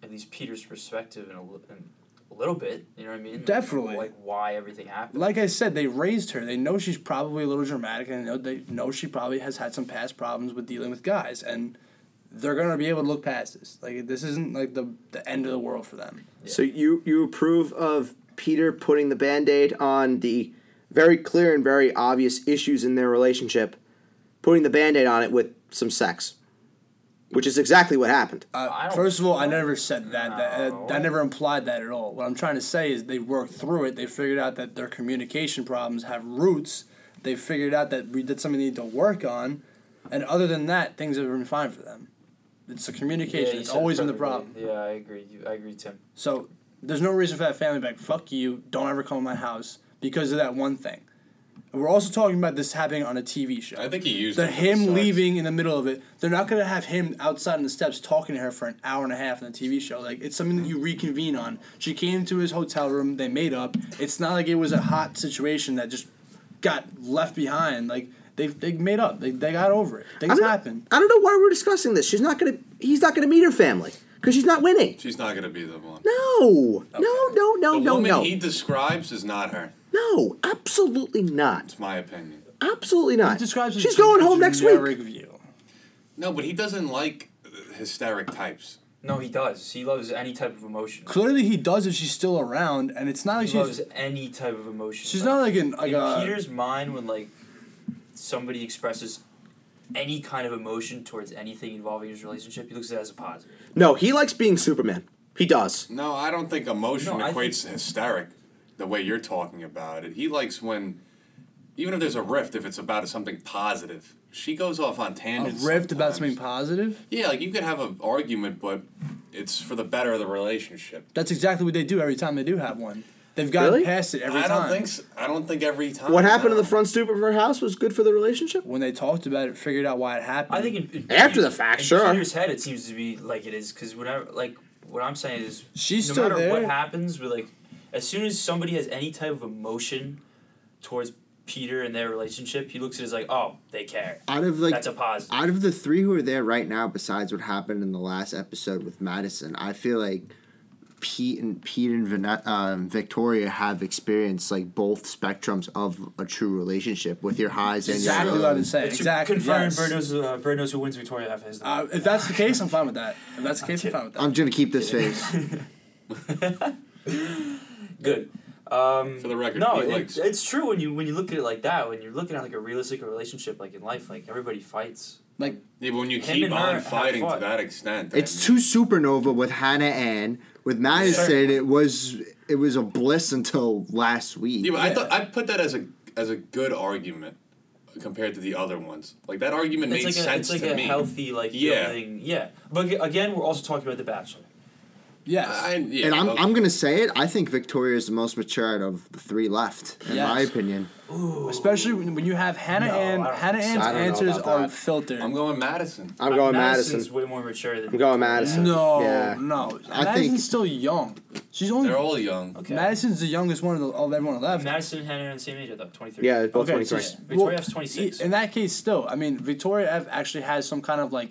Speaker 3: at least Peter's perspective in a, li- in a little bit. You know what I mean?
Speaker 2: Definitely.
Speaker 3: Like why everything happened.
Speaker 2: like I said, they raised her. They know she's probably a little dramatic, and they know, they know she probably has had some past problems with dealing with guys, and they're gonna be able to look past this. Like this isn't like the the end of the world for them.
Speaker 1: So you you approve of Peter putting the band-aid on the very clear and very obvious issues in their relationship, putting the band-aid on it with some sex. Which is exactly what happened.
Speaker 3: I
Speaker 2: Uh,
Speaker 3: don't-
Speaker 2: first of all, I never said that. That,
Speaker 3: No.
Speaker 2: uh, that never implied that at all. What I'm trying to say is they worked through it. They figured out that their communication problems have roots. They figured out that we did something they need to work on, and other than that, things have been fine for them. It's the
Speaker 3: Yeah,
Speaker 2: communication.
Speaker 3: you
Speaker 2: it's
Speaker 3: said it
Speaker 2: always been the
Speaker 3: perfectly.
Speaker 2: problem.
Speaker 3: Yeah, I agree. You, I agree, Tim.
Speaker 2: So there's no reason for that family to be like, fuck you, don't ever come to my house because of that one thing. And we're also talking about this happening on a TV show.
Speaker 5: I think he used
Speaker 2: The
Speaker 5: it for
Speaker 2: him
Speaker 5: sex.
Speaker 2: leaving in the middle of it, they're not gonna have him outside on the steps talking to her for an hour and a half on the TV show. Like it's something that you reconvene on. She came to his hotel room. They made up. It's not like it was a hot situation that just got left behind. Like they they made up. They, they got over it.
Speaker 1: I
Speaker 2: Things
Speaker 1: don't,
Speaker 2: happen.
Speaker 1: I don't know why we're discussing this. She's not gonna. He's not gonna meet her family because she's not winning.
Speaker 5: She's not gonna be the one.
Speaker 1: No, no, no, no,
Speaker 5: the
Speaker 1: no,
Speaker 5: woman
Speaker 1: no,
Speaker 5: he describes is not her.
Speaker 1: no. Absolutely not.
Speaker 5: It's my opinion.
Speaker 1: Absolutely not.
Speaker 2: It describes a
Speaker 1: she's going home next
Speaker 2: generic
Speaker 1: week.
Speaker 2: View.
Speaker 5: No, but he doesn't like uh, hysteric types.
Speaker 3: No, he does. He loves any type of emotion.
Speaker 2: Clearly, he does if she's still around, and it's not like
Speaker 3: He
Speaker 2: she's
Speaker 3: loves any type of emotion.
Speaker 2: she's not like an like
Speaker 3: in
Speaker 2: a
Speaker 3: Peter's mind when like somebody expresses any kind of emotion towards anything involving his relationship, he looks at it as a positive.
Speaker 1: No, he likes being Superman. He does.
Speaker 5: No, I don't think emotion
Speaker 3: No, I
Speaker 5: equates to hysteric the way you're talking about it. He likes when, even if there's a rift, if it's about something positive, she goes off on
Speaker 2: a
Speaker 5: tangents.
Speaker 2: rift about
Speaker 5: sometimes.
Speaker 2: something positive.
Speaker 5: Yeah, like you could have an argument, but it's for the better of the relationship.
Speaker 2: That's exactly what they do every time they do have one. They've gotten
Speaker 1: Really?
Speaker 2: past it every
Speaker 5: I
Speaker 2: time.
Speaker 5: don't think. So. I don't think every time.
Speaker 1: What happened
Speaker 5: no.
Speaker 1: in the front stoop of her house was good for the relationship.
Speaker 2: When they talked about it, figured out why it happened.
Speaker 3: I think in, in
Speaker 1: After the fact,
Speaker 3: in
Speaker 1: sure.
Speaker 3: Peter's head, it seems to be like it is because whenever like what I'm saying is
Speaker 2: She's
Speaker 3: no
Speaker 2: still
Speaker 3: matter what
Speaker 2: there.
Speaker 3: happens, we're like as soon as somebody has any type of emotion towards Peter and their relationship, he looks at it as like, oh, they care.
Speaker 4: Out of like
Speaker 3: That's a positive.
Speaker 4: out of the three who are there right now, besides what happened in the last episode with Madison, I feel like Pete and Pete and Vina- um, Victoria have experienced like both spectrums of a true relationship with your highs
Speaker 2: exactly what
Speaker 4: and your
Speaker 2: I've
Speaker 4: lows.
Speaker 2: been saying.
Speaker 3: To
Speaker 2: Exactly.
Speaker 3: Confirm
Speaker 2: yes.
Speaker 3: Bird knows, uh, Bird knows who wins Victoria half his
Speaker 2: Uh, if that's the case, I'm fine with that. If that's the case, I'm fine with
Speaker 4: I'm
Speaker 2: that.
Speaker 4: gonna keep this face.
Speaker 3: Good. Um,
Speaker 5: For the record,
Speaker 3: no,
Speaker 5: he
Speaker 3: it-
Speaker 5: likes-
Speaker 3: it's true when you when you look at it like that. When you're looking at like a realistic relationship, like in life, like everybody fights.
Speaker 2: Like
Speaker 5: Yeah, but when you
Speaker 3: Him
Speaker 5: keep
Speaker 3: and her
Speaker 5: on
Speaker 3: have
Speaker 5: fighting to
Speaker 3: fought.
Speaker 5: that extent,
Speaker 4: it's
Speaker 5: I
Speaker 4: two supernova with Hannah Ann. With Madison, it was it was a bliss until last week.
Speaker 5: mean- Yeah, but I thought I put that as a as a good argument compared to the other ones. Like that argument
Speaker 3: It's
Speaker 5: made
Speaker 3: like a,
Speaker 5: sense
Speaker 3: it's like
Speaker 5: to
Speaker 3: a
Speaker 5: me.
Speaker 3: healthy like
Speaker 5: Yeah.
Speaker 3: building. Yeah, but ag- again, we're also talking about the Bachelor.
Speaker 2: yes.
Speaker 5: I, yeah,
Speaker 4: and I'm,
Speaker 5: okay.
Speaker 4: I'm gonna say it. I think Victoria is the most mature out of the three left, in my
Speaker 2: Yes.
Speaker 4: opinion.
Speaker 2: Especially when, when you have Hannah
Speaker 3: No,
Speaker 2: Ann.
Speaker 3: I don't
Speaker 2: Hannah
Speaker 3: think
Speaker 2: Ann's
Speaker 1: so. I don't know
Speaker 2: answers
Speaker 1: about
Speaker 2: are
Speaker 1: that.
Speaker 2: filtered.
Speaker 5: I'm going Madison.
Speaker 1: I'm going
Speaker 3: Madison's
Speaker 1: Madison.
Speaker 3: way more mature than.
Speaker 1: I'm going Madison.
Speaker 2: no,
Speaker 1: Yeah.
Speaker 2: no.
Speaker 4: I
Speaker 2: Madison's
Speaker 4: think-
Speaker 2: still young. She's only
Speaker 5: They're all young.
Speaker 3: Okay.
Speaker 2: Madison's the youngest one of, the, of everyone left.
Speaker 3: Madison and Hannah are the same age. I thought twenty three.
Speaker 1: Yeah, they're both
Speaker 2: Okay,
Speaker 1: twenty
Speaker 2: so
Speaker 1: three.
Speaker 2: s-
Speaker 3: Victoria F's 26.
Speaker 2: In that case, still, I mean, Victoria F actually has some kind of like.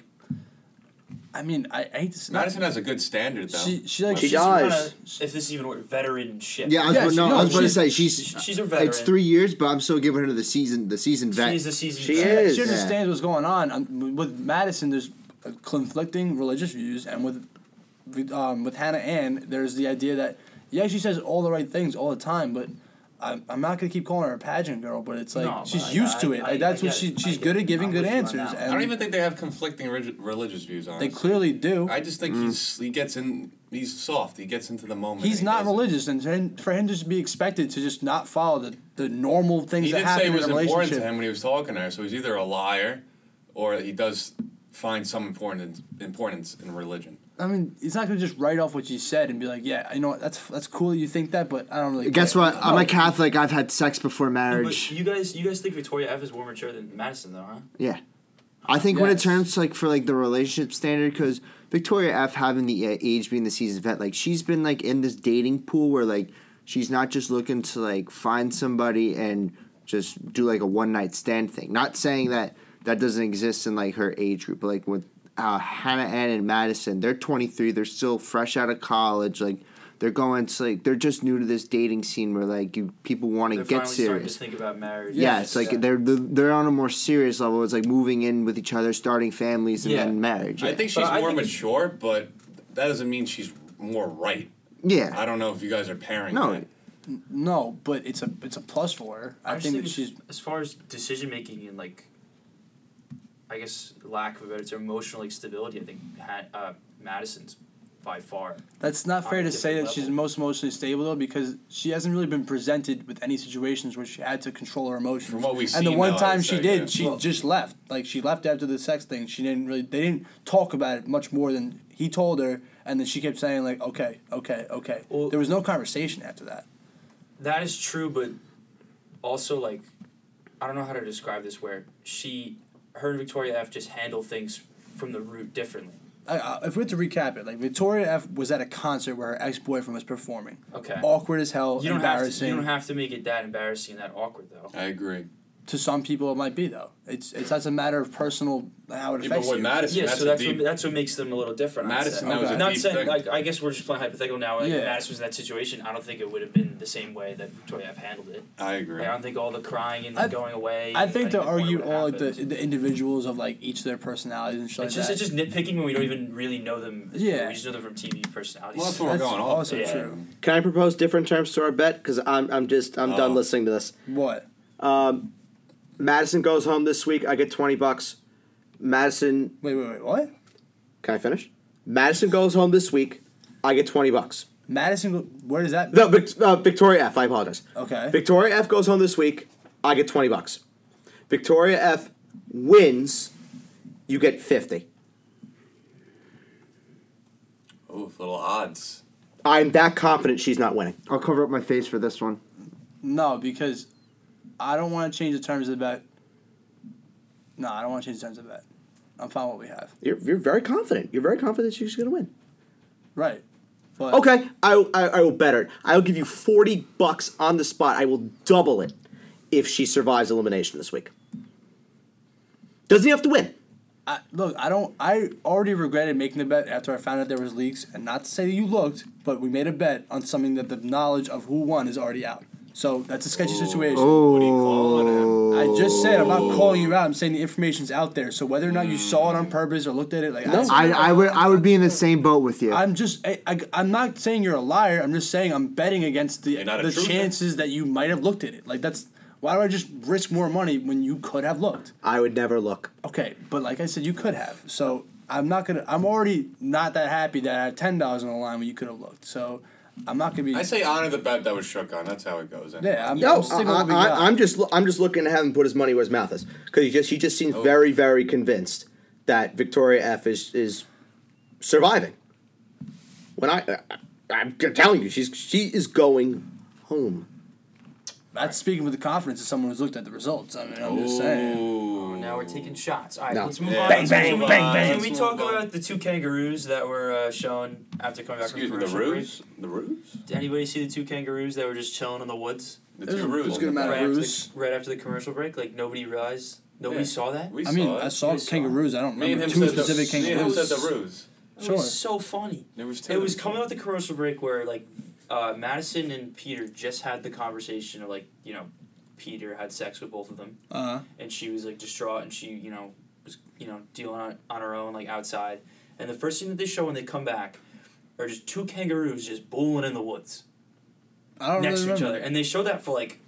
Speaker 2: I mean, I, I hate to say
Speaker 5: Madison has a good standard though.
Speaker 2: She she like
Speaker 1: She
Speaker 2: she's
Speaker 1: does.
Speaker 2: kinda-
Speaker 1: Nice.
Speaker 3: If this is even a veteran ship.
Speaker 4: Yeah, I was,
Speaker 2: Yeah,
Speaker 4: gonna- no,
Speaker 2: she- no,
Speaker 4: I was about to
Speaker 2: she's-
Speaker 4: say she's
Speaker 3: she's a veteran.
Speaker 4: It's three years, but I'm still giving her the season the season vet.
Speaker 3: She's a seasoned.
Speaker 1: She
Speaker 3: vet.
Speaker 1: is.
Speaker 2: she
Speaker 4: Yeah.
Speaker 2: understands what's going on. Um, with Madison, there's uh, conflicting religious views, and with with, um, with Hannah Ann, there's the idea that yeah, she says all the right things all the time, but I'm, I'm not gonna keep calling her a pageant girl. But it's like
Speaker 3: No, but
Speaker 2: she's
Speaker 3: I-
Speaker 2: used to
Speaker 3: I-
Speaker 2: it.
Speaker 3: I-
Speaker 2: like, that's
Speaker 3: I
Speaker 2: what
Speaker 3: get
Speaker 2: she
Speaker 3: it. I
Speaker 2: she's
Speaker 3: get
Speaker 2: good
Speaker 3: it.
Speaker 2: at giving
Speaker 3: I'm
Speaker 2: good
Speaker 3: with you on
Speaker 2: answers,
Speaker 3: that one.
Speaker 5: I don't
Speaker 2: and
Speaker 5: even think they have conflicting relig- religious views on
Speaker 2: they
Speaker 5: it.
Speaker 2: clearly do.
Speaker 5: I just
Speaker 4: Mm.
Speaker 5: think he's he gets in. He's soft. He gets into the moment.
Speaker 2: He's
Speaker 5: He
Speaker 2: not
Speaker 5: doesn't-
Speaker 2: religious, and for him- for him to just be expected to just not follow the, the normal things
Speaker 5: He
Speaker 2: that
Speaker 5: did
Speaker 2: happen
Speaker 5: say it was
Speaker 2: in a
Speaker 5: important to
Speaker 2: relationship.
Speaker 5: him when he was talking to her, so he's either a liar, or he does find some important importance in religion.
Speaker 2: I mean, he's not gonna just write off what you said and be like, "Yeah, you know what? That's that's cool that you think that, but I don't really."
Speaker 4: Guess
Speaker 2: care."
Speaker 4: what? I'm a
Speaker 2: No.
Speaker 4: Catholic. I've had sex before
Speaker 3: But
Speaker 4: marriage.
Speaker 3: you guys, you guys think Victoria F is more mature than Madison, though, huh?
Speaker 4: Yeah, I think when it
Speaker 2: Yes.
Speaker 4: turns like for like the relationship standard, because Victoria F having the uh, age being the season vet, like she's been like in this dating pool where like she's not just looking to like find somebody and just do like a one night stand thing. Not saying that that doesn't exist in like her age group, but like with uh, Hannah Ann and Madison, they're 23. They're still fresh out of college. Like they're going to like they're just new to this dating scene where like you people want to
Speaker 3: They're
Speaker 4: get
Speaker 3: finally starting
Speaker 4: serious.
Speaker 3: to think about marriage.
Speaker 4: Yeah, it's like they're they're on a more serious level. It's like moving in with each other, starting families, and
Speaker 3: Yeah.
Speaker 4: then marriage.
Speaker 5: I think she's
Speaker 3: But I
Speaker 5: more
Speaker 3: think it's-
Speaker 5: mature, but that doesn't mean she's more right.
Speaker 4: yeah.
Speaker 5: I don't know if you guys are pairing.
Speaker 4: No.
Speaker 5: that.
Speaker 2: No, but it's a it's a plus for her. I,
Speaker 3: just
Speaker 2: think that
Speaker 3: as-
Speaker 2: she's
Speaker 3: as far as decision making and like, I guess lack of a better term, emotional like stability. I think ha- uh, Madison's by far.
Speaker 2: that's not
Speaker 3: on
Speaker 2: fair
Speaker 3: a
Speaker 2: to say that
Speaker 3: different
Speaker 2: she's
Speaker 3: level.
Speaker 2: most emotionally stable though because she hasn't really been presented with any situations where she had to control her emotions.
Speaker 5: From what we've
Speaker 2: and the
Speaker 5: seen
Speaker 2: one
Speaker 5: now,
Speaker 2: time
Speaker 5: I'd
Speaker 2: she
Speaker 5: say,
Speaker 2: did,
Speaker 5: yeah.
Speaker 2: she just left. Like she left after the sex thing. She didn't really they didn't talk about it much more than He told her, and then she kept saying like, "Okay, okay, okay."
Speaker 3: Well-
Speaker 2: there was no conversation after that.
Speaker 3: That is true, but also like I don't know how to describe this. Where she, her and Victoria F just handle things from the root differently.
Speaker 2: I, I, if we had to recap it, like Victoria F was at a concert where her ex boyfriend was performing.
Speaker 3: Okay.
Speaker 2: Awkward as hell,
Speaker 3: You don't have to.
Speaker 2: embarrassing.
Speaker 3: You don't have to make it that embarrassing and that awkward though.
Speaker 5: I agree.
Speaker 2: to some people, it might be though. It's it's that's a matter of personal how it
Speaker 5: Yeah, but
Speaker 2: affects
Speaker 5: what
Speaker 2: you.
Speaker 5: Madison,
Speaker 3: yeah,
Speaker 5: that's,
Speaker 3: so that's
Speaker 5: a deep,
Speaker 3: what that's what makes them a little different. I'd
Speaker 5: Madison,
Speaker 3: say.
Speaker 5: that
Speaker 2: was a
Speaker 3: not
Speaker 5: deep
Speaker 3: saying
Speaker 5: thing.
Speaker 3: like I guess we're just playing hypothetical now. Like,
Speaker 2: Yeah.
Speaker 3: If Madison was in that situation, I don't think it would have been the same way that Victoria F handled it.
Speaker 5: I agree.
Speaker 3: Like, I don't think all the crying and
Speaker 2: I-
Speaker 3: going away.
Speaker 2: I
Speaker 3: and
Speaker 2: think to
Speaker 3: the point
Speaker 2: argue
Speaker 3: would
Speaker 2: all like the,
Speaker 3: happen.
Speaker 2: the individuals of like each of their personalities and shit
Speaker 3: It's
Speaker 2: like
Speaker 3: just it's
Speaker 2: that.
Speaker 3: just nitpicking when we don't even really know them. as people.
Speaker 2: Yeah.
Speaker 3: we just know them from TV personalities.
Speaker 5: well, that's what we're
Speaker 2: That's
Speaker 5: going off.
Speaker 2: also
Speaker 5: of.
Speaker 2: true.
Speaker 1: Can I propose different terms to our bet? Because I'm, I'm just, I'm done
Speaker 5: Oh.
Speaker 1: listening to this. Um,
Speaker 2: what?
Speaker 1: Madison goes home this week. I get 20 bucks. Madison,
Speaker 2: Wait, wait, wait, what?
Speaker 1: can I finish? Madison goes home this week. I get 20 bucks.
Speaker 2: Madison, go- where does that?
Speaker 1: No, Vic, uh, Victoria F. I apologize.
Speaker 2: Okay.
Speaker 1: Victoria F. goes home this week. I get 20 bucks. Victoria F. wins. You get 50.
Speaker 5: Oof, little odds.
Speaker 1: I'm that confident she's not winning.
Speaker 4: I'll cover up my face for this one.
Speaker 2: No, because I don't want to change the terms of the bet. No, I don't want to change the terms of the bet. I'm fine with what we have.
Speaker 1: You're, you're very confident. You're very confident she's going to win.
Speaker 2: Right. But
Speaker 1: Okay, I, I, I will bet her. I will give you 40 bucks on the spot. I will double it if she survives elimination this week. Doesn't he have to win?
Speaker 2: I, look, I don't. I already regretted making the bet after I found out there was leaks, and not to say that you looked, but we made a bet on something that the knowledge of who won is already out. So that's a sketchy situation.
Speaker 3: Oh.
Speaker 5: What do you call
Speaker 4: Oh.
Speaker 5: it?
Speaker 2: I just said I'm not calling you out. I'm saying the information's out there. So whether or not you saw it on purpose or looked at it, like
Speaker 1: No.
Speaker 4: I, I would I would be in the same boat with you.
Speaker 2: I'm just I, I, I'm not saying you're a liar. I'm just saying I'm betting against the
Speaker 5: You're not a
Speaker 2: the
Speaker 5: truther.
Speaker 2: chances that you might have looked at it. Like that's why do I just risk more money when you could have looked?
Speaker 1: I would never look.
Speaker 2: Okay, but like I said, you could have. So I'm not gonna. I'm already not that happy that I have ten dollars on the line when you could have looked. So I'm not gonna be.
Speaker 5: I say honor the bet that was shook on. That's how it goes. Anyway.
Speaker 2: yeah, I'm,
Speaker 1: No,
Speaker 2: I'm sticking with what we
Speaker 1: I,
Speaker 2: got.
Speaker 1: I, am just lo- I'm just looking to have him put his money where his mouth is because he just he just
Speaker 2: Oh.
Speaker 1: seems very very convinced that Victoria F is is surviving. When I, I I'm telling you, she's she is going home.
Speaker 2: That's speaking with the confidence of someone who's looked at the results. I mean, I'm
Speaker 5: Oh.
Speaker 2: just saying.
Speaker 5: Ooh.
Speaker 3: Oh, Now we're taking shots. All right,
Speaker 1: No.
Speaker 3: let's move
Speaker 5: Yeah,
Speaker 3: on.
Speaker 5: Bang,
Speaker 3: Let's
Speaker 5: bang,
Speaker 3: move
Speaker 5: bang,
Speaker 3: on.
Speaker 5: bang.
Speaker 3: Can we
Speaker 5: Let's
Speaker 3: talk
Speaker 5: move on.
Speaker 3: about the two kangaroos that were uh, shown after coming back
Speaker 5: Excuse
Speaker 3: from
Speaker 5: me, the
Speaker 3: commercial break?
Speaker 5: ruse? The ruse?
Speaker 3: Did anybody see the two kangaroos that were just chilling in the woods
Speaker 5: The
Speaker 2: There's
Speaker 5: two
Speaker 2: a-
Speaker 5: ruses.
Speaker 2: there's a good amount
Speaker 3: right after, the,
Speaker 2: Kangaroos?
Speaker 3: right after the commercial break? Like nobody realized, nobody
Speaker 5: Yeah.
Speaker 3: saw that.
Speaker 5: We
Speaker 2: I mean,
Speaker 5: saw it.
Speaker 2: I saw
Speaker 3: We saw it.
Speaker 2: kangaroos. I don't
Speaker 5: Me and
Speaker 2: remember
Speaker 5: him
Speaker 2: two
Speaker 5: said the-
Speaker 2: specific
Speaker 5: me and him
Speaker 2: kangaroos.
Speaker 5: said the ruse.
Speaker 3: It
Speaker 2: Sure.
Speaker 3: was so funny.
Speaker 5: There was two.
Speaker 3: It was coming out the commercial break where like uh, Madison and Peter just had the conversation of like you know Peter had sex with both of them.
Speaker 2: Uh,
Speaker 3: and she was like distraught and she you know was you know dealing on, on her own like outside and the first thing that they show when they come back are just two kangaroos just bowling in the woods
Speaker 2: I don't
Speaker 3: next
Speaker 2: really
Speaker 3: to each
Speaker 2: remember.
Speaker 3: other and they show that for like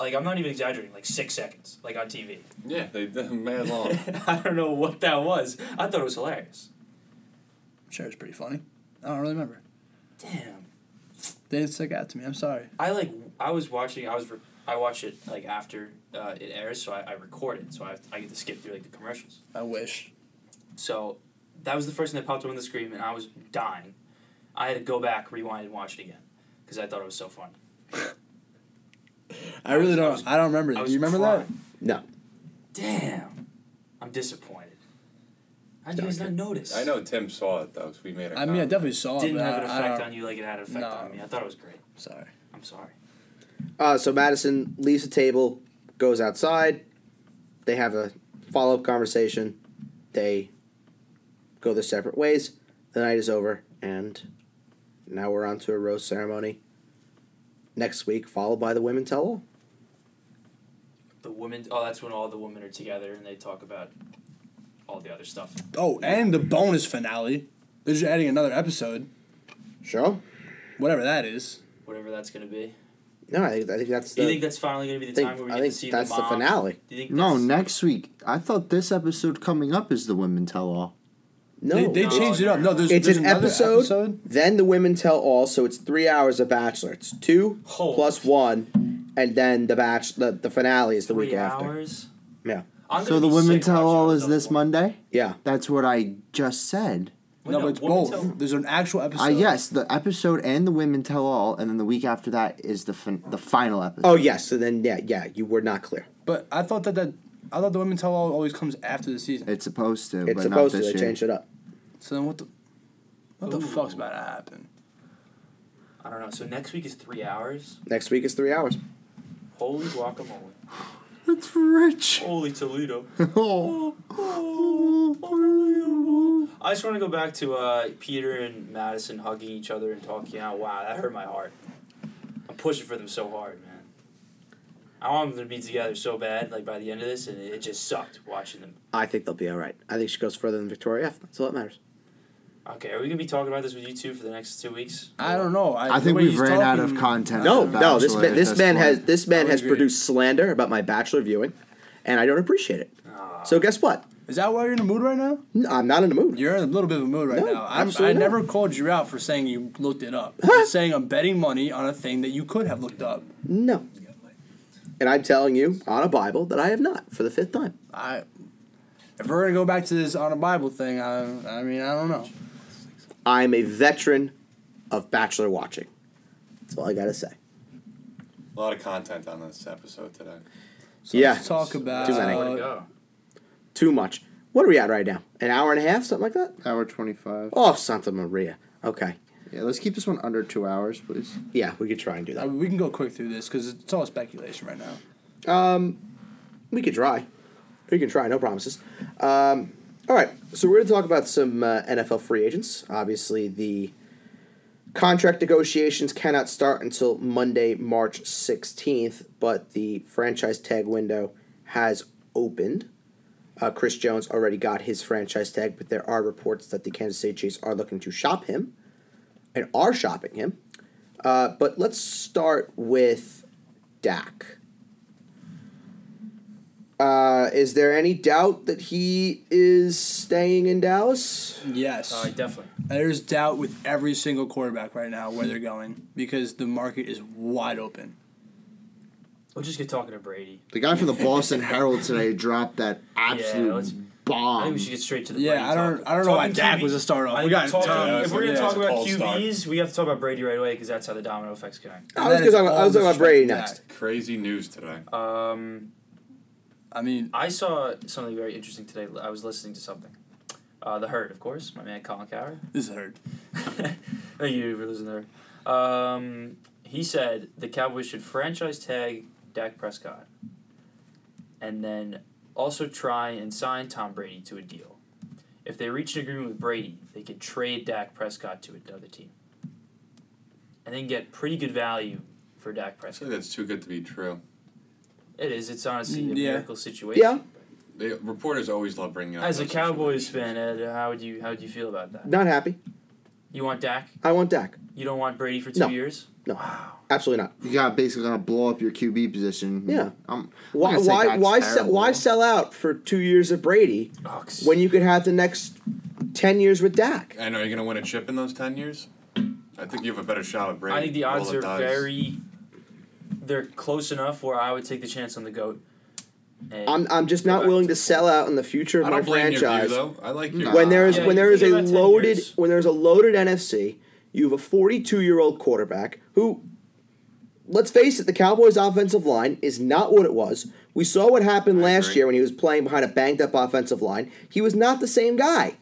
Speaker 3: like i'm not even exaggerating like six seconds like on tv
Speaker 5: Yeah, they did mad long.
Speaker 3: i don't know what that was i thought it was hilarious
Speaker 2: I'm sure it's pretty funny. I don't really remember.
Speaker 3: damn
Speaker 2: They didn't stick out to me. I'm sorry.
Speaker 3: i like i was watching i was re- i watch it like after uh, it airs so i, I record it so I, I get to skip through like the commercials
Speaker 2: I wish.
Speaker 3: So that was the first thing that popped up on the screen, and I was dying. I had to go back, rewind, and watch it again because I thought it was so funny.
Speaker 2: I really
Speaker 3: was- I
Speaker 2: don't.
Speaker 3: was-
Speaker 2: I don't remember.
Speaker 3: I
Speaker 2: that.
Speaker 3: was
Speaker 2: Do you remember
Speaker 3: crying.
Speaker 1: No,
Speaker 3: Damn, I'm disappointed. How did you guys not notice?
Speaker 5: I know Tim saw it though, so we made
Speaker 2: that? I mean,
Speaker 5: a
Speaker 2: I
Speaker 5: comment.
Speaker 2: definitely saw it.
Speaker 3: Didn't
Speaker 2: but
Speaker 3: have an
Speaker 2: I- I
Speaker 3: effect
Speaker 2: don't-
Speaker 3: on you like it had an effect
Speaker 2: No.
Speaker 3: on me. I thought it was great.
Speaker 2: Sorry.
Speaker 3: I'm sorry.
Speaker 1: Uh, so Madison leaves the table, goes outside. They have a follow up conversation. They go their separate ways. The night is over, and now we're on to a rose ceremony next week, followed by the women tell all.
Speaker 3: The women. Oh, that's when all the women are together and they talk about all the other stuff.
Speaker 2: Oh, and the bonus finale. They're just adding another episode,
Speaker 1: Sure.
Speaker 2: whatever that is.
Speaker 3: Whatever that's gonna be.
Speaker 1: No, I think I think that's
Speaker 3: Do
Speaker 1: the.
Speaker 3: you think that's finally gonna be the
Speaker 1: I think-
Speaker 3: time where we
Speaker 1: I
Speaker 3: get
Speaker 1: think
Speaker 3: to see
Speaker 1: that's
Speaker 3: the
Speaker 1: the,
Speaker 3: mom?
Speaker 1: finale.
Speaker 3: Do you think
Speaker 4: no,
Speaker 3: that's-
Speaker 4: next week. I thought this episode coming up is the women tell all.
Speaker 1: No,
Speaker 2: they they
Speaker 3: no,
Speaker 2: changed it up. No, there's,
Speaker 1: it's
Speaker 2: there's
Speaker 1: an
Speaker 2: another
Speaker 1: episode, Then the women tell all, so it's three hours of Bachelor. It's two
Speaker 3: Hold.
Speaker 1: plus one, and then the batch the, the finale is the
Speaker 3: Three
Speaker 1: week after.
Speaker 3: hours.
Speaker 1: Yeah.
Speaker 3: I'm
Speaker 4: So
Speaker 3: gonna
Speaker 4: the
Speaker 3: be
Speaker 4: women
Speaker 3: sick
Speaker 4: tell
Speaker 3: watching
Speaker 4: all
Speaker 3: those
Speaker 4: is
Speaker 3: other
Speaker 4: this
Speaker 3: ones.
Speaker 4: Monday.
Speaker 1: Yeah.
Speaker 4: That's what I just said.
Speaker 3: Wait,
Speaker 2: no, but it's
Speaker 3: Woman
Speaker 2: both.
Speaker 3: Tell-
Speaker 2: There's an actual episode.
Speaker 4: Uh, yes, the episode and the women tell all, and then the week after that is the fin- the final episode.
Speaker 1: Oh yes, so then yeah, yeah, you were not clear.
Speaker 2: But I thought that that I thought the women tell all always comes after the season.
Speaker 4: It's supposed to,
Speaker 1: It's
Speaker 4: but
Speaker 1: supposed
Speaker 4: not
Speaker 1: to.
Speaker 4: this
Speaker 1: They
Speaker 4: year.
Speaker 1: changed it up.
Speaker 2: So then what the what the fuck's about to happen?
Speaker 3: I don't know. So next week is three hours.
Speaker 1: Next week is three hours.
Speaker 3: Holy guacamole.
Speaker 4: It's rich.
Speaker 3: Holy Toledo.
Speaker 4: Oh.
Speaker 3: I just want to go back to uh, Peter and Madison hugging each other and talking out. Wow, that hurt my heart. I'm pushing for them so hard, man. I want them to be together so bad, like by the end of this, and it just sucked watching them.
Speaker 1: I think they'll be all right. I think she goes further than Victoria F. That's all that matters.
Speaker 3: Okay, are we gonna be talking about this with you two for the next two weeks?
Speaker 2: I don't know. I,
Speaker 4: I
Speaker 2: the
Speaker 4: think
Speaker 2: way
Speaker 4: we've
Speaker 2: he's
Speaker 4: ran out of
Speaker 2: talking-
Speaker 4: content.
Speaker 1: No,
Speaker 4: for
Speaker 1: no. This
Speaker 4: Bachelor
Speaker 1: man,
Speaker 4: at
Speaker 1: this man
Speaker 4: point.
Speaker 1: has this man
Speaker 2: would
Speaker 1: has
Speaker 2: agree.
Speaker 1: produced slander about my bachelor viewing, and I don't appreciate it.
Speaker 3: Ah.
Speaker 1: So guess what?
Speaker 2: Is that why you're in a mood right now?
Speaker 1: N- I'm not in the mood.
Speaker 2: You're in a little bit of a mood right
Speaker 1: No,
Speaker 2: now. I'm, I
Speaker 1: absolutely not.
Speaker 2: never called you out for saying you looked it up. I'm saying I'm betting money on a thing that you could have looked up.
Speaker 1: No. And I'm telling you on a Bible that I have not for the fifth time.
Speaker 2: I. If we're gonna go back to this on a Bible thing, I, I mean, I don't know.
Speaker 1: I'm a veteran of bachelor watching. That's all I gotta say.
Speaker 5: A lot of content on this episode today.
Speaker 2: So
Speaker 1: Yeah.
Speaker 2: let's talk about.
Speaker 1: Too many.
Speaker 3: Way to go.
Speaker 1: Too much. What are we at right now? An hour and a half, something like that?
Speaker 4: hour twenty five.
Speaker 1: Oh, Santa Maria. Okay.
Speaker 4: Yeah, let's keep this one under two hours, please.
Speaker 1: Yeah, we could try and do
Speaker 2: I
Speaker 1: that.
Speaker 2: mean, we can go quick through this because it's all speculation right now.
Speaker 1: We could try. We can try. No promises. Um, all right. So we're going to talk about some uh, NFL free agents. Obviously, the contract negotiations cannot start until Monday, March 16th, but the franchise tag window has opened. Uh, Chris Jones already got his franchise tag, but there are reports that the Kansas City Chiefs are looking to shop him and are shopping him. Uh, but let's start with Dak. Uh, is there any doubt that he is staying in Dallas?
Speaker 2: Yes.
Speaker 3: All right, definitely.
Speaker 2: There's doubt with every single quarterback right now where they're going because the market is wide open.
Speaker 3: We'll just get talking to Brady.
Speaker 4: The guy from the Boston Herald today dropped that absolute
Speaker 3: let's- I
Speaker 4: bomb.
Speaker 3: think we should get straight to the
Speaker 2: Yeah,
Speaker 3: Brady
Speaker 2: I don't-
Speaker 3: talk.
Speaker 2: I don't know why
Speaker 3: Talking
Speaker 2: Dak
Speaker 3: QB
Speaker 2: was a start-off.
Speaker 3: I
Speaker 2: We
Speaker 3: think
Speaker 2: got
Speaker 3: talking-
Speaker 2: Tom.
Speaker 5: Yeah,
Speaker 3: If we're gonna
Speaker 5: that's
Speaker 3: talk
Speaker 5: a
Speaker 3: about
Speaker 5: cold start.
Speaker 3: QBs, we have to talk about Brady right away because that's how the domino effects connect.
Speaker 1: I was,
Speaker 2: that is
Speaker 1: gonna- I was
Speaker 2: all
Speaker 1: talking about Brady
Speaker 2: distracted
Speaker 1: next.
Speaker 2: Dak.
Speaker 5: Crazy news today.
Speaker 3: Um,
Speaker 2: I mean,
Speaker 3: I saw something very interesting today. I was listening to something. Uh, the Herd, of course, my man Colin Coward.
Speaker 2: this is hurt.
Speaker 3: Thank you for listening there. Um, he said the Cowboys should franchise tag Dak Prescott and then also try and sign Tom Brady to a deal. If they reach an agreement with Brady, they could trade Dak Prescott to another team and then get pretty good value for Dak
Speaker 5: I say
Speaker 3: Prescott.
Speaker 5: that's too good to be true.
Speaker 3: It is. It's honestly a
Speaker 2: Mm, Yeah.
Speaker 3: miracle situation.
Speaker 1: Yeah.
Speaker 5: They, reporters always love bringing up
Speaker 3: As a
Speaker 5: those
Speaker 3: Cowboys
Speaker 5: situations.
Speaker 3: fan, Ed, how would you how would you feel about that?
Speaker 1: Not happy.
Speaker 3: You want Dak?
Speaker 1: I want Dak.
Speaker 3: You don't want Brady for two
Speaker 1: No.
Speaker 3: years?
Speaker 1: No.
Speaker 3: Wow.
Speaker 1: Absolutely not.
Speaker 4: you got basically gonna blow up your QB position. Um,
Speaker 1: Yeah.
Speaker 4: I'm, I'm
Speaker 1: Why?
Speaker 4: gonna say
Speaker 1: Why?
Speaker 4: that's
Speaker 1: Why, se-
Speaker 4: terrible.
Speaker 1: why sell out for two years of Brady
Speaker 3: Oh, 'cause-
Speaker 1: when you could have the next ten years with Dak?
Speaker 5: And are you going to win a chip in those 10 years? I think you have a better shot at Brady.
Speaker 3: I think the odds
Speaker 5: Roll
Speaker 3: are
Speaker 5: dice.
Speaker 3: very. They're close enough where I would take the chance on the goat. And
Speaker 1: I'm, I'm just not
Speaker 3: Correct.
Speaker 1: willing to sell out in the future of
Speaker 5: I
Speaker 1: my
Speaker 5: don't blame your view,
Speaker 1: franchise.
Speaker 5: though. I like your
Speaker 1: when there is
Speaker 3: Yeah,
Speaker 1: when
Speaker 3: you
Speaker 1: there is a
Speaker 3: think about 10
Speaker 1: loaded
Speaker 3: years.
Speaker 1: when there's a loaded NFC, you have a 42 year old quarterback who, let's face it, the Cowboys' offensive line is not what it was. We saw what happened
Speaker 5: I
Speaker 1: last
Speaker 5: agree.
Speaker 1: year when he was playing behind a banged up offensive line. He was not the same guy.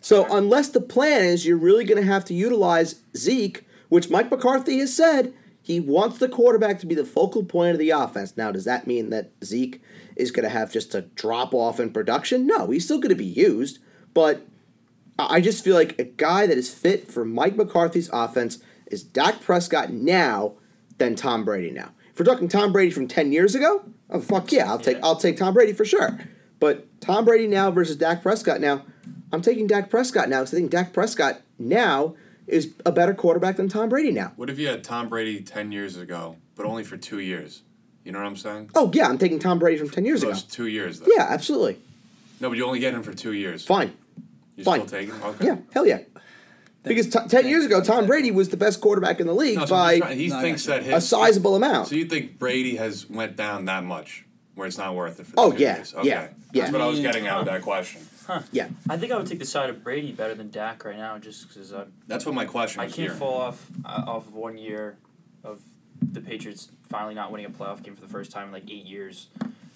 Speaker 1: So unless the plan is you're really going to have to utilize Zeke, which Mike McCarthy has said he wants the quarterback to be the focal point of the offense. Now, does that mean that Zeke is going to have just a drop off in production? No, he's still going to be used, but I I just feel like a guy that is fit for Mike McCarthy's offense is Dak Prescott now than Tom Brady now. If we're talking Tom Brady from ten years ago, oh fuck yeah, I'll take
Speaker 3: Yeah.
Speaker 1: I'll take Tom Brady for sure. But Tom Brady now versus Dak Prescott now, I'm taking Dak Prescott now because I think Dak Prescott now is a better quarterback than Tom Brady now.
Speaker 5: What if you had Tom Brady 10 years ago, but only for two years? You know what I'm saying?
Speaker 1: Oh yeah, I'm taking Tom Brady from ten years ago.
Speaker 5: Those two years, though.
Speaker 1: Yeah, absolutely.
Speaker 5: No, but you only get him for two years.
Speaker 1: Fine.
Speaker 5: You
Speaker 1: fine.
Speaker 5: still take him? Okay.
Speaker 1: Yeah, hell yeah. Because t- ten years ago, Tom Brady was the best quarterback in the league
Speaker 5: No, so I'm just
Speaker 1: by
Speaker 5: trying- he
Speaker 2: No, I
Speaker 5: thinks
Speaker 2: got
Speaker 5: that
Speaker 1: a
Speaker 5: his
Speaker 1: sizable amount.
Speaker 5: So you think Brady has went down that much where it's not worth it for the
Speaker 1: Oh,
Speaker 5: two
Speaker 1: yeah,
Speaker 5: years?
Speaker 1: yeah, yeah.
Speaker 5: That's what I was
Speaker 2: I mean,
Speaker 5: getting out of that question.
Speaker 1: Yeah.
Speaker 3: I think I would take the side of Brady better than Dak right now, just because I,
Speaker 5: That's what my question
Speaker 3: I
Speaker 5: was
Speaker 3: can't
Speaker 5: here.
Speaker 3: fall off uh, off of one year of the Patriots finally not winning a playoff game for the first time in like eight years,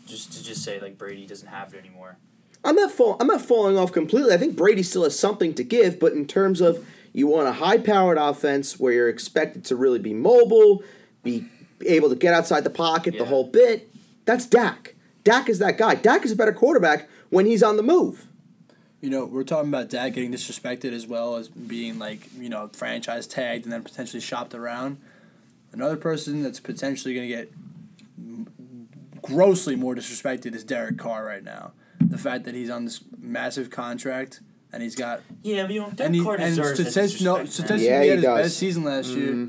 Speaker 3: just to just say like Brady doesn't have it anymore.
Speaker 1: I'm not fall, I'm not falling off completely. I think Brady still has something to give, but in terms of you want a high-powered offense where you're expected to really be mobile, be able to get outside the pocket, the
Speaker 3: Yeah.
Speaker 1: whole bit. That's Dak. Dak is that guy. Dak is a better quarterback when he's on the move.
Speaker 2: You know, we're talking about Dak getting disrespected as well as being like, you know, franchise tagged and then potentially shopped around. Another person that's potentially going to get grossly more disrespected is Derek Carr right now. The fact that he's on this massive contract and he's got
Speaker 3: Yeah, but you know, Dak
Speaker 2: and he,
Speaker 3: Carr
Speaker 2: and
Speaker 3: deserves that
Speaker 2: statistic-
Speaker 3: disrespect,
Speaker 2: no,
Speaker 3: man.
Speaker 2: statistically
Speaker 1: Yeah,
Speaker 2: he
Speaker 1: he
Speaker 2: had his
Speaker 1: does. Mm-hmm.
Speaker 2: best season last year.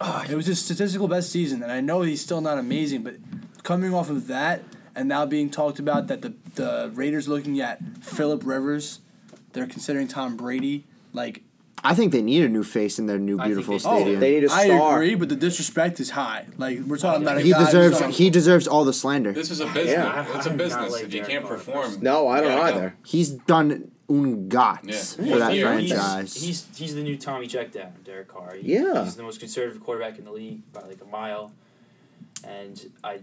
Speaker 2: Ah, it was his statistical best season, and I know he's still not amazing, but coming off of that and now being talked about that the the Raiders looking at Philip Rivers, they're considering Tom Brady like.
Speaker 4: I think they need a new face in their new
Speaker 3: think
Speaker 4: beautiful
Speaker 3: they do. Oh,
Speaker 4: stadium.
Speaker 1: They need a
Speaker 2: I
Speaker 1: star.
Speaker 2: agree, but the disrespect is high. Like we're talking about a
Speaker 4: he
Speaker 2: guy who's
Speaker 4: deserves
Speaker 2: on-
Speaker 4: he deserves all the slander.
Speaker 5: This is a business.
Speaker 1: Yeah.
Speaker 5: It's a
Speaker 3: I- I do not
Speaker 5: business.
Speaker 3: like
Speaker 5: if you
Speaker 3: Derek
Speaker 5: can't
Speaker 3: Carr
Speaker 5: perform,
Speaker 1: No, I don't
Speaker 5: you gotta
Speaker 1: either.
Speaker 4: He's done un gots
Speaker 5: Yeah.
Speaker 4: for
Speaker 3: Yeah,
Speaker 4: that
Speaker 5: He's-
Speaker 3: he's-
Speaker 4: franchise.
Speaker 3: He's, he's the new Tommy Checkdown, Derek Carr. He-
Speaker 1: Yeah.
Speaker 3: he's the most conservative quarterback in the league by like a mile, and I,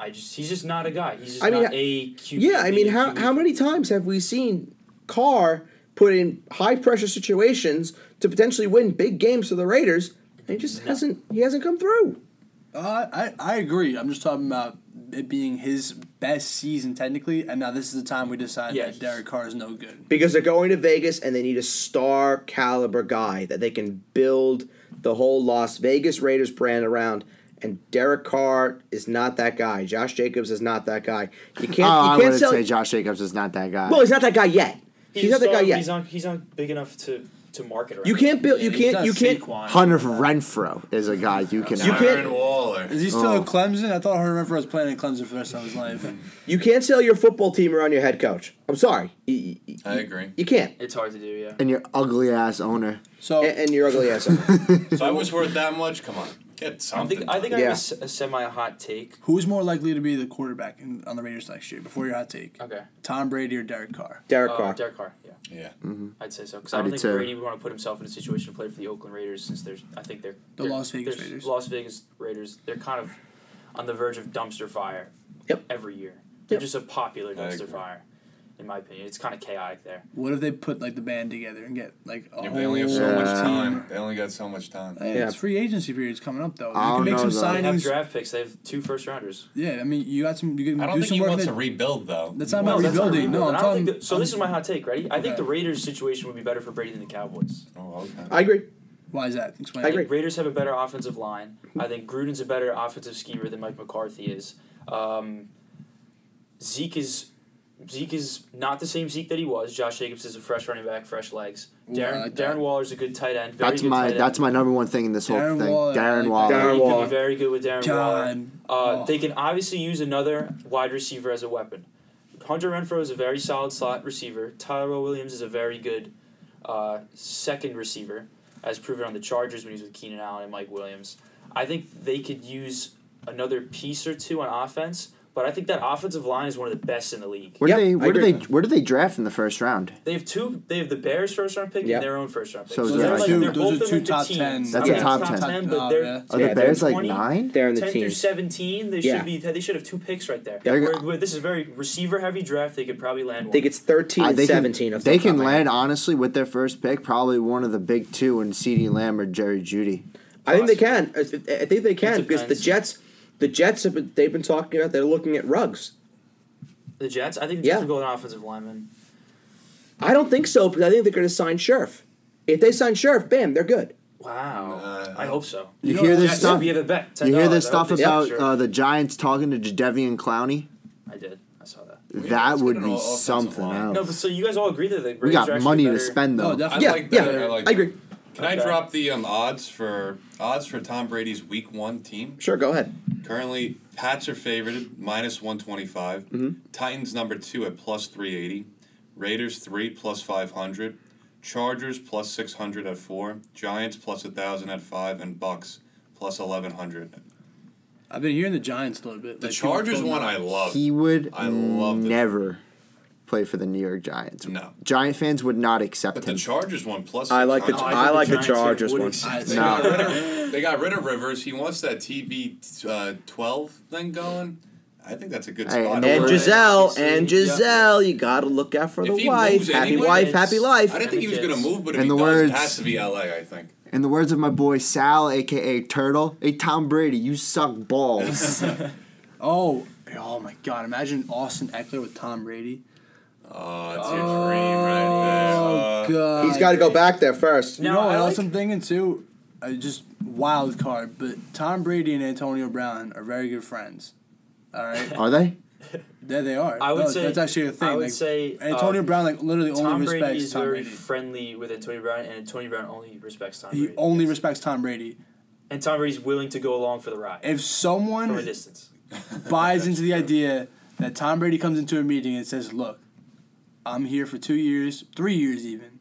Speaker 3: I just he's just not a guy. He's just
Speaker 1: I mean,
Speaker 3: not a QB.
Speaker 1: Yeah, I mean,
Speaker 3: league
Speaker 1: how
Speaker 3: QB.
Speaker 1: how many times have we seen Carr put in high pressure situations to potentially win big games for the Raiders, and he just
Speaker 3: No.
Speaker 1: hasn't he hasn't come through.
Speaker 2: Uh, I, I agree. I'm just talking about it being his best season technically, and now this is the time we decide
Speaker 3: Yeah,
Speaker 2: that
Speaker 3: he's-
Speaker 2: Derek Carr is no good.
Speaker 1: because they're going to Vegas and they need a star caliber guy that they can build the whole Las Vegas Raiders brand around. And Derek Carr is not that guy. Josh Jacobs is not that guy. You can't.
Speaker 4: oh, I
Speaker 1: you can't
Speaker 4: wouldn't
Speaker 1: sell.
Speaker 4: say Josh Jacobs is not that guy.
Speaker 1: well, he's not that guy yet. He's,
Speaker 3: He's, a
Speaker 1: not that
Speaker 3: star,
Speaker 1: guy
Speaker 3: but
Speaker 1: yet.
Speaker 3: He's not he's not big enough to to market around.
Speaker 1: you can't build. You
Speaker 2: Yeah, he's
Speaker 1: can't.
Speaker 2: not
Speaker 1: You can't.
Speaker 2: Saquon.
Speaker 4: Hunter Renfro is a guy you can.
Speaker 1: You
Speaker 4: have.
Speaker 1: can't-
Speaker 5: Darren Waller.
Speaker 2: Is he still
Speaker 4: Oh.
Speaker 2: at Clemson? I thought Hunter Renfro was playing at Clemson for the rest of his life.
Speaker 1: You can't sell your football team around your head coach. I'm sorry. You, you-
Speaker 5: I agree.
Speaker 1: you can't.
Speaker 3: It's hard to do, yeah.
Speaker 4: And your ugly ass owner.
Speaker 2: So
Speaker 1: A- And, your ugly ass. owner.
Speaker 5: If I was worth that much, come on, get
Speaker 3: I
Speaker 5: something.
Speaker 3: think I think I
Speaker 1: Yeah.
Speaker 3: have a s- a, semi hot take.
Speaker 2: who's more likely to be the quarterback in, on the Raiders next year? Before your hot take,
Speaker 3: Okay,
Speaker 2: Tom Brady or Derek Carr?
Speaker 1: Derek
Speaker 3: uh,
Speaker 1: Carr.
Speaker 3: Derek Carr, yeah,
Speaker 5: yeah.
Speaker 3: I'd say so. Because
Speaker 4: I
Speaker 3: I don't
Speaker 4: do
Speaker 3: think
Speaker 4: too.
Speaker 3: Brady would want to put himself in a situation to play for the Oakland Raiders since there's I think they're
Speaker 2: The
Speaker 3: they're-
Speaker 2: Las Vegas
Speaker 3: they're-
Speaker 2: Raiders.
Speaker 3: Las Vegas Raiders. They're kind of on the verge of dumpster fire.
Speaker 1: Yep.
Speaker 3: Every year, they're
Speaker 1: Yep.
Speaker 3: just a popular dumpster
Speaker 5: agree.
Speaker 3: fire, in my opinion. It's kind of chaotic there.
Speaker 2: What if they put like the band together and get like a
Speaker 5: Yeah,
Speaker 2: whole
Speaker 5: they only have so
Speaker 4: Yeah.
Speaker 5: much
Speaker 2: team?
Speaker 5: time. They only got so much time.
Speaker 2: Hey, It's
Speaker 1: Yeah.
Speaker 2: free agency period's coming up though. You
Speaker 4: I
Speaker 2: can
Speaker 4: don't
Speaker 2: make some
Speaker 4: know, though.
Speaker 3: They have
Speaker 2: signings.
Speaker 3: draft picks. They have two first rounders.
Speaker 2: yeah, I mean you got some. You can
Speaker 5: I don't
Speaker 2: do
Speaker 5: think
Speaker 2: some
Speaker 5: he
Speaker 2: work.
Speaker 5: wants
Speaker 2: that-
Speaker 5: to rebuild though.
Speaker 2: That's not
Speaker 3: No,
Speaker 2: about
Speaker 3: that's not
Speaker 2: rebuilding. No,
Speaker 3: rebuilding.
Speaker 2: I'm
Speaker 3: I don't
Speaker 2: talking.
Speaker 3: think that- so
Speaker 2: I'm-
Speaker 3: this is my hot take. Ready? I think the
Speaker 2: Okay.
Speaker 3: Raiders' situation would be better for Brady than the Cowboys.
Speaker 5: Oh, okay.
Speaker 1: I agree.
Speaker 2: Why is that? Explain.
Speaker 1: I
Speaker 2: it.
Speaker 1: agree.
Speaker 3: think Raiders have a better offensive line. I think Gruden's a better offensive schemer than Mike McCarthy is. Um, Zeke is Zeke is not the same Zeke that he was. Josh Jacobs is a fresh running back, fresh legs.
Speaker 2: Ooh, I
Speaker 3: Darren
Speaker 2: like that.
Speaker 3: Darren Waller's a good tight end. Very
Speaker 4: That's
Speaker 3: good
Speaker 4: my
Speaker 3: tight end.
Speaker 4: that's my number one thing in this whole
Speaker 2: Darren
Speaker 4: thing.
Speaker 2: Waller, I
Speaker 4: Darren
Speaker 2: like
Speaker 4: Waller.
Speaker 1: Darren
Speaker 3: He could
Speaker 1: Waller.
Speaker 3: be very good with Darren Waller.
Speaker 2: God.
Speaker 3: Uh,
Speaker 2: Oh.
Speaker 3: They can obviously use another wide receiver as a weapon. Hunter Renfro is a very solid slot receiver. Tyrell Williams is a very good uh, second receiver, as proven on the Chargers when he was with Keenan Allen and Mike Williams. I think they could use another piece or two on offense, but I think that offensive line is one of the best in the league.
Speaker 4: Where
Speaker 1: Yep,
Speaker 4: do they
Speaker 1: I
Speaker 4: where do
Speaker 1: agree.
Speaker 4: they where do they draft in the first round?
Speaker 3: They have two. They have the Bears' first round pick
Speaker 1: Yeah.
Speaker 3: and their own first round pick.
Speaker 4: So
Speaker 2: Those
Speaker 4: they're
Speaker 2: are
Speaker 4: like-
Speaker 2: two,
Speaker 4: they're
Speaker 2: those are
Speaker 3: both
Speaker 2: two
Speaker 3: in the
Speaker 2: top
Speaker 3: teams.
Speaker 2: ten.
Speaker 4: That's
Speaker 3: I
Speaker 4: a
Speaker 3: mean,
Speaker 4: top
Speaker 3: it's
Speaker 4: 10.
Speaker 3: but
Speaker 2: Oh,
Speaker 3: they're
Speaker 2: yeah.
Speaker 4: Are
Speaker 1: Yeah,
Speaker 4: the
Speaker 1: they're
Speaker 4: Bears like
Speaker 3: 20
Speaker 4: nine? Uh,
Speaker 1: They're in the
Speaker 3: 10 through
Speaker 1: teams.
Speaker 3: 17, they
Speaker 1: Yeah.
Speaker 3: should be. They should have two picks right there.
Speaker 4: They're-
Speaker 3: Where, where this is very receiver heavy draft. They could probably land
Speaker 1: I
Speaker 3: one.
Speaker 1: think it's 13
Speaker 4: Uh,
Speaker 1: and
Speaker 4: they
Speaker 1: 17.
Speaker 4: can,
Speaker 1: off the
Speaker 4: they
Speaker 1: top of
Speaker 4: can
Speaker 1: my head.
Speaker 4: land honestly with their first pick, probably one of the big two in C.D. Lamb or Jerry Judy.
Speaker 1: I think they can. I I- I think they can
Speaker 3: It
Speaker 1: because the
Speaker 3: depends.
Speaker 1: Jets, the Jets have been, they've been talking about. They're looking at rugs.
Speaker 3: the Jets. I think the Jets
Speaker 1: Yeah.
Speaker 3: would go with an offensive lineman.
Speaker 1: I don't think so because I think they're going to sign Scherf. If they sign Scherf, bam, they're good.
Speaker 3: Wow.
Speaker 5: Uh,
Speaker 3: I hope so.
Speaker 4: You,
Speaker 2: know
Speaker 4: hear
Speaker 2: what,
Speaker 4: this
Speaker 3: Jets,
Speaker 4: stuff?
Speaker 3: we have a bet.
Speaker 4: You hear
Speaker 3: $10.
Speaker 4: this
Speaker 3: I
Speaker 4: stuff
Speaker 3: hope they
Speaker 4: about
Speaker 3: sign Scherf.
Speaker 4: uh, the Giants talking to Jadevian Clowney?
Speaker 3: I did. I saw that.
Speaker 4: that
Speaker 5: let's
Speaker 4: would
Speaker 5: get an
Speaker 4: be
Speaker 5: all- offensive
Speaker 4: something
Speaker 5: line.
Speaker 4: else.
Speaker 3: No, but so you guys all agree that the
Speaker 4: we
Speaker 3: Raiders are
Speaker 4: got
Speaker 3: actually
Speaker 4: money
Speaker 3: better.
Speaker 4: to spend though.
Speaker 2: No,
Speaker 5: I
Speaker 2: Oh, definitely.
Speaker 1: Yeah,
Speaker 5: like
Speaker 1: yeah,
Speaker 5: that. I like
Speaker 1: I agree.
Speaker 5: Can I
Speaker 3: Okay.
Speaker 5: drop the um, odds for odds for Tom Brady's Week One team?
Speaker 1: Sure, go ahead.
Speaker 5: Currently, Pats are favored minus one twenty Titans number two at plus three eighty. Raiders three plus five hundred. Chargers plus six hundred at four. Giants plus a thousand at five, and Bucks plus eleven hundred.
Speaker 2: I've been hearing the Giants a little bit.
Speaker 5: The
Speaker 2: like, people
Speaker 5: Chargers
Speaker 2: floating
Speaker 5: one
Speaker 2: around.
Speaker 5: I love.
Speaker 4: He would
Speaker 5: I love this.
Speaker 4: never play for the New York Giants.
Speaker 5: No.
Speaker 4: Giant fans would not accept
Speaker 5: But the
Speaker 4: him.
Speaker 5: Chargers one plus.
Speaker 7: I like the
Speaker 5: six.
Speaker 3: No,
Speaker 7: I like the
Speaker 3: think
Speaker 7: Chargers
Speaker 3: would
Speaker 7: one.
Speaker 3: accept
Speaker 2: I
Speaker 5: They,
Speaker 2: think-
Speaker 5: got rid of, they got rid of Rivers. He wants that TB uh, twelve thing going. I think that's a good
Speaker 4: Hey,
Speaker 5: spot.
Speaker 4: and
Speaker 5: Over
Speaker 4: Word.
Speaker 1: And Giselle, and
Speaker 5: Yeah.
Speaker 1: Giselle, you gotta look out for
Speaker 5: If
Speaker 1: the
Speaker 5: he
Speaker 1: wife.
Speaker 5: moves
Speaker 1: Happy
Speaker 5: anywhere,
Speaker 1: wife,
Speaker 3: it's-
Speaker 1: happy life.
Speaker 5: I didn't think he was going to move, but if
Speaker 4: In
Speaker 5: he
Speaker 4: the
Speaker 5: does,
Speaker 4: words-
Speaker 5: it has to be LA. I think.
Speaker 4: In the words of my boy Sal, aka Turtle, hey Tom Brady, you suck balls.
Speaker 2: Oh, oh my God! Imagine Austin Eckler with Tom Brady.
Speaker 5: Oh, it's your dream right there.
Speaker 2: Oh God!
Speaker 1: He's gotta go back there first.
Speaker 2: You
Speaker 3: No,
Speaker 2: know what
Speaker 3: I
Speaker 2: else
Speaker 3: like-
Speaker 2: I'm thinking too? I just wild card, but Tom Brady and Antonio Brown are very good friends. All right,
Speaker 4: Are they?
Speaker 2: there they are.
Speaker 3: I would
Speaker 2: No,
Speaker 3: say
Speaker 2: that's actually a thing.
Speaker 3: I would
Speaker 2: like,
Speaker 3: say
Speaker 2: Antonio
Speaker 3: um,
Speaker 2: Brown like literally
Speaker 3: Tom
Speaker 2: only
Speaker 3: Brady
Speaker 2: respects
Speaker 3: is
Speaker 2: Tom
Speaker 3: very
Speaker 2: Brady.
Speaker 3: friendly with Antonio Brown, and Antonio Brown only respects Tom
Speaker 2: He
Speaker 3: Brady.
Speaker 2: only respects Tom Brady.
Speaker 3: and Tom Brady's willing to go along for the ride
Speaker 2: If
Speaker 3: from a
Speaker 2: someone
Speaker 3: distance.
Speaker 2: buys into the idea that Tom Brady comes into a meeting and says, "Look, I'm here for two years, three years even.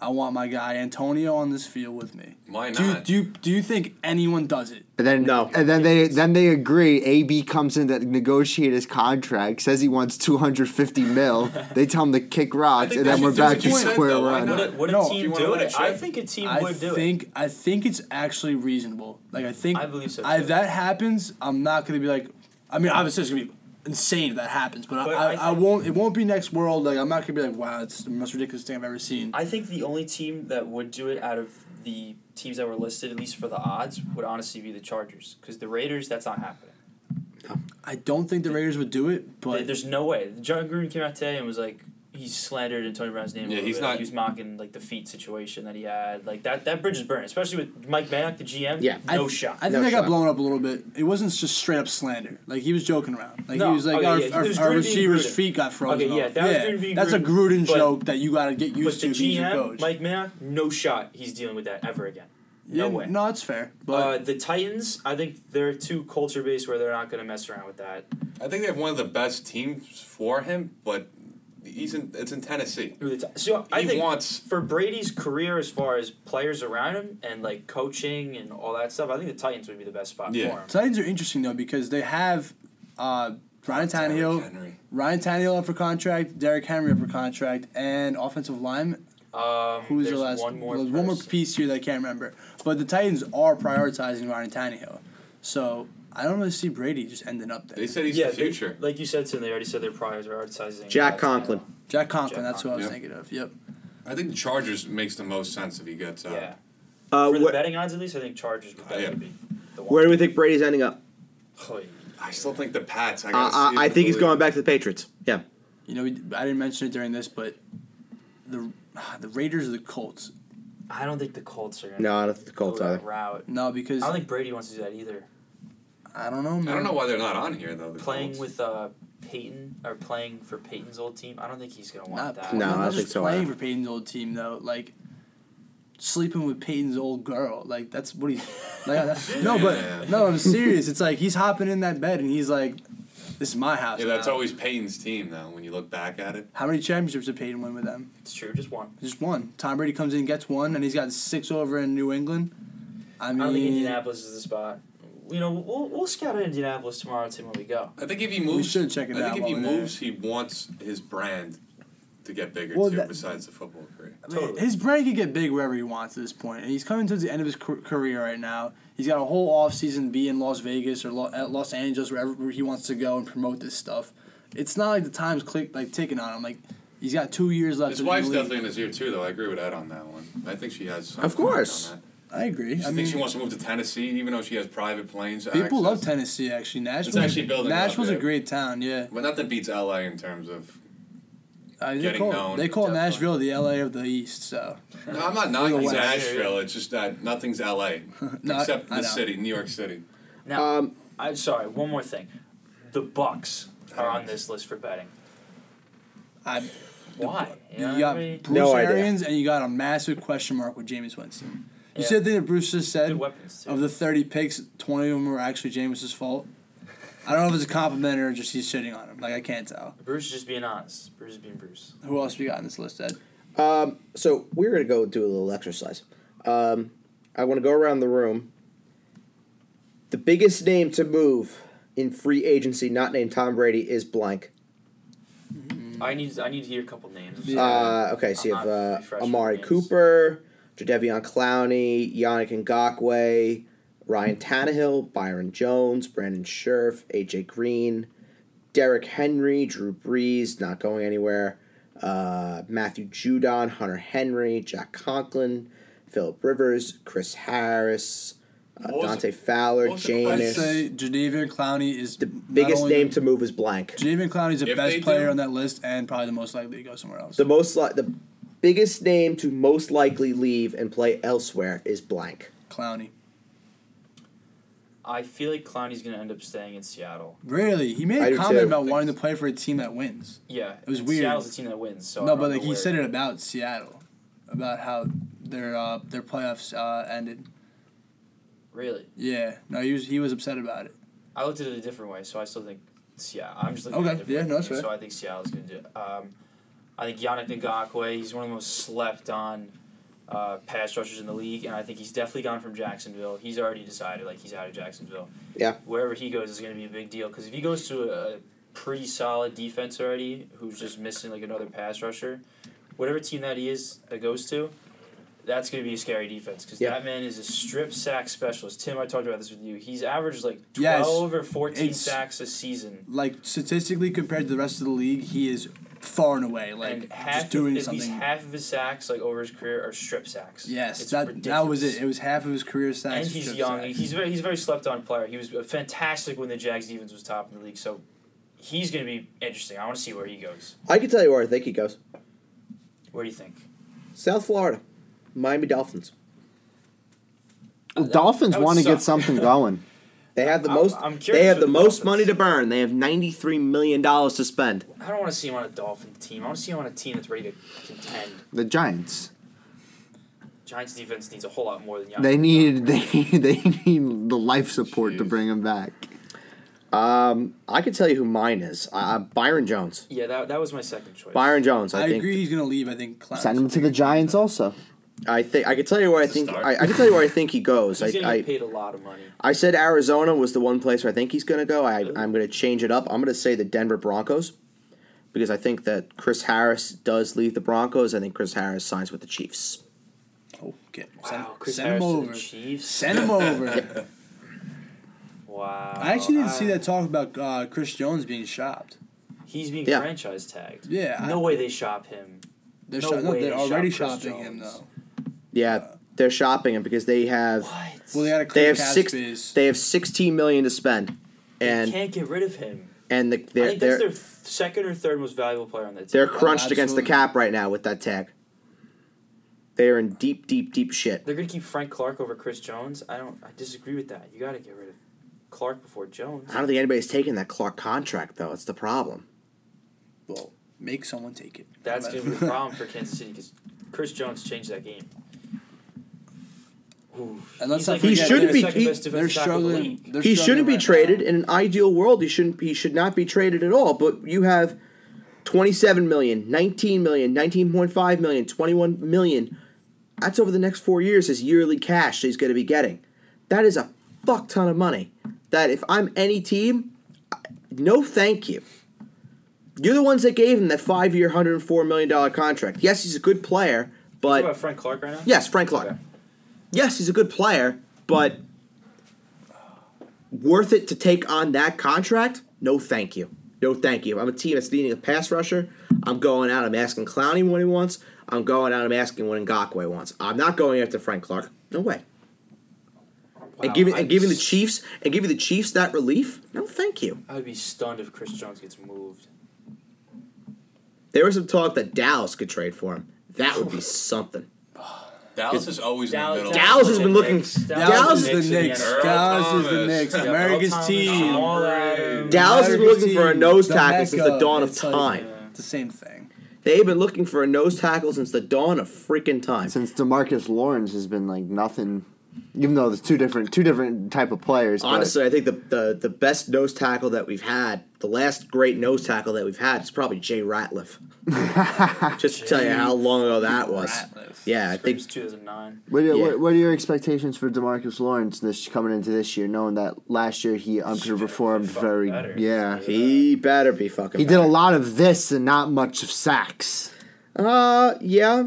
Speaker 2: I want my guy Antonio on this field with me."
Speaker 5: Why
Speaker 2: Do you,
Speaker 5: not?
Speaker 2: do you, do you think anyone does it?
Speaker 4: And then
Speaker 1: No.
Speaker 4: and then they then they agree. AB comes in to negotiate his contract, says he wants 250 mil. They tell him to kick rocks,
Speaker 5: think
Speaker 4: and
Speaker 5: they
Speaker 4: then
Speaker 5: should
Speaker 4: we're
Speaker 5: do
Speaker 4: back
Speaker 5: what
Speaker 4: to
Speaker 5: you said,
Speaker 4: square
Speaker 5: though. Why
Speaker 4: one.
Speaker 5: not?
Speaker 3: Would, would
Speaker 2: No,
Speaker 3: a
Speaker 2: if
Speaker 5: you
Speaker 3: team
Speaker 5: wanna
Speaker 3: do
Speaker 5: win a
Speaker 3: it? I
Speaker 5: chip-
Speaker 3: think a team
Speaker 2: I
Speaker 3: would do
Speaker 2: think I think it's actually reasonable. Like I think
Speaker 3: I believe so,
Speaker 2: I-
Speaker 3: too.
Speaker 2: If that happens, I'm not gonna be like. I mean, obviously it's gonna be insane if that happens, but,
Speaker 3: But
Speaker 2: I, I,
Speaker 3: I
Speaker 2: I
Speaker 3: think-
Speaker 2: won't. It won't be next world. Like I'm not gonna be like, wow, it's the most ridiculous thing I've ever seen.
Speaker 3: it. I think the only team that would do it out of the teams that were listed, at least for the odds, would honestly be the Chargers. Because the Raiders, that's not happening.
Speaker 2: I don't think the Raiders would do it,
Speaker 3: There-
Speaker 2: but
Speaker 3: There's no way. John Gruden came out today and was like, he slandered Antonio Brown's name. a
Speaker 5: Yeah,
Speaker 3: little
Speaker 5: he's
Speaker 3: bit.
Speaker 5: not-
Speaker 3: He was mocking like the feet situation that he had. Like that, that bridge is burning, especially with Mike Mayock, the GM.
Speaker 1: Yeah.
Speaker 2: I
Speaker 3: no
Speaker 2: th-
Speaker 3: shot.
Speaker 2: I think
Speaker 1: No
Speaker 2: they got
Speaker 1: shot.
Speaker 2: blown up a little bit. It wasn't just straight up slander. Like he was joking around. Like
Speaker 3: No,
Speaker 2: he was like,
Speaker 3: okay,
Speaker 2: our,
Speaker 3: yeah,
Speaker 2: our,
Speaker 3: there's
Speaker 2: our
Speaker 3: Gruden being
Speaker 2: receiver's
Speaker 3: Gruden.
Speaker 2: feet got frozen.
Speaker 3: Okay, yeah,
Speaker 2: off.
Speaker 3: that was Gruden being
Speaker 2: that's a
Speaker 3: Gruden,
Speaker 2: Gruden
Speaker 3: but-
Speaker 2: joke that you got to get
Speaker 3: But
Speaker 2: used
Speaker 3: the
Speaker 2: to. if he's your
Speaker 3: GM,
Speaker 2: coach.
Speaker 3: Mike Mayock, no shot. He's dealing with that ever again. No
Speaker 2: Yeah,
Speaker 3: way.
Speaker 2: No, it's fair. But
Speaker 3: Uh, the Titans, I think they're too culture based where they're not going to mess around with that.
Speaker 5: I think they have one of the best teams for him, but he's in. It's in Tennessee.
Speaker 3: Or the Ti- So I
Speaker 5: He
Speaker 3: think
Speaker 5: wants-
Speaker 3: for Brady's career, as far as players around him and like coaching and all that stuff, I think the Titans would be the best spot
Speaker 5: Yeah.
Speaker 3: for him.
Speaker 2: Titans are interesting though because they have uh, Ryan Tannehill,
Speaker 5: Henry.
Speaker 2: Ryan Tannehill up for contract, Derek Henry up for contract, and offensive lineman.
Speaker 3: Um,
Speaker 2: Who's
Speaker 3: there's
Speaker 2: your last
Speaker 3: one more?
Speaker 2: there's one more
Speaker 3: person.
Speaker 2: piece here that I can't remember. But the Titans are prioritizing Ryan Tannehill, so I don't really see Brady just ending up there.
Speaker 5: They said he's
Speaker 3: yeah,
Speaker 5: the
Speaker 3: they-
Speaker 5: future.
Speaker 3: like you said, Tim, they already said they're prioritizing.
Speaker 1: Jack
Speaker 3: guys.
Speaker 1: Conklin.
Speaker 2: Jack Conklin,
Speaker 3: Jack
Speaker 2: that's who I was
Speaker 5: Conklin,
Speaker 2: thinking of. Yep.
Speaker 5: I think the Chargers makes the most sense if he gets out.
Speaker 3: Yeah.
Speaker 1: Uh,
Speaker 3: For the
Speaker 1: wh-
Speaker 3: betting odds, at least, I think Chargers would
Speaker 5: Oh, yeah.
Speaker 3: definitely be the one.
Speaker 1: where do we think Brady's ending up?
Speaker 3: Oh, yeah.
Speaker 5: I still think the Pats. I,
Speaker 1: Uh,
Speaker 5: gotta
Speaker 1: uh,
Speaker 5: see if
Speaker 1: I
Speaker 5: they
Speaker 1: think he's
Speaker 5: believe.
Speaker 1: going back to the Patriots. Yeah.
Speaker 2: You know, we, I didn't mention it during this, but the the Raiders or the Colts.
Speaker 3: I don't think the Colts are. Gonna
Speaker 1: No, I don't think the Colts
Speaker 3: go that
Speaker 1: either.
Speaker 3: Route.
Speaker 2: No, because
Speaker 3: I don't think Brady wants to do that either.
Speaker 2: know. Man.
Speaker 5: I don't know why they're not on here though. The
Speaker 3: Playing
Speaker 5: Colts.
Speaker 3: with uh, Peyton or playing for Peyton's old team, I don't think he's gonna want
Speaker 2: Not
Speaker 3: that.
Speaker 2: pl-
Speaker 1: No, I
Speaker 2: not
Speaker 1: don't
Speaker 2: just
Speaker 1: think so
Speaker 2: Playing
Speaker 1: either.
Speaker 2: for Peyton's old team though, like sleeping with Peyton's old girl, like that's what he's. Like, that's, no, but no, I'm serious. It's like he's hopping in that bed and he's like, "This is my house."
Speaker 5: Yeah, that's
Speaker 2: now."
Speaker 5: always Payton's team though. When you look back at it,
Speaker 2: How many championships did Peyton win with them?
Speaker 3: It's true, just one.
Speaker 2: Just one. Tom Brady comes in, and gets one, and he's got six over in New England. I
Speaker 3: I
Speaker 2: mean,
Speaker 3: don't think Indianapolis is the spot. You know, we'll, we'll scout out Indianapolis tomorrow, Tim, when we go.
Speaker 5: I think if he moves,
Speaker 2: should check it
Speaker 5: I
Speaker 2: out
Speaker 5: think if he
Speaker 2: while we're there.
Speaker 5: moves, he wants his brand to get bigger
Speaker 2: Well,
Speaker 5: too,
Speaker 2: that-
Speaker 5: besides the football career.
Speaker 3: Totally.
Speaker 2: His brain could get big wherever he wants at this point, and he's coming towards the end of his car- career right now. He's got a whole off season be in Las Vegas or Lo- at Los Angeles, wherever where he wants to go and promote this stuff. It's not like the time's click like ticking on him. Like he's got two years left.
Speaker 5: His
Speaker 2: in the
Speaker 5: wife's
Speaker 2: league.
Speaker 5: definitely in his ear too, though. I agree with Ed on that one. I think she has. some
Speaker 1: Of
Speaker 5: comment
Speaker 1: course.
Speaker 5: on that.
Speaker 2: I agree.
Speaker 5: She
Speaker 2: I mean,
Speaker 5: thinks she wants to move to Tennessee, even though she has private planes.
Speaker 2: people love
Speaker 5: access.
Speaker 2: Tennessee. Actually, Nashville.
Speaker 5: actually building up,
Speaker 2: Nashville's
Speaker 5: yeah.
Speaker 2: a great town. Yeah,
Speaker 5: But nothing beats LA in terms of.
Speaker 2: I mean, they
Speaker 5: Getting
Speaker 2: call
Speaker 5: known,
Speaker 2: they call
Speaker 3: definitely.
Speaker 2: Nashville the L.A. of the East. So
Speaker 5: No, I'm not
Speaker 2: Real
Speaker 5: knocking
Speaker 2: West.
Speaker 5: Nashville. It's just that nothing's LA
Speaker 2: No,
Speaker 5: except
Speaker 2: I know.
Speaker 5: the city, New York City.
Speaker 3: Now,
Speaker 1: Um,
Speaker 3: I'm sorry, one more thing. The Bucks are on this list for betting.
Speaker 2: I,
Speaker 3: Why? You know
Speaker 2: you
Speaker 3: what I
Speaker 2: got
Speaker 3: mean?
Speaker 2: Bruce
Speaker 1: No idea.
Speaker 2: Arians and you got a massive question mark with Jameis Winston. You
Speaker 3: Yeah.
Speaker 2: said the thing that Bruce just said.
Speaker 3: Good weapons, too.
Speaker 2: Of the 30 picks, 20 of them were actually Jameis's fault. I don't know if it's a compliment or just he's shitting on him. Like, I can't tell.
Speaker 3: Bruce is just being honest. Bruce is being Bruce.
Speaker 2: Who else we got on this list, Ed?
Speaker 1: Um, so we're gonna go do a little exercise. Um, I want to go around the room. The biggest name to move in free agency, not named Tom Brady, is blank.
Speaker 3: I need I need to hear a couple names.
Speaker 2: Mm. Yeah.
Speaker 1: Uh, okay, so you
Speaker 3: I'm
Speaker 1: have
Speaker 3: not
Speaker 1: uh,
Speaker 3: refreshing
Speaker 1: Amari
Speaker 3: names.
Speaker 1: Cooper, Jadevion Clowney, Yannick Ngakwe, Ryan Tannehill, Byron Jones, Brandon Scherf, AJ Green, Derek Henry, Drew Brees, not going anywhere, uh, Matthew Judon, Hunter Henry, Jack Conklin, Philip Rivers, Chris Harris, uh,
Speaker 5: What was-
Speaker 1: Dante Fowler,
Speaker 5: what was the question?
Speaker 2: I'd
Speaker 5: Yes.
Speaker 2: say
Speaker 1: Jameis.
Speaker 2: Jadavion Clowney is
Speaker 1: The biggest name to move is blank.
Speaker 2: Jadavion Clowney is the
Speaker 5: If they
Speaker 2: best
Speaker 5: do-
Speaker 2: player on that list and probably the most likely to go somewhere else.
Speaker 1: The most li- the biggest name to most likely leave and play elsewhere is blank.
Speaker 2: Clowney.
Speaker 3: I feel like Clowney's gonna end up staying in Seattle.
Speaker 2: Really? He
Speaker 1: I
Speaker 2: made
Speaker 1: do
Speaker 2: a comment
Speaker 1: too.
Speaker 2: about wanting to play for a team that wins.
Speaker 3: Yeah,
Speaker 2: It was
Speaker 3: and
Speaker 2: weird.
Speaker 3: Seattle's the team that wins. So I
Speaker 2: no,
Speaker 3: don't
Speaker 2: but
Speaker 3: know
Speaker 2: like he
Speaker 3: where-
Speaker 2: said it about Seattle, about how their uh, their playoffs uh, ended.
Speaker 3: really.
Speaker 2: Yeah. No, he was he was upset about it.
Speaker 3: I looked at it a different way, so I still think Seattle. I'm just looking
Speaker 2: Okay,
Speaker 3: at it a different
Speaker 2: yeah, no,
Speaker 3: way,
Speaker 2: that's fair.
Speaker 3: So I think Seattle's gonna do. It. Um, I think Yannick Ngakwe. He's one of the most slept on uh, pass rushers in the league, and I think he's definitely gone from Jacksonville. He's already decided like he's out of Jacksonville.
Speaker 1: Yeah.
Speaker 3: Wherever he goes is gonna be a big deal because if he goes to a pretty solid defense already, who's just missing like another pass rusher, whatever team that he is that goes to. That's going to be a scary defense because
Speaker 1: Yeah.
Speaker 3: that man is a strip sack specialist. Tim, I talked about this with you. He's averaged like
Speaker 2: Yes.
Speaker 3: 12 or 14
Speaker 2: It's-
Speaker 3: sacks a season.
Speaker 2: Like statistically compared to the rest of the league, he is far and away like
Speaker 3: and half
Speaker 2: just doing
Speaker 3: of, at least
Speaker 2: something.
Speaker 3: half of his sacks like over his career are strip sacks.
Speaker 2: yes,
Speaker 3: It's
Speaker 2: that that was
Speaker 3: ridiculous.
Speaker 2: it. It was half of his career sacks.
Speaker 3: and he's
Speaker 2: strip
Speaker 3: young.
Speaker 2: sacks.
Speaker 3: He's very he's a very slept on player. He was fantastic when the Jags defense was top in the league. So he's going to be interesting. I want to see where he goes.
Speaker 1: I can tell you where I think he goes.
Speaker 3: Where do you think?
Speaker 1: South Florida, Miami Dolphins.
Speaker 4: Well, Dolphins
Speaker 3: that would
Speaker 4: want to get
Speaker 3: suck.
Speaker 4: something going.
Speaker 1: They have the
Speaker 3: I'm-
Speaker 1: most.
Speaker 3: I'm curious
Speaker 1: they have
Speaker 3: with
Speaker 1: the
Speaker 3: the
Speaker 1: most
Speaker 3: Dolphins.
Speaker 1: money to burn. They have ninety three million dollars to spend.
Speaker 3: I don't want to see him on a Dolphin team. I want to see him on a team that's ready to contend.
Speaker 4: The Giants.
Speaker 3: Giants defense needs a whole lot more than Giants.
Speaker 4: They need they they need the life support to
Speaker 5: Jeez.
Speaker 4: bring him back.
Speaker 1: Um, I can tell you who mine is. Uh, Byron Jones.
Speaker 3: Yeah, that, that was my second choice.
Speaker 1: Byron Jones. I,
Speaker 2: I,
Speaker 1: think.
Speaker 2: agree. He's gonna leave. I think. Clowney.
Speaker 4: Send him to the Giants also.
Speaker 1: I think. I can tell you where I
Speaker 5: That's a
Speaker 1: think.
Speaker 5: start.
Speaker 1: I, I can tell you where I think he goes.
Speaker 3: He's
Speaker 1: I,
Speaker 3: going to get
Speaker 1: I,
Speaker 3: paid a lot of money.
Speaker 1: I said Arizona was the one place where I think he's going to go. I, I'm going to change it up. I'm going to say the Denver Broncos because I think that Chris Harris does leave the Broncos. I think Chris Harris signs with the Chiefs.
Speaker 2: Oh, get send,
Speaker 3: Wow, Chris
Speaker 2: send
Speaker 3: Harris
Speaker 2: him
Speaker 3: to the
Speaker 2: over.
Speaker 3: Chiefs?
Speaker 2: Send him over.
Speaker 3: Wow.
Speaker 2: I actually didn't see
Speaker 3: I-
Speaker 2: that talk about uh, Chris Jones being shopped.
Speaker 3: He's being
Speaker 1: Yeah.
Speaker 3: franchise tagged.
Speaker 2: Yeah, I-
Speaker 3: No way they shop him.
Speaker 2: They're,
Speaker 3: No
Speaker 2: shop- no,
Speaker 3: way
Speaker 2: they're
Speaker 3: they
Speaker 2: already
Speaker 3: shop Chris
Speaker 2: shopping him
Speaker 3: Jones.
Speaker 2: though.
Speaker 1: Yeah, they're shopping him because they have.
Speaker 2: Well, they got to
Speaker 1: they
Speaker 2: clear
Speaker 1: have
Speaker 2: cap
Speaker 1: six.
Speaker 2: space.
Speaker 1: They have sixteen million to spend,
Speaker 3: they
Speaker 1: and
Speaker 3: can't get rid of him.
Speaker 1: and the,
Speaker 3: I Oh,
Speaker 1: they're
Speaker 3: think that's
Speaker 1: they're,
Speaker 3: their th- second or third most valuable player on that team.
Speaker 1: they're crunched against the
Speaker 2: absolutely.
Speaker 1: cap right now with that tag. They are in deep, deep, deep shit.
Speaker 3: They're gonna keep Frank Clark over Chris Jones. I don't. I disagree with that. You gotta get rid of Clark before Jones.
Speaker 1: I don't think anybody's taking that Clark contract though. It's the problem.
Speaker 2: well, make someone take it.
Speaker 3: That's gonna be a problem for Kansas City because Chris Jones changed that game. Ooh,
Speaker 2: And
Speaker 3: he's
Speaker 2: let's not
Speaker 3: like
Speaker 1: He
Speaker 3: the
Speaker 1: shouldn't be-
Speaker 3: second
Speaker 1: he-
Speaker 3: best
Speaker 2: they're
Speaker 3: defensive tackle in the
Speaker 2: struggling.
Speaker 3: league.
Speaker 2: They're
Speaker 1: he
Speaker 2: struggling
Speaker 1: shouldn't be
Speaker 2: right now.
Speaker 1: traded. In an ideal world, he shouldn't. He should not be traded at all. But you have 27 million, 19 million, 19.5 million, 21 million. That's over the next four years. His yearly cash that he's going to be getting. That is a fuck ton of money. That if I'm any team, I- no thank you. You're the ones that gave him that five year, 104 million dollar contract. Yes, he's a good player,
Speaker 3: What
Speaker 1: but
Speaker 3: about Frank Clark right now?
Speaker 1: Yes, Frank Clark. Yes, he's a good player, but worth it to take on that contract? No, thank you. No, thank you. I'm a team that's needing a pass rusher. I'm going out. I'm asking Clowney what he wants. I'm going out. I'm asking what Ngakwe wants. I'm not going after Frank Clark. No way. and
Speaker 3: Wow,
Speaker 1: giving
Speaker 3: I'd
Speaker 1: and
Speaker 3: be
Speaker 1: giving the
Speaker 3: s-
Speaker 1: Chiefs and giving the Chiefs that relief? No, thank you.
Speaker 3: I'd be stunned if Chris Jones gets moved.
Speaker 1: There was some talk that Dallas could trade for him. That would be something.
Speaker 5: Dallas is always in the middle.
Speaker 1: Dallas has been looking-
Speaker 3: Knicks.
Speaker 1: Dallas
Speaker 2: Dallas is the Knicks.
Speaker 5: Earl
Speaker 2: Dallas is the
Speaker 5: Thomas.
Speaker 2: Knicks.
Speaker 5: Yeah, Earl
Speaker 2: America's team.
Speaker 3: Jamal Adams.
Speaker 1: Dallas has been
Speaker 2: America's
Speaker 1: looking for a
Speaker 2: team.
Speaker 1: nose
Speaker 2: The
Speaker 1: tackle since the
Speaker 2: backup.
Speaker 1: dawn of
Speaker 2: It's like,
Speaker 1: time.
Speaker 2: It's the same thing.
Speaker 1: They've been looking for a nose tackle since the dawn of freaking time.
Speaker 4: Since Demarcus Lawrence has been like nothing, even though there's two different two different type of players. but-
Speaker 1: Honestly, I think the, the the best nose tackle that we've had, the last great nose tackle that we've had, is probably Jay Ratliff. Just to tell you how long ago that was.
Speaker 2: Ratliff.
Speaker 5: Yes.
Speaker 1: Yeah, I think
Speaker 3: Screams 2009.
Speaker 4: What are,
Speaker 1: Yeah.
Speaker 4: what, what are your expectations for Demarcus Lawrence this coming into this year, knowing that last year he underperformed
Speaker 3: fucking
Speaker 4: very
Speaker 3: better.
Speaker 4: yeah.
Speaker 1: he better be fucking.
Speaker 4: He did a
Speaker 1: back.
Speaker 4: lot of this and not much of sacks.
Speaker 1: Uh, yeah.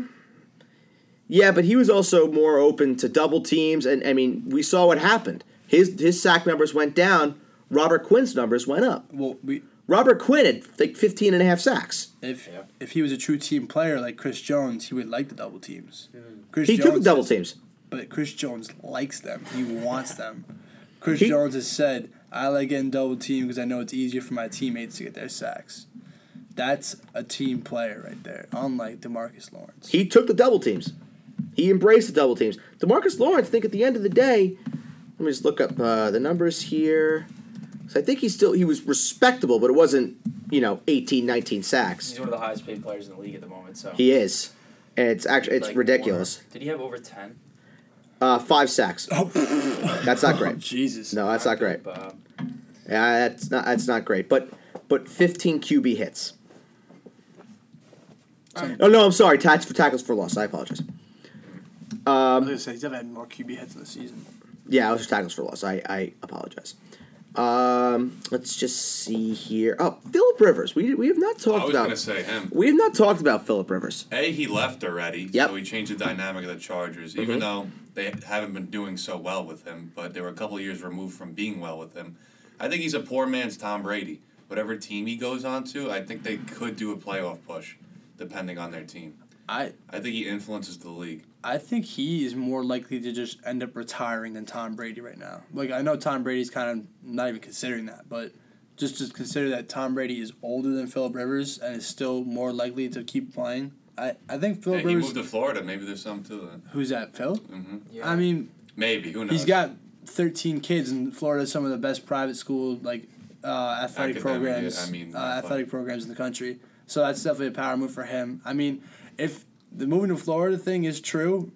Speaker 1: Yeah, but he was also more open to double teams, and I mean, we saw what happened. His his sack numbers went down. Robert Quinn's numbers went up.
Speaker 2: Well, we,
Speaker 1: Robert Quinn had like 15 and a half sacks.
Speaker 2: if
Speaker 3: Yeah.
Speaker 2: if he was a true team player like Chris Jones, he would like the double teams. Chris
Speaker 1: He took
Speaker 2: Jones
Speaker 1: the double
Speaker 2: says-
Speaker 1: teams.
Speaker 2: but Chris Jones likes them. He wants them. Chris
Speaker 1: He-
Speaker 2: Jones has said, "I like getting double teamed because I know it's easier for my teammates to get their sacks." That's a team player right there. Unlike Demarcus Lawrence.
Speaker 1: He took the double teams. He embraced the double teams. Demarcus Lawrence, I think at the end of the day, let me just look up uh, the numbers here. So I think he still he was respectable, but it wasn't you know 18, 19 sacks.
Speaker 3: He's one of the highest paid players in the league at the moment. So
Speaker 1: He is, and it's actually it's
Speaker 3: Like,
Speaker 1: ridiculous.
Speaker 3: Warner. Did he have over ten?
Speaker 1: Uh, five sacks. That's not
Speaker 2: Oh,
Speaker 1: great.
Speaker 2: Jesus.
Speaker 1: No, that's not great.
Speaker 3: Bob.
Speaker 1: Yeah, that's not that's not great. But but 15 QB hits. Oh no, I'm sorry. Tackles for tackles for loss. I apologize.
Speaker 2: I was gonna say he's never had more QB hits in the season.
Speaker 1: Yeah, I was just tackles for loss. I, I apologize. Um, let's just see here. Oh, Philip Rivers. We we have not
Speaker 5: I
Speaker 1: talked
Speaker 5: was
Speaker 1: about.
Speaker 5: gonna say him.
Speaker 1: We have not talked about Philip Rivers.
Speaker 5: A, he left already,
Speaker 1: Yep.
Speaker 5: so he changed the dynamic of the Chargers, even though they haven't been doing so well with him, but they were a couple of years removed from being well with him. I think he's a poor man's Tom Brady. Whatever team he goes on to, I think they could do a playoff push, depending on their team.
Speaker 2: I
Speaker 5: I think he influences the league.
Speaker 2: I think he is more likely to just end up retiring than Tom Brady right now. Like I know Tom Brady's kind of not even considering that, but just to consider that Tom Brady is older than Philip Rivers and is still more likely to keep playing. I, I think Philip
Speaker 5: And he
Speaker 2: Rivers
Speaker 5: moved to Florida. Maybe there's something to that.
Speaker 2: who's that, Phil?
Speaker 3: Yeah.
Speaker 2: I mean,
Speaker 5: Maybe who knows?
Speaker 2: he's got thirteen kids in Florida, some of the best private school like uh, athletic
Speaker 5: Academic,
Speaker 2: programs
Speaker 5: I mean,
Speaker 2: uh,
Speaker 5: athletic.
Speaker 2: athletic programs in the country. So that's definitely a power move for him. I mean, if the moving to Florida thing is true,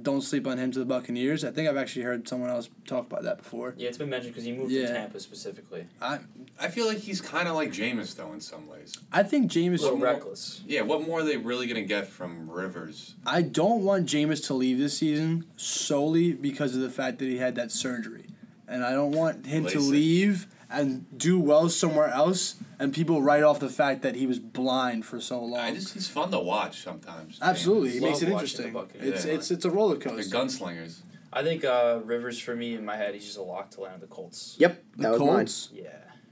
Speaker 2: don't sleep on him to the Buccaneers. I think I've actually heard someone else talk about that before.
Speaker 3: Yeah, it's been mentioned because he moved
Speaker 2: Yeah.
Speaker 3: to Tampa specifically.
Speaker 2: I
Speaker 5: I feel like he's kind of like Jameis though in some ways.
Speaker 2: I think
Speaker 3: A little
Speaker 2: Jameis.
Speaker 3: reckless.
Speaker 5: Yeah, what more are they really gonna get from Rivers?
Speaker 2: I don't want Jameis to leave this season solely because of the fact that he had that surgery, and I don't want him to
Speaker 5: LASIK.
Speaker 2: leave and do well somewhere else, and people write off the fact that he was blind for so long.
Speaker 5: I just he's fun to watch sometimes.
Speaker 2: Absolutely, it
Speaker 3: Love
Speaker 2: makes it
Speaker 3: watching
Speaker 2: interesting.
Speaker 3: the Buccaneers.
Speaker 2: It's
Speaker 5: Yeah.
Speaker 2: it's it's a roller
Speaker 5: They're
Speaker 2: coaster.
Speaker 5: gunslingers.
Speaker 3: I think uh, Rivers for me in my head, he's just a lock to land on the Colts.
Speaker 1: Yep, that
Speaker 2: the
Speaker 1: was mine.
Speaker 2: Colts,
Speaker 3: Yeah.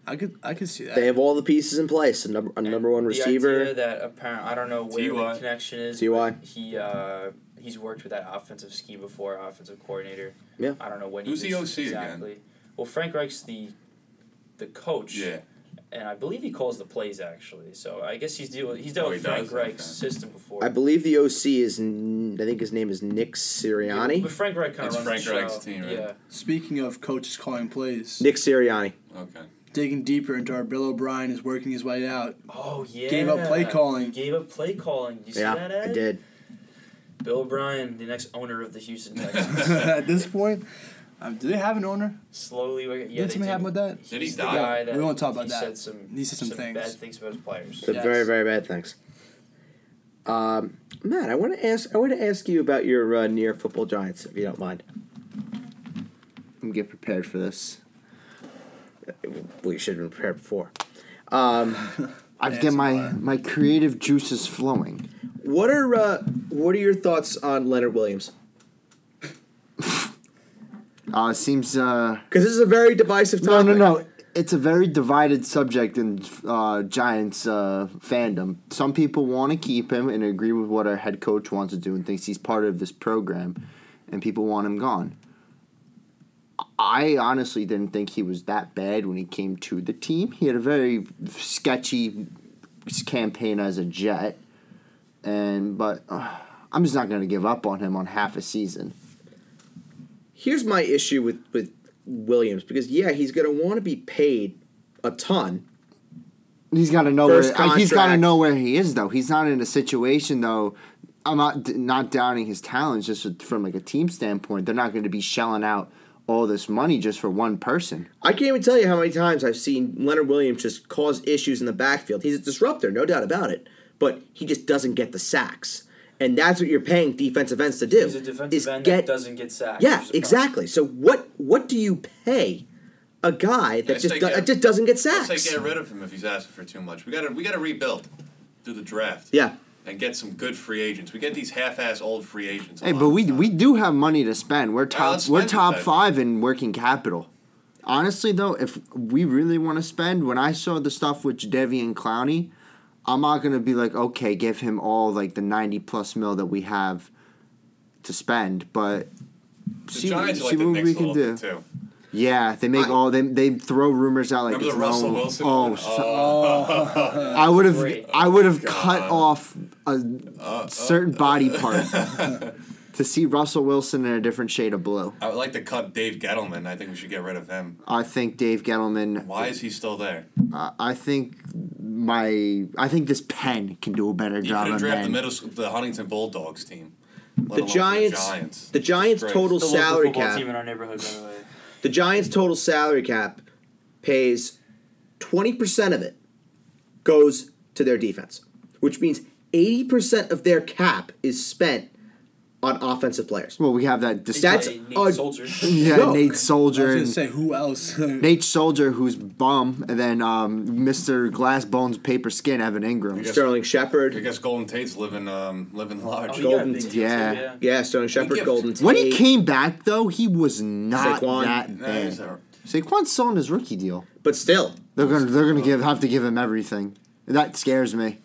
Speaker 2: I could I could see that.
Speaker 1: They have all the pieces in place. A number, a number one
Speaker 3: the
Speaker 1: receiver.
Speaker 3: idea that apparent, I don't know where
Speaker 5: TY.
Speaker 3: the connection is.
Speaker 1: TY.
Speaker 3: but He uh, he's worked with that offensive scheme before, offensive coordinator.
Speaker 1: Yeah.
Speaker 3: I don't know when.
Speaker 5: Who's
Speaker 3: he
Speaker 5: the
Speaker 3: was
Speaker 5: OC again?
Speaker 3: exactly. Well, Frank Reich's the the coach.
Speaker 5: Yeah.
Speaker 3: And I believe he calls the plays actually. So I guess he's deal he's dealt
Speaker 5: Oh, he
Speaker 3: with Frank
Speaker 5: does?
Speaker 3: Reich's
Speaker 5: Okay.
Speaker 3: system before.
Speaker 1: I believe the OC is. n- I think his name is Nick
Speaker 3: But
Speaker 1: Sirianni.
Speaker 3: Frank Reich kind
Speaker 5: It's
Speaker 3: of runs
Speaker 5: Frank
Speaker 3: the show.
Speaker 5: Reich's team, right?
Speaker 3: Yeah.
Speaker 2: Speaking of coaches calling plays,
Speaker 1: Nick Sirianni.
Speaker 5: Okay.
Speaker 2: digging deeper into our Bill O'Brien is working his way out.
Speaker 3: Oh yeah.
Speaker 2: Gave up play calling.
Speaker 3: He gave up play calling. You see
Speaker 1: Yeah,
Speaker 3: that? Ed?
Speaker 1: I did.
Speaker 3: Bill O'Brien, the next owner of the Houston Texans.
Speaker 2: At this point, um, do they have an owner?
Speaker 3: Slowly, we're, yeah,
Speaker 2: Did
Speaker 3: they
Speaker 2: something happen
Speaker 3: do.
Speaker 2: with that?
Speaker 5: Did he
Speaker 3: He's the
Speaker 5: die?
Speaker 3: guy
Speaker 2: Yeah,
Speaker 3: that
Speaker 2: we won't talk about
Speaker 3: he
Speaker 2: that.
Speaker 3: Said some,
Speaker 2: He said some things.
Speaker 3: bad things about his players.
Speaker 1: Some
Speaker 2: Yes.
Speaker 1: very very bad things. Um, Matt, I want to ask. I want to ask you about your uh, near football giants, if you don't mind.
Speaker 4: I'm get prepared for this.
Speaker 1: We should have been prepared before.
Speaker 4: I've
Speaker 2: That's
Speaker 4: get my
Speaker 2: why.
Speaker 4: my creative juices flowing.
Speaker 1: What are uh, what are your thoughts on Leonard Williams?
Speaker 4: Uh, it seems uh,
Speaker 1: Because this is a very divisive
Speaker 4: no
Speaker 1: topic.
Speaker 4: no no. It's a very divided subject in uh, Giants uh, fandom. Some people want to keep him and agree with what our head coach wants to do and thinks he's part of this program, and people want him gone. I honestly didn't think he was that bad when he came to the team. He had a very sketchy campaign as a Jet, and but uh, I'm just not going to give up on him on half a season.
Speaker 1: Here's my issue with with Williams because yeah, he's going to want to be paid a ton.
Speaker 4: He's got to know where
Speaker 1: First
Speaker 4: I- he's got to
Speaker 1: contract.
Speaker 4: know where he is though. He's not in a situation though. I'm not d- not downing his talents just from like a team standpoint. They're not going to be shelling out all this money just for one person.
Speaker 1: I can't even tell you how many times I've seen Leonard Williams just cause issues in the backfield. He's a disruptor, no doubt about it, but he just doesn't get the sacks. and that's what you're paying defensive ends to do.
Speaker 3: He's a
Speaker 1: is
Speaker 3: defensive end
Speaker 1: get-
Speaker 3: that doesn't get sacked. which is
Speaker 1: Yeah,
Speaker 3: a problem.
Speaker 1: exactly. So what what do you pay a guy that
Speaker 5: Let's
Speaker 1: just
Speaker 5: say
Speaker 1: do-
Speaker 5: get-
Speaker 1: that just doesn't get
Speaker 5: Let's
Speaker 1: sacks?
Speaker 5: say get rid of him if he's asking for too much. We gotta we gotta rebuild through the draft.
Speaker 1: yeah.
Speaker 5: And get some good free agents. We get these half-ass old free agents. a
Speaker 4: Hey,
Speaker 5: lot
Speaker 4: but
Speaker 5: of
Speaker 4: we
Speaker 5: the time.
Speaker 4: we do have money to spend. We're top
Speaker 5: let's
Speaker 4: we're
Speaker 5: spend it
Speaker 4: top
Speaker 5: then.
Speaker 4: five in working capital. Honestly, though, if we really want to spend, when I saw the stuff with Jadevian Clowney, I'm not gonna be like, okay, give him all like the ninety plus mil that we have to spend, but
Speaker 5: the
Speaker 4: see,
Speaker 5: Giants are
Speaker 4: see
Speaker 5: like the
Speaker 4: what
Speaker 5: Knicks
Speaker 4: we
Speaker 5: a
Speaker 4: can
Speaker 5: little bit,
Speaker 4: do.
Speaker 5: too.
Speaker 4: Yeah, they make
Speaker 1: I-
Speaker 4: all they they throw rumors out like
Speaker 5: Remember
Speaker 4: it's
Speaker 5: the Russell
Speaker 4: no-
Speaker 5: Wilson?
Speaker 4: Oh,
Speaker 5: one?
Speaker 4: so-
Speaker 2: Oh,
Speaker 4: I would have
Speaker 3: Great.
Speaker 4: I would have cut
Speaker 5: Oh, God. Uh,
Speaker 4: off a certain body part to see Russell Wilson in a different shade of blue.
Speaker 5: I would like to cut Dave Gettleman. I think we should get rid of him.
Speaker 4: I think Dave Gettleman.
Speaker 5: Why is he still there?
Speaker 4: I, I think my I think this pen can do a better
Speaker 5: You
Speaker 4: job on
Speaker 5: could have drafted the
Speaker 4: men.
Speaker 5: middle, school, the Huntington Bulldogs team. let
Speaker 1: The
Speaker 5: alone
Speaker 1: Giants, the Giants,
Speaker 5: Giants.
Speaker 1: total
Speaker 3: The local
Speaker 1: salary
Speaker 3: football
Speaker 1: cap.
Speaker 3: team in our neighborhood, by the way.
Speaker 1: The Giants' total salary cap pays 20% of it goes to their defense, which means 80% of their cap is spent on offensive players.
Speaker 4: Well, we have that. Dis-
Speaker 1: That's
Speaker 3: They need
Speaker 1: a-
Speaker 3: soldiers.
Speaker 4: yeah,
Speaker 1: joke.
Speaker 4: Nate
Speaker 2: I was
Speaker 4: Soldier
Speaker 2: gonna
Speaker 4: and
Speaker 2: say who else?
Speaker 4: Nate Soldier, who's bum, and then um, Mr. Glass Bones, Paper Skin, Evan Ingram.
Speaker 5: guess-
Speaker 1: Sterling
Speaker 5: I
Speaker 1: Shepard.
Speaker 5: guess Golden Tate's living um living large.
Speaker 3: Oh, he got a
Speaker 1: Golden-
Speaker 3: big deal, too,
Speaker 4: yeah.
Speaker 1: Yeah, Sterling Shepard,
Speaker 5: give-
Speaker 1: Golden
Speaker 4: When he
Speaker 1: Tate.
Speaker 4: came back, though, he was not
Speaker 1: Saquon.
Speaker 4: that
Speaker 5: Nah, he's
Speaker 4: bad.
Speaker 5: all right.
Speaker 4: Saquon's still on his rookie deal.
Speaker 1: But still,
Speaker 4: They're gonna they're gonna give have to give him everything. That scares me.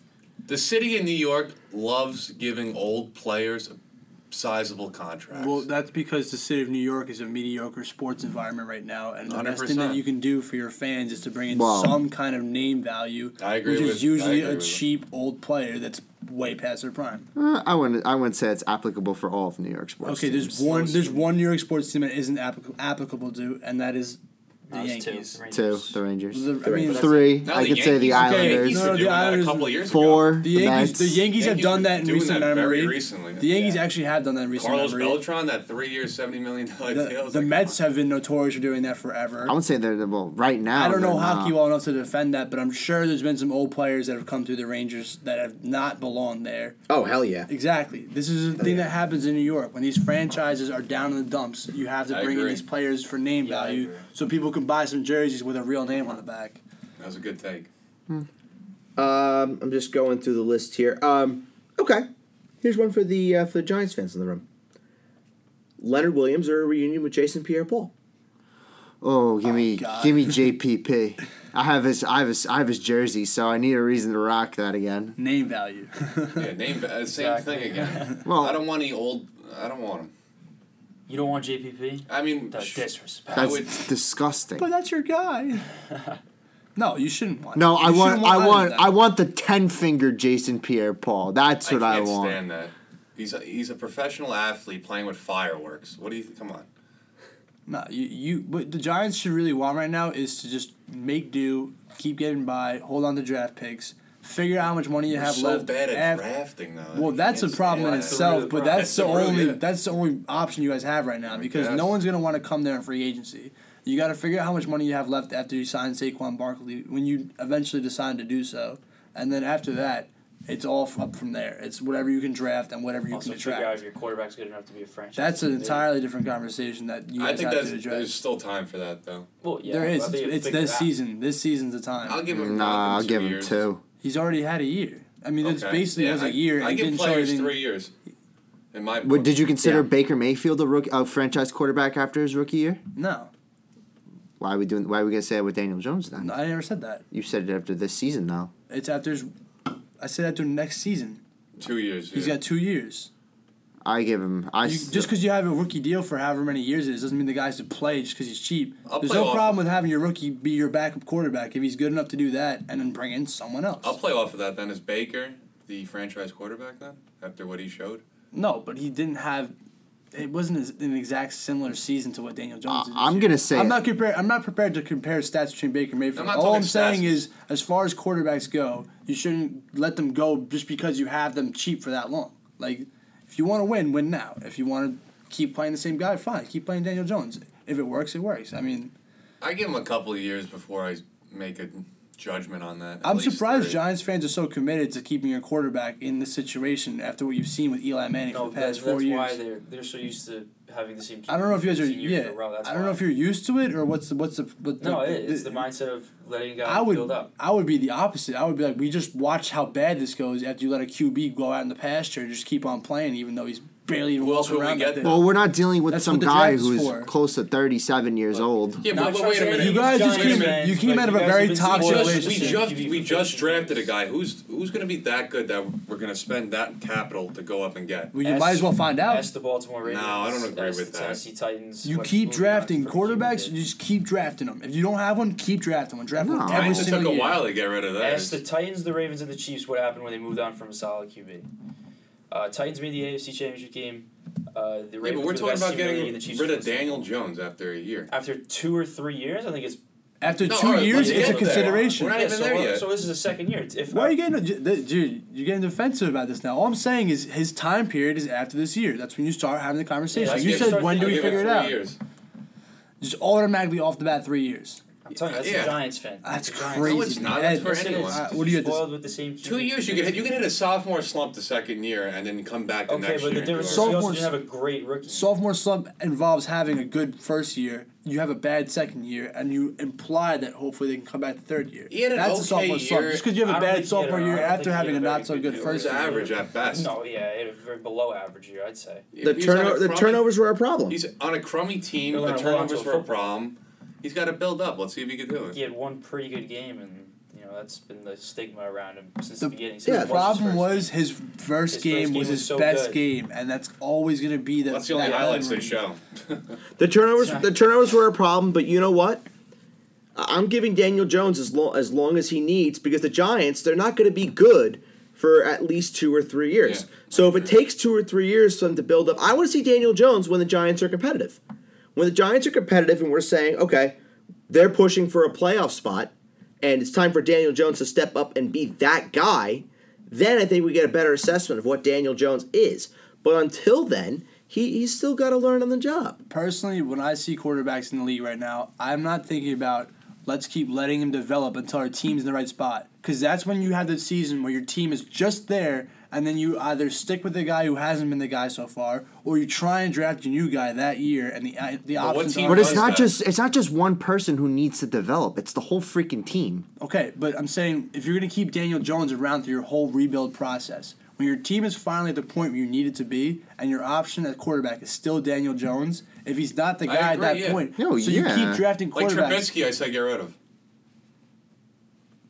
Speaker 5: The city in New York loves giving old players sizable contracts.
Speaker 2: Well, that's because the city of New York is a mediocre sports environment right now, and the best thing
Speaker 5: 100%.
Speaker 2: that you can do for your fans is to bring in
Speaker 4: Wow.
Speaker 2: some kind of name value,
Speaker 5: I agree
Speaker 2: which
Speaker 5: with- I
Speaker 2: is usually
Speaker 5: agree
Speaker 2: a
Speaker 5: with him.
Speaker 2: cheap old player that's way past their prime.
Speaker 4: Uh, I wouldn't I wouldn't say it's applicable for all of New York sports.
Speaker 2: Okay, there's
Speaker 4: teams.
Speaker 2: one there's one New York sports team that isn't applica- applicable to, and that is the
Speaker 3: That was two.
Speaker 2: Yankees.
Speaker 3: Rangers.
Speaker 4: two the Rangers.
Speaker 2: The- I mean,
Speaker 4: Three.
Speaker 5: Now
Speaker 4: I
Speaker 5: the
Speaker 4: could say the
Speaker 5: Yankees-
Speaker 4: Islanders.
Speaker 5: Yankees
Speaker 2: No,
Speaker 5: were
Speaker 2: no,
Speaker 5: doing
Speaker 2: the
Speaker 5: that
Speaker 2: Islanders-
Speaker 5: a couple of years
Speaker 4: Four.
Speaker 2: The
Speaker 4: The
Speaker 2: Yankees,
Speaker 4: Mets.
Speaker 2: the Yankees have
Speaker 5: Yankees
Speaker 2: done
Speaker 5: were
Speaker 2: that in
Speaker 5: doing
Speaker 2: recent
Speaker 5: that very
Speaker 2: memory.
Speaker 5: recently.
Speaker 2: The Yankees
Speaker 5: Yeah.
Speaker 2: actually have done that in recent
Speaker 5: Carlos
Speaker 2: memory.
Speaker 5: Beltran, that three-year, seventy million dollar
Speaker 2: The,
Speaker 5: deal. It's
Speaker 2: the
Speaker 5: like,
Speaker 2: Mets have been notorious for doing that forever.
Speaker 4: I would say they're the- well right now.
Speaker 2: I don't know
Speaker 4: they're not.
Speaker 2: hockey well enough to defend that, but I'm sure there's been some old players that have come through the Rangers that have not belonged there.
Speaker 1: oh, hell yeah.
Speaker 2: Exactly. This is the thing that happens in New York. When these franchises are down in the dumps, you have to
Speaker 5: I
Speaker 2: bring in
Speaker 5: agree.
Speaker 2: these players for name
Speaker 3: Yeah, I
Speaker 2: value
Speaker 3: agree.
Speaker 2: so people can buy some jerseys with a real name on the back.
Speaker 5: That was a good take.
Speaker 1: Um, I'm just going through the list here. Um, okay, here's one for the uh, for the Giants fans in the room. Leonard Williams or a reunion with Jason Pierre-Paul.
Speaker 4: Oh, give me
Speaker 2: God.
Speaker 4: give me JPP. I have his I have his I have his jersey, so I need a reason to rock that again.
Speaker 2: Name value.
Speaker 5: Yeah, name uh, same
Speaker 3: Exactly.
Speaker 5: thing again.
Speaker 4: Well-
Speaker 5: I don't want any old. I don't want him.
Speaker 3: You don't want JPP?
Speaker 5: I mean,
Speaker 3: That's disrespect.
Speaker 5: I
Speaker 4: That's
Speaker 5: would.
Speaker 4: disgusting.
Speaker 2: but that's your guy. no, you shouldn't want
Speaker 4: No,
Speaker 2: you
Speaker 4: I want,
Speaker 2: shouldn't
Speaker 4: I
Speaker 2: either
Speaker 4: want,
Speaker 2: of
Speaker 4: I
Speaker 2: them.
Speaker 4: want the ten finger Jason Pierre Paul. That's what I,
Speaker 5: can't
Speaker 4: want.
Speaker 5: stand that. He's a, he's a professional athlete playing with fireworks. What do you? Come on.
Speaker 2: No, you, you what the Giants should really want right now is to just make do, keep getting by, hold on to draft picks, figure out how much money you
Speaker 5: We're
Speaker 2: have
Speaker 5: so
Speaker 2: left.
Speaker 5: bad at
Speaker 2: af-
Speaker 5: drafting though.
Speaker 2: well, that's a problem in
Speaker 3: that's the
Speaker 2: itself,
Speaker 3: real
Speaker 2: but
Speaker 3: problem.
Speaker 2: that's the
Speaker 5: That's the real-
Speaker 2: only
Speaker 5: yeah.
Speaker 2: that's the only option you guys have right now because
Speaker 5: guess.
Speaker 2: no one's gonna want to come there in free agency. You got to figure out how much money you have left after you sign Saquon Barkley when you eventually decide to do so, and then after that, it's all f- up from there. It's whatever you can draft and whatever you
Speaker 3: Also,
Speaker 2: can
Speaker 3: figure out
Speaker 2: attract.
Speaker 3: if your quarterback's good enough to be a franchise.
Speaker 2: That's an
Speaker 3: player.
Speaker 2: entirely different conversation that you
Speaker 5: I
Speaker 2: guys
Speaker 5: think
Speaker 2: have
Speaker 5: that's
Speaker 2: to address.
Speaker 5: there's still time for that though.
Speaker 3: Well, yeah,
Speaker 2: there
Speaker 3: I
Speaker 2: is.
Speaker 3: think
Speaker 2: It's, it's
Speaker 3: figure
Speaker 2: this
Speaker 3: that-
Speaker 2: season. This season's the time.
Speaker 5: I'll give him.
Speaker 4: Nah, I'll
Speaker 5: two
Speaker 4: give him
Speaker 5: years.
Speaker 4: two.
Speaker 2: He's already had a year. I mean, it's
Speaker 5: Okay.
Speaker 2: basically
Speaker 5: Yeah,
Speaker 2: was
Speaker 5: I-
Speaker 2: a year.
Speaker 5: I
Speaker 2: and he
Speaker 5: give
Speaker 2: didn't show
Speaker 5: players
Speaker 2: anything-
Speaker 5: three years. In my
Speaker 4: What,
Speaker 5: book.
Speaker 4: did you consider
Speaker 1: Yeah.
Speaker 4: Baker Mayfield a rookie, a franchise quarterback after his rookie year?
Speaker 2: No,
Speaker 4: Why are we doing? Why are we gonna say that with Daniel Jones then?
Speaker 2: no, I never said that.
Speaker 4: You said it after this season, though.
Speaker 2: It's after. His, I said after next season.
Speaker 5: two years?
Speaker 2: He's
Speaker 5: yeah.
Speaker 2: got two years.
Speaker 4: I give him. I
Speaker 2: You,
Speaker 4: s-
Speaker 2: just because you have a rookie deal for however many years it is doesn't mean the guy should play just because he's cheap.
Speaker 5: I'll
Speaker 2: There's
Speaker 5: play
Speaker 2: no
Speaker 5: off-
Speaker 2: problem with having your rookie be your backup quarterback if he's good enough to do that and then bring in someone else.
Speaker 5: I'll play off of that then. Is Baker the franchise quarterback then? After what he showed,
Speaker 2: no, but he didn't have. It wasn't as- an exact similar season to what Daniel Jones. did this
Speaker 4: I'm
Speaker 2: year.
Speaker 4: gonna say
Speaker 2: I'm not prepared. I'm not prepared to compare stats between Baker and Mayfield.
Speaker 5: I'm not
Speaker 2: All
Speaker 5: talking
Speaker 2: I'm saying
Speaker 5: stats.
Speaker 2: is, as far as quarterbacks go, you shouldn't let them go just because you have them cheap for that long. Like, if you want to win, win now. If you want to keep playing the same guy, fine. Keep playing Daniel Jones. If it works, it works. I mean,
Speaker 5: I give him a couple of years before I make a judgment on that. at
Speaker 2: I'm
Speaker 5: least
Speaker 2: surprised
Speaker 5: three.
Speaker 2: Giants fans are so committed to keeping your quarterback in this situation after what you've seen with Eli Manning
Speaker 3: No,
Speaker 2: for the past
Speaker 3: that-
Speaker 2: four
Speaker 3: that's
Speaker 2: years.
Speaker 3: why they're they're so used to having the same.
Speaker 2: I don't know if you guys are
Speaker 3: 15 years in
Speaker 2: yeah.
Speaker 3: a row, that's
Speaker 2: I don't
Speaker 3: why.
Speaker 2: know if you're used to it or what's the what's the what
Speaker 3: No, it is. It's the mindset of letting a guy
Speaker 2: I
Speaker 3: build
Speaker 2: would
Speaker 3: up.
Speaker 2: I would be the opposite. I would be like, we just watch how bad this goes after you let a QB go out in the pasture and just keep on playing, even though he's barely even
Speaker 5: Who else
Speaker 2: walking
Speaker 5: would we
Speaker 2: around.
Speaker 5: get
Speaker 2: out there.
Speaker 5: then?
Speaker 4: Well, we're not dealing with
Speaker 2: That's
Speaker 4: some
Speaker 2: what the
Speaker 4: guy
Speaker 2: draft is
Speaker 4: who's
Speaker 2: for.
Speaker 4: close to 37 years old.
Speaker 5: Yeah,
Speaker 3: Not
Speaker 5: but, but wait a
Speaker 3: trying to
Speaker 5: minute.
Speaker 2: You guys just
Speaker 3: Giants
Speaker 2: came-
Speaker 3: fans,
Speaker 2: you came
Speaker 3: but
Speaker 2: out of a
Speaker 3: guys have
Speaker 2: very
Speaker 3: been
Speaker 2: toxic
Speaker 5: Well,
Speaker 3: spoiled.
Speaker 5: just- we
Speaker 2: relationship.
Speaker 5: just we just drafted a guy who's who's going to be that good that we're going to spend that capital to go up and get.
Speaker 2: Well, you might as well find out.
Speaker 3: Ask the Baltimore Ravens.
Speaker 5: No, I don't agree
Speaker 3: ask the
Speaker 5: with that.
Speaker 3: Tennessee Titans.
Speaker 2: You
Speaker 3: what
Speaker 2: keep
Speaker 3: Cleveland
Speaker 2: drafting
Speaker 3: Browns freaking
Speaker 2: quarterbacks.
Speaker 3: did.
Speaker 2: You just keep drafting them. If you don't have one, keep drafting one. Draft
Speaker 4: No.
Speaker 2: one every
Speaker 5: It took
Speaker 2: single
Speaker 5: a
Speaker 2: year.
Speaker 5: while to get rid of
Speaker 3: Ask the
Speaker 5: that.
Speaker 3: Titans, the Ravens, and the Chiefs what happened when they moved on from a solid QB. Uh, Titans made the AFC Championship game. Uh, the Ravens
Speaker 5: Yeah, but
Speaker 3: were
Speaker 5: we're
Speaker 3: the
Speaker 5: talking
Speaker 3: best
Speaker 5: about
Speaker 3: team in the league,
Speaker 5: getting
Speaker 3: and the Chiefs
Speaker 5: rid
Speaker 3: were
Speaker 5: of
Speaker 3: the second.
Speaker 5: Daniel Jones after a year.
Speaker 3: After two or three years, I think it's.
Speaker 2: After
Speaker 5: No,
Speaker 2: two
Speaker 5: all right,
Speaker 2: years,
Speaker 5: let's
Speaker 2: it's a
Speaker 5: get there.
Speaker 2: consideration.
Speaker 5: We're not
Speaker 3: Yeah,
Speaker 5: even
Speaker 3: so,
Speaker 5: there
Speaker 3: we're-
Speaker 5: yet.
Speaker 3: so this is the second year. It's- If uh,
Speaker 2: Why are you getting, th- dude? You're getting defensive about this now. All I'm saying is his time period is after this year. That's when you start having the conversation.
Speaker 3: Yeah,
Speaker 2: you
Speaker 3: give
Speaker 2: said
Speaker 3: it-
Speaker 2: when do we
Speaker 5: Give it
Speaker 2: figure it
Speaker 5: three
Speaker 2: out?
Speaker 5: years.
Speaker 2: Just automatically off the bat, three years.
Speaker 3: I'm telling you, that's
Speaker 5: Yeah.
Speaker 3: a Giants fan.
Speaker 2: That's
Speaker 3: It's a Giants
Speaker 2: crazy.
Speaker 5: No, it's
Speaker 2: man.
Speaker 5: not. That's
Speaker 2: Ed,
Speaker 5: for
Speaker 2: yes, it
Speaker 5: anyone.
Speaker 2: is. Uh,
Speaker 3: fan.
Speaker 2: what do you?
Speaker 3: spoiled
Speaker 2: This?
Speaker 3: with the same QB.
Speaker 5: Two years, you can hit, you can hit a sophomore slump the second year and then come back the
Speaker 3: Okay,
Speaker 5: next
Speaker 3: but
Speaker 5: year.
Speaker 3: the difference is
Speaker 5: and
Speaker 3: you
Speaker 5: do it.
Speaker 3: also
Speaker 2: Sophomores-
Speaker 3: didn't have a great rookie.
Speaker 2: Sophomore slump involves having a good first year. You have a bad second year, and you imply that hopefully they can come back the third year.
Speaker 5: He had an
Speaker 2: That's a
Speaker 5: okay
Speaker 2: sophomore slump.
Speaker 5: year.
Speaker 2: Just because you
Speaker 3: I
Speaker 2: have a
Speaker 3: don't think
Speaker 2: bad
Speaker 3: he
Speaker 2: sophomore
Speaker 3: had a- I
Speaker 2: year
Speaker 3: don't think
Speaker 2: after
Speaker 3: he
Speaker 2: having a
Speaker 3: had a
Speaker 2: not so
Speaker 3: very
Speaker 2: good
Speaker 3: good
Speaker 5: it was
Speaker 2: first
Speaker 3: year.
Speaker 2: year.
Speaker 5: average at best.
Speaker 3: No, yeah, it had a very below average year, I'd say.
Speaker 1: The,
Speaker 5: He's on a
Speaker 1: turno- the
Speaker 5: crummy-
Speaker 1: turnovers were a problem.
Speaker 5: He's on a crummy team.
Speaker 3: They're
Speaker 5: The
Speaker 3: gonna hold on to it
Speaker 5: turnovers were a
Speaker 3: for-
Speaker 5: problem. He's got to build up. Let's see if he can do it.
Speaker 3: He had one pretty good game, and you know that's been the stigma around him since
Speaker 2: The-
Speaker 3: the, beginning. Since
Speaker 2: The
Speaker 3: it was his
Speaker 2: problem
Speaker 3: first
Speaker 2: was his first
Speaker 3: His
Speaker 2: game
Speaker 3: first game
Speaker 2: was
Speaker 3: was
Speaker 2: his
Speaker 3: so
Speaker 2: best
Speaker 3: good.
Speaker 2: game, and that's always going to be that.
Speaker 5: That's the only
Speaker 2: that
Speaker 5: highlights they
Speaker 2: memory.
Speaker 5: show.
Speaker 1: The turnovers, the turnovers were a problem, but you know what? I- I'm giving Daniel Jones as long as long as he needs because the Giants they're not going to be good for at least two or three years.
Speaker 5: Yeah,
Speaker 1: so
Speaker 5: I
Speaker 1: if it
Speaker 5: agree.
Speaker 1: takes two or three years for them to build up, I want to see Daniel Jones when the Giants are competitive. When the Giants are competitive and we're saying, okay, they're pushing for a playoff spot, and it's time for Daniel Jones to step up and be that guy. Then I think we get a better assessment of what Daniel Jones is. But until then, he, he's still got to learn on the job.
Speaker 2: Personally, when I see quarterbacks in the league right now, I'm not thinking about let's keep letting him develop until our team's in the right spot. Because that's when you have the season where your team is just there, and then you either stick with the guy who hasn't been the guy so far, or you try and draft a new guy that year, and the uh, the
Speaker 5: what
Speaker 2: options.
Speaker 5: team
Speaker 2: are
Speaker 4: But it's
Speaker 5: does
Speaker 4: not
Speaker 5: that?
Speaker 4: just it's not just one person who needs to develop. It's the whole freaking team.
Speaker 2: Okay, but I'm saying if you're going to keep Daniel Jones around through your whole rebuild process, when your team is finally at the point where you need it to be, and your option at quarterback is still Daniel Jones, if he's not the
Speaker 5: I
Speaker 2: guy
Speaker 5: agree,
Speaker 2: at that
Speaker 5: yeah.
Speaker 2: point,
Speaker 4: No,
Speaker 2: so
Speaker 4: yeah.
Speaker 2: you keep drafting
Speaker 5: Like
Speaker 2: quarterbacks,
Speaker 5: Trubisky, I say get rid of.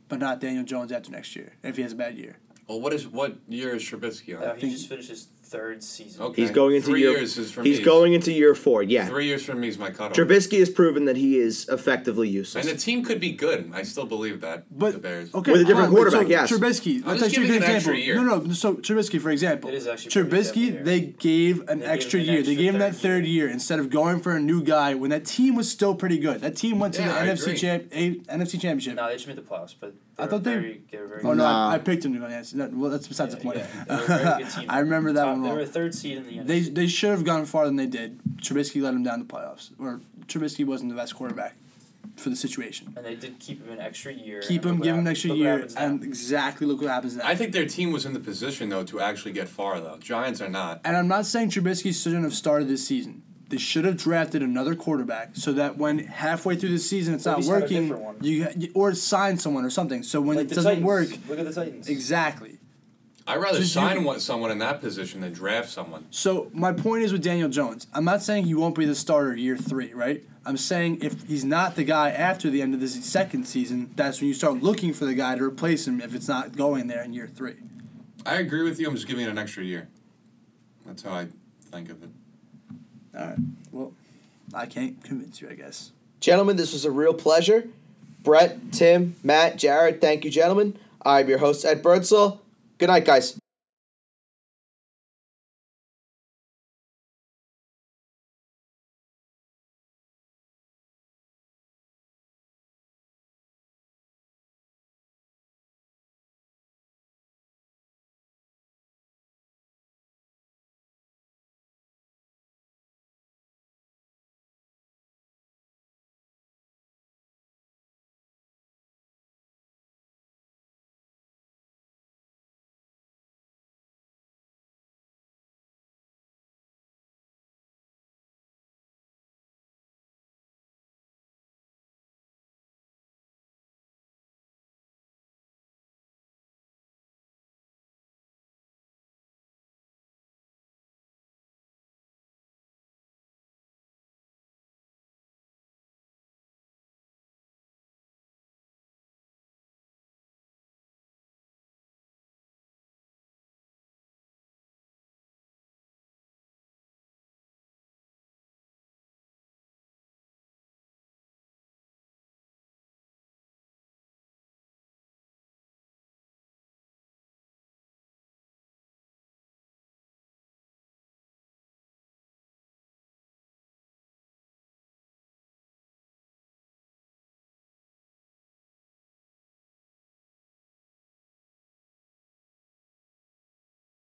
Speaker 2: but not Daniel Jones after next year if he has a bad year.
Speaker 5: Well, what is what year is Trubisky on?
Speaker 3: year. Uh, he just finished his third season.
Speaker 5: Okay.
Speaker 1: He's going into
Speaker 5: three
Speaker 1: year.
Speaker 5: years is for me.
Speaker 1: he's going into year four. Yeah,
Speaker 5: Three years for me is my cutoff.
Speaker 1: Trubisky has proven that he is effectively
Speaker 5: and
Speaker 1: useless.
Speaker 5: the team could be good. I still believe that.
Speaker 2: But
Speaker 5: the Bears.
Speaker 2: okay,
Speaker 1: With a different
Speaker 2: hold on,
Speaker 1: quarterback, yes.
Speaker 2: so Trubisky.
Speaker 5: I'm
Speaker 2: Let's
Speaker 5: just
Speaker 2: actually
Speaker 5: giving
Speaker 2: give an
Speaker 5: an extra
Speaker 2: example.
Speaker 5: year.
Speaker 2: No, no. So Trubisky, for example,
Speaker 3: It is actually probably the extra
Speaker 2: Trubisky.
Speaker 3: year.
Speaker 2: They gave an
Speaker 3: They gave
Speaker 2: extra
Speaker 3: him an
Speaker 2: year.
Speaker 3: extra
Speaker 2: they gave him that
Speaker 3: third year.
Speaker 2: third year instead of going for a new guy when that team was still pretty good. That team went to
Speaker 5: Yeah, I
Speaker 2: the NFC
Speaker 5: agree.
Speaker 2: champ, a, NFC championship.
Speaker 3: No, they just made the playoffs, but
Speaker 2: I thought
Speaker 3: were
Speaker 2: they-
Speaker 3: very, they were very.
Speaker 2: Oh no,
Speaker 4: Nah.
Speaker 2: I, I picked him to go Nancy. No, well, that's besides the
Speaker 3: Yeah,
Speaker 2: point.
Speaker 3: yeah, they were a very good team.
Speaker 2: I remember that
Speaker 3: Top-
Speaker 2: one
Speaker 3: They were a
Speaker 2: well.
Speaker 3: third seed in the NFC.
Speaker 2: They they should have gone farther than they did. Trubisky let him down the playoffs, or Trubisky wasn't the best quarterback for the situation.
Speaker 3: and they did keep him an extra year.
Speaker 2: Keep
Speaker 3: and
Speaker 2: him,
Speaker 3: look
Speaker 2: give
Speaker 3: what
Speaker 2: him an
Speaker 3: hap-
Speaker 2: extra
Speaker 3: look what
Speaker 2: year,
Speaker 3: happens now.
Speaker 2: and exactly look what happens now.
Speaker 5: I think their team was in the position though to actually get far though. Giants are not.
Speaker 2: and I'm not saying Trubisky shouldn't have started this season. They should have drafted another quarterback so that when halfway through the season it's
Speaker 3: Or at
Speaker 2: not
Speaker 3: least have a
Speaker 2: working,
Speaker 3: different one.
Speaker 2: you you- or sign someone or something. So when
Speaker 3: like
Speaker 2: it
Speaker 3: the
Speaker 2: doesn't
Speaker 3: Titans.
Speaker 2: work,
Speaker 3: Look at the Titans.
Speaker 2: exactly.
Speaker 5: I'd rather
Speaker 2: Just you-
Speaker 5: sign one, someone in that position than draft someone.
Speaker 2: So my point is with Daniel Jones, I'm not saying he won't be the starter year three, right? I'm saying if he's not the guy after the end of this second season, that's when you start looking for the guy to replace him if it's not going there in year three.
Speaker 5: I agree with you. I'm just giving it an extra year. That's how I think of it.
Speaker 2: All right. Well, I can't convince you, I guess.
Speaker 1: Gentlemen, this was a real pleasure. Brett, Tim, Matt, Jared, thank you, gentlemen. I'm your host, Ed Birdsall. Good night, guys.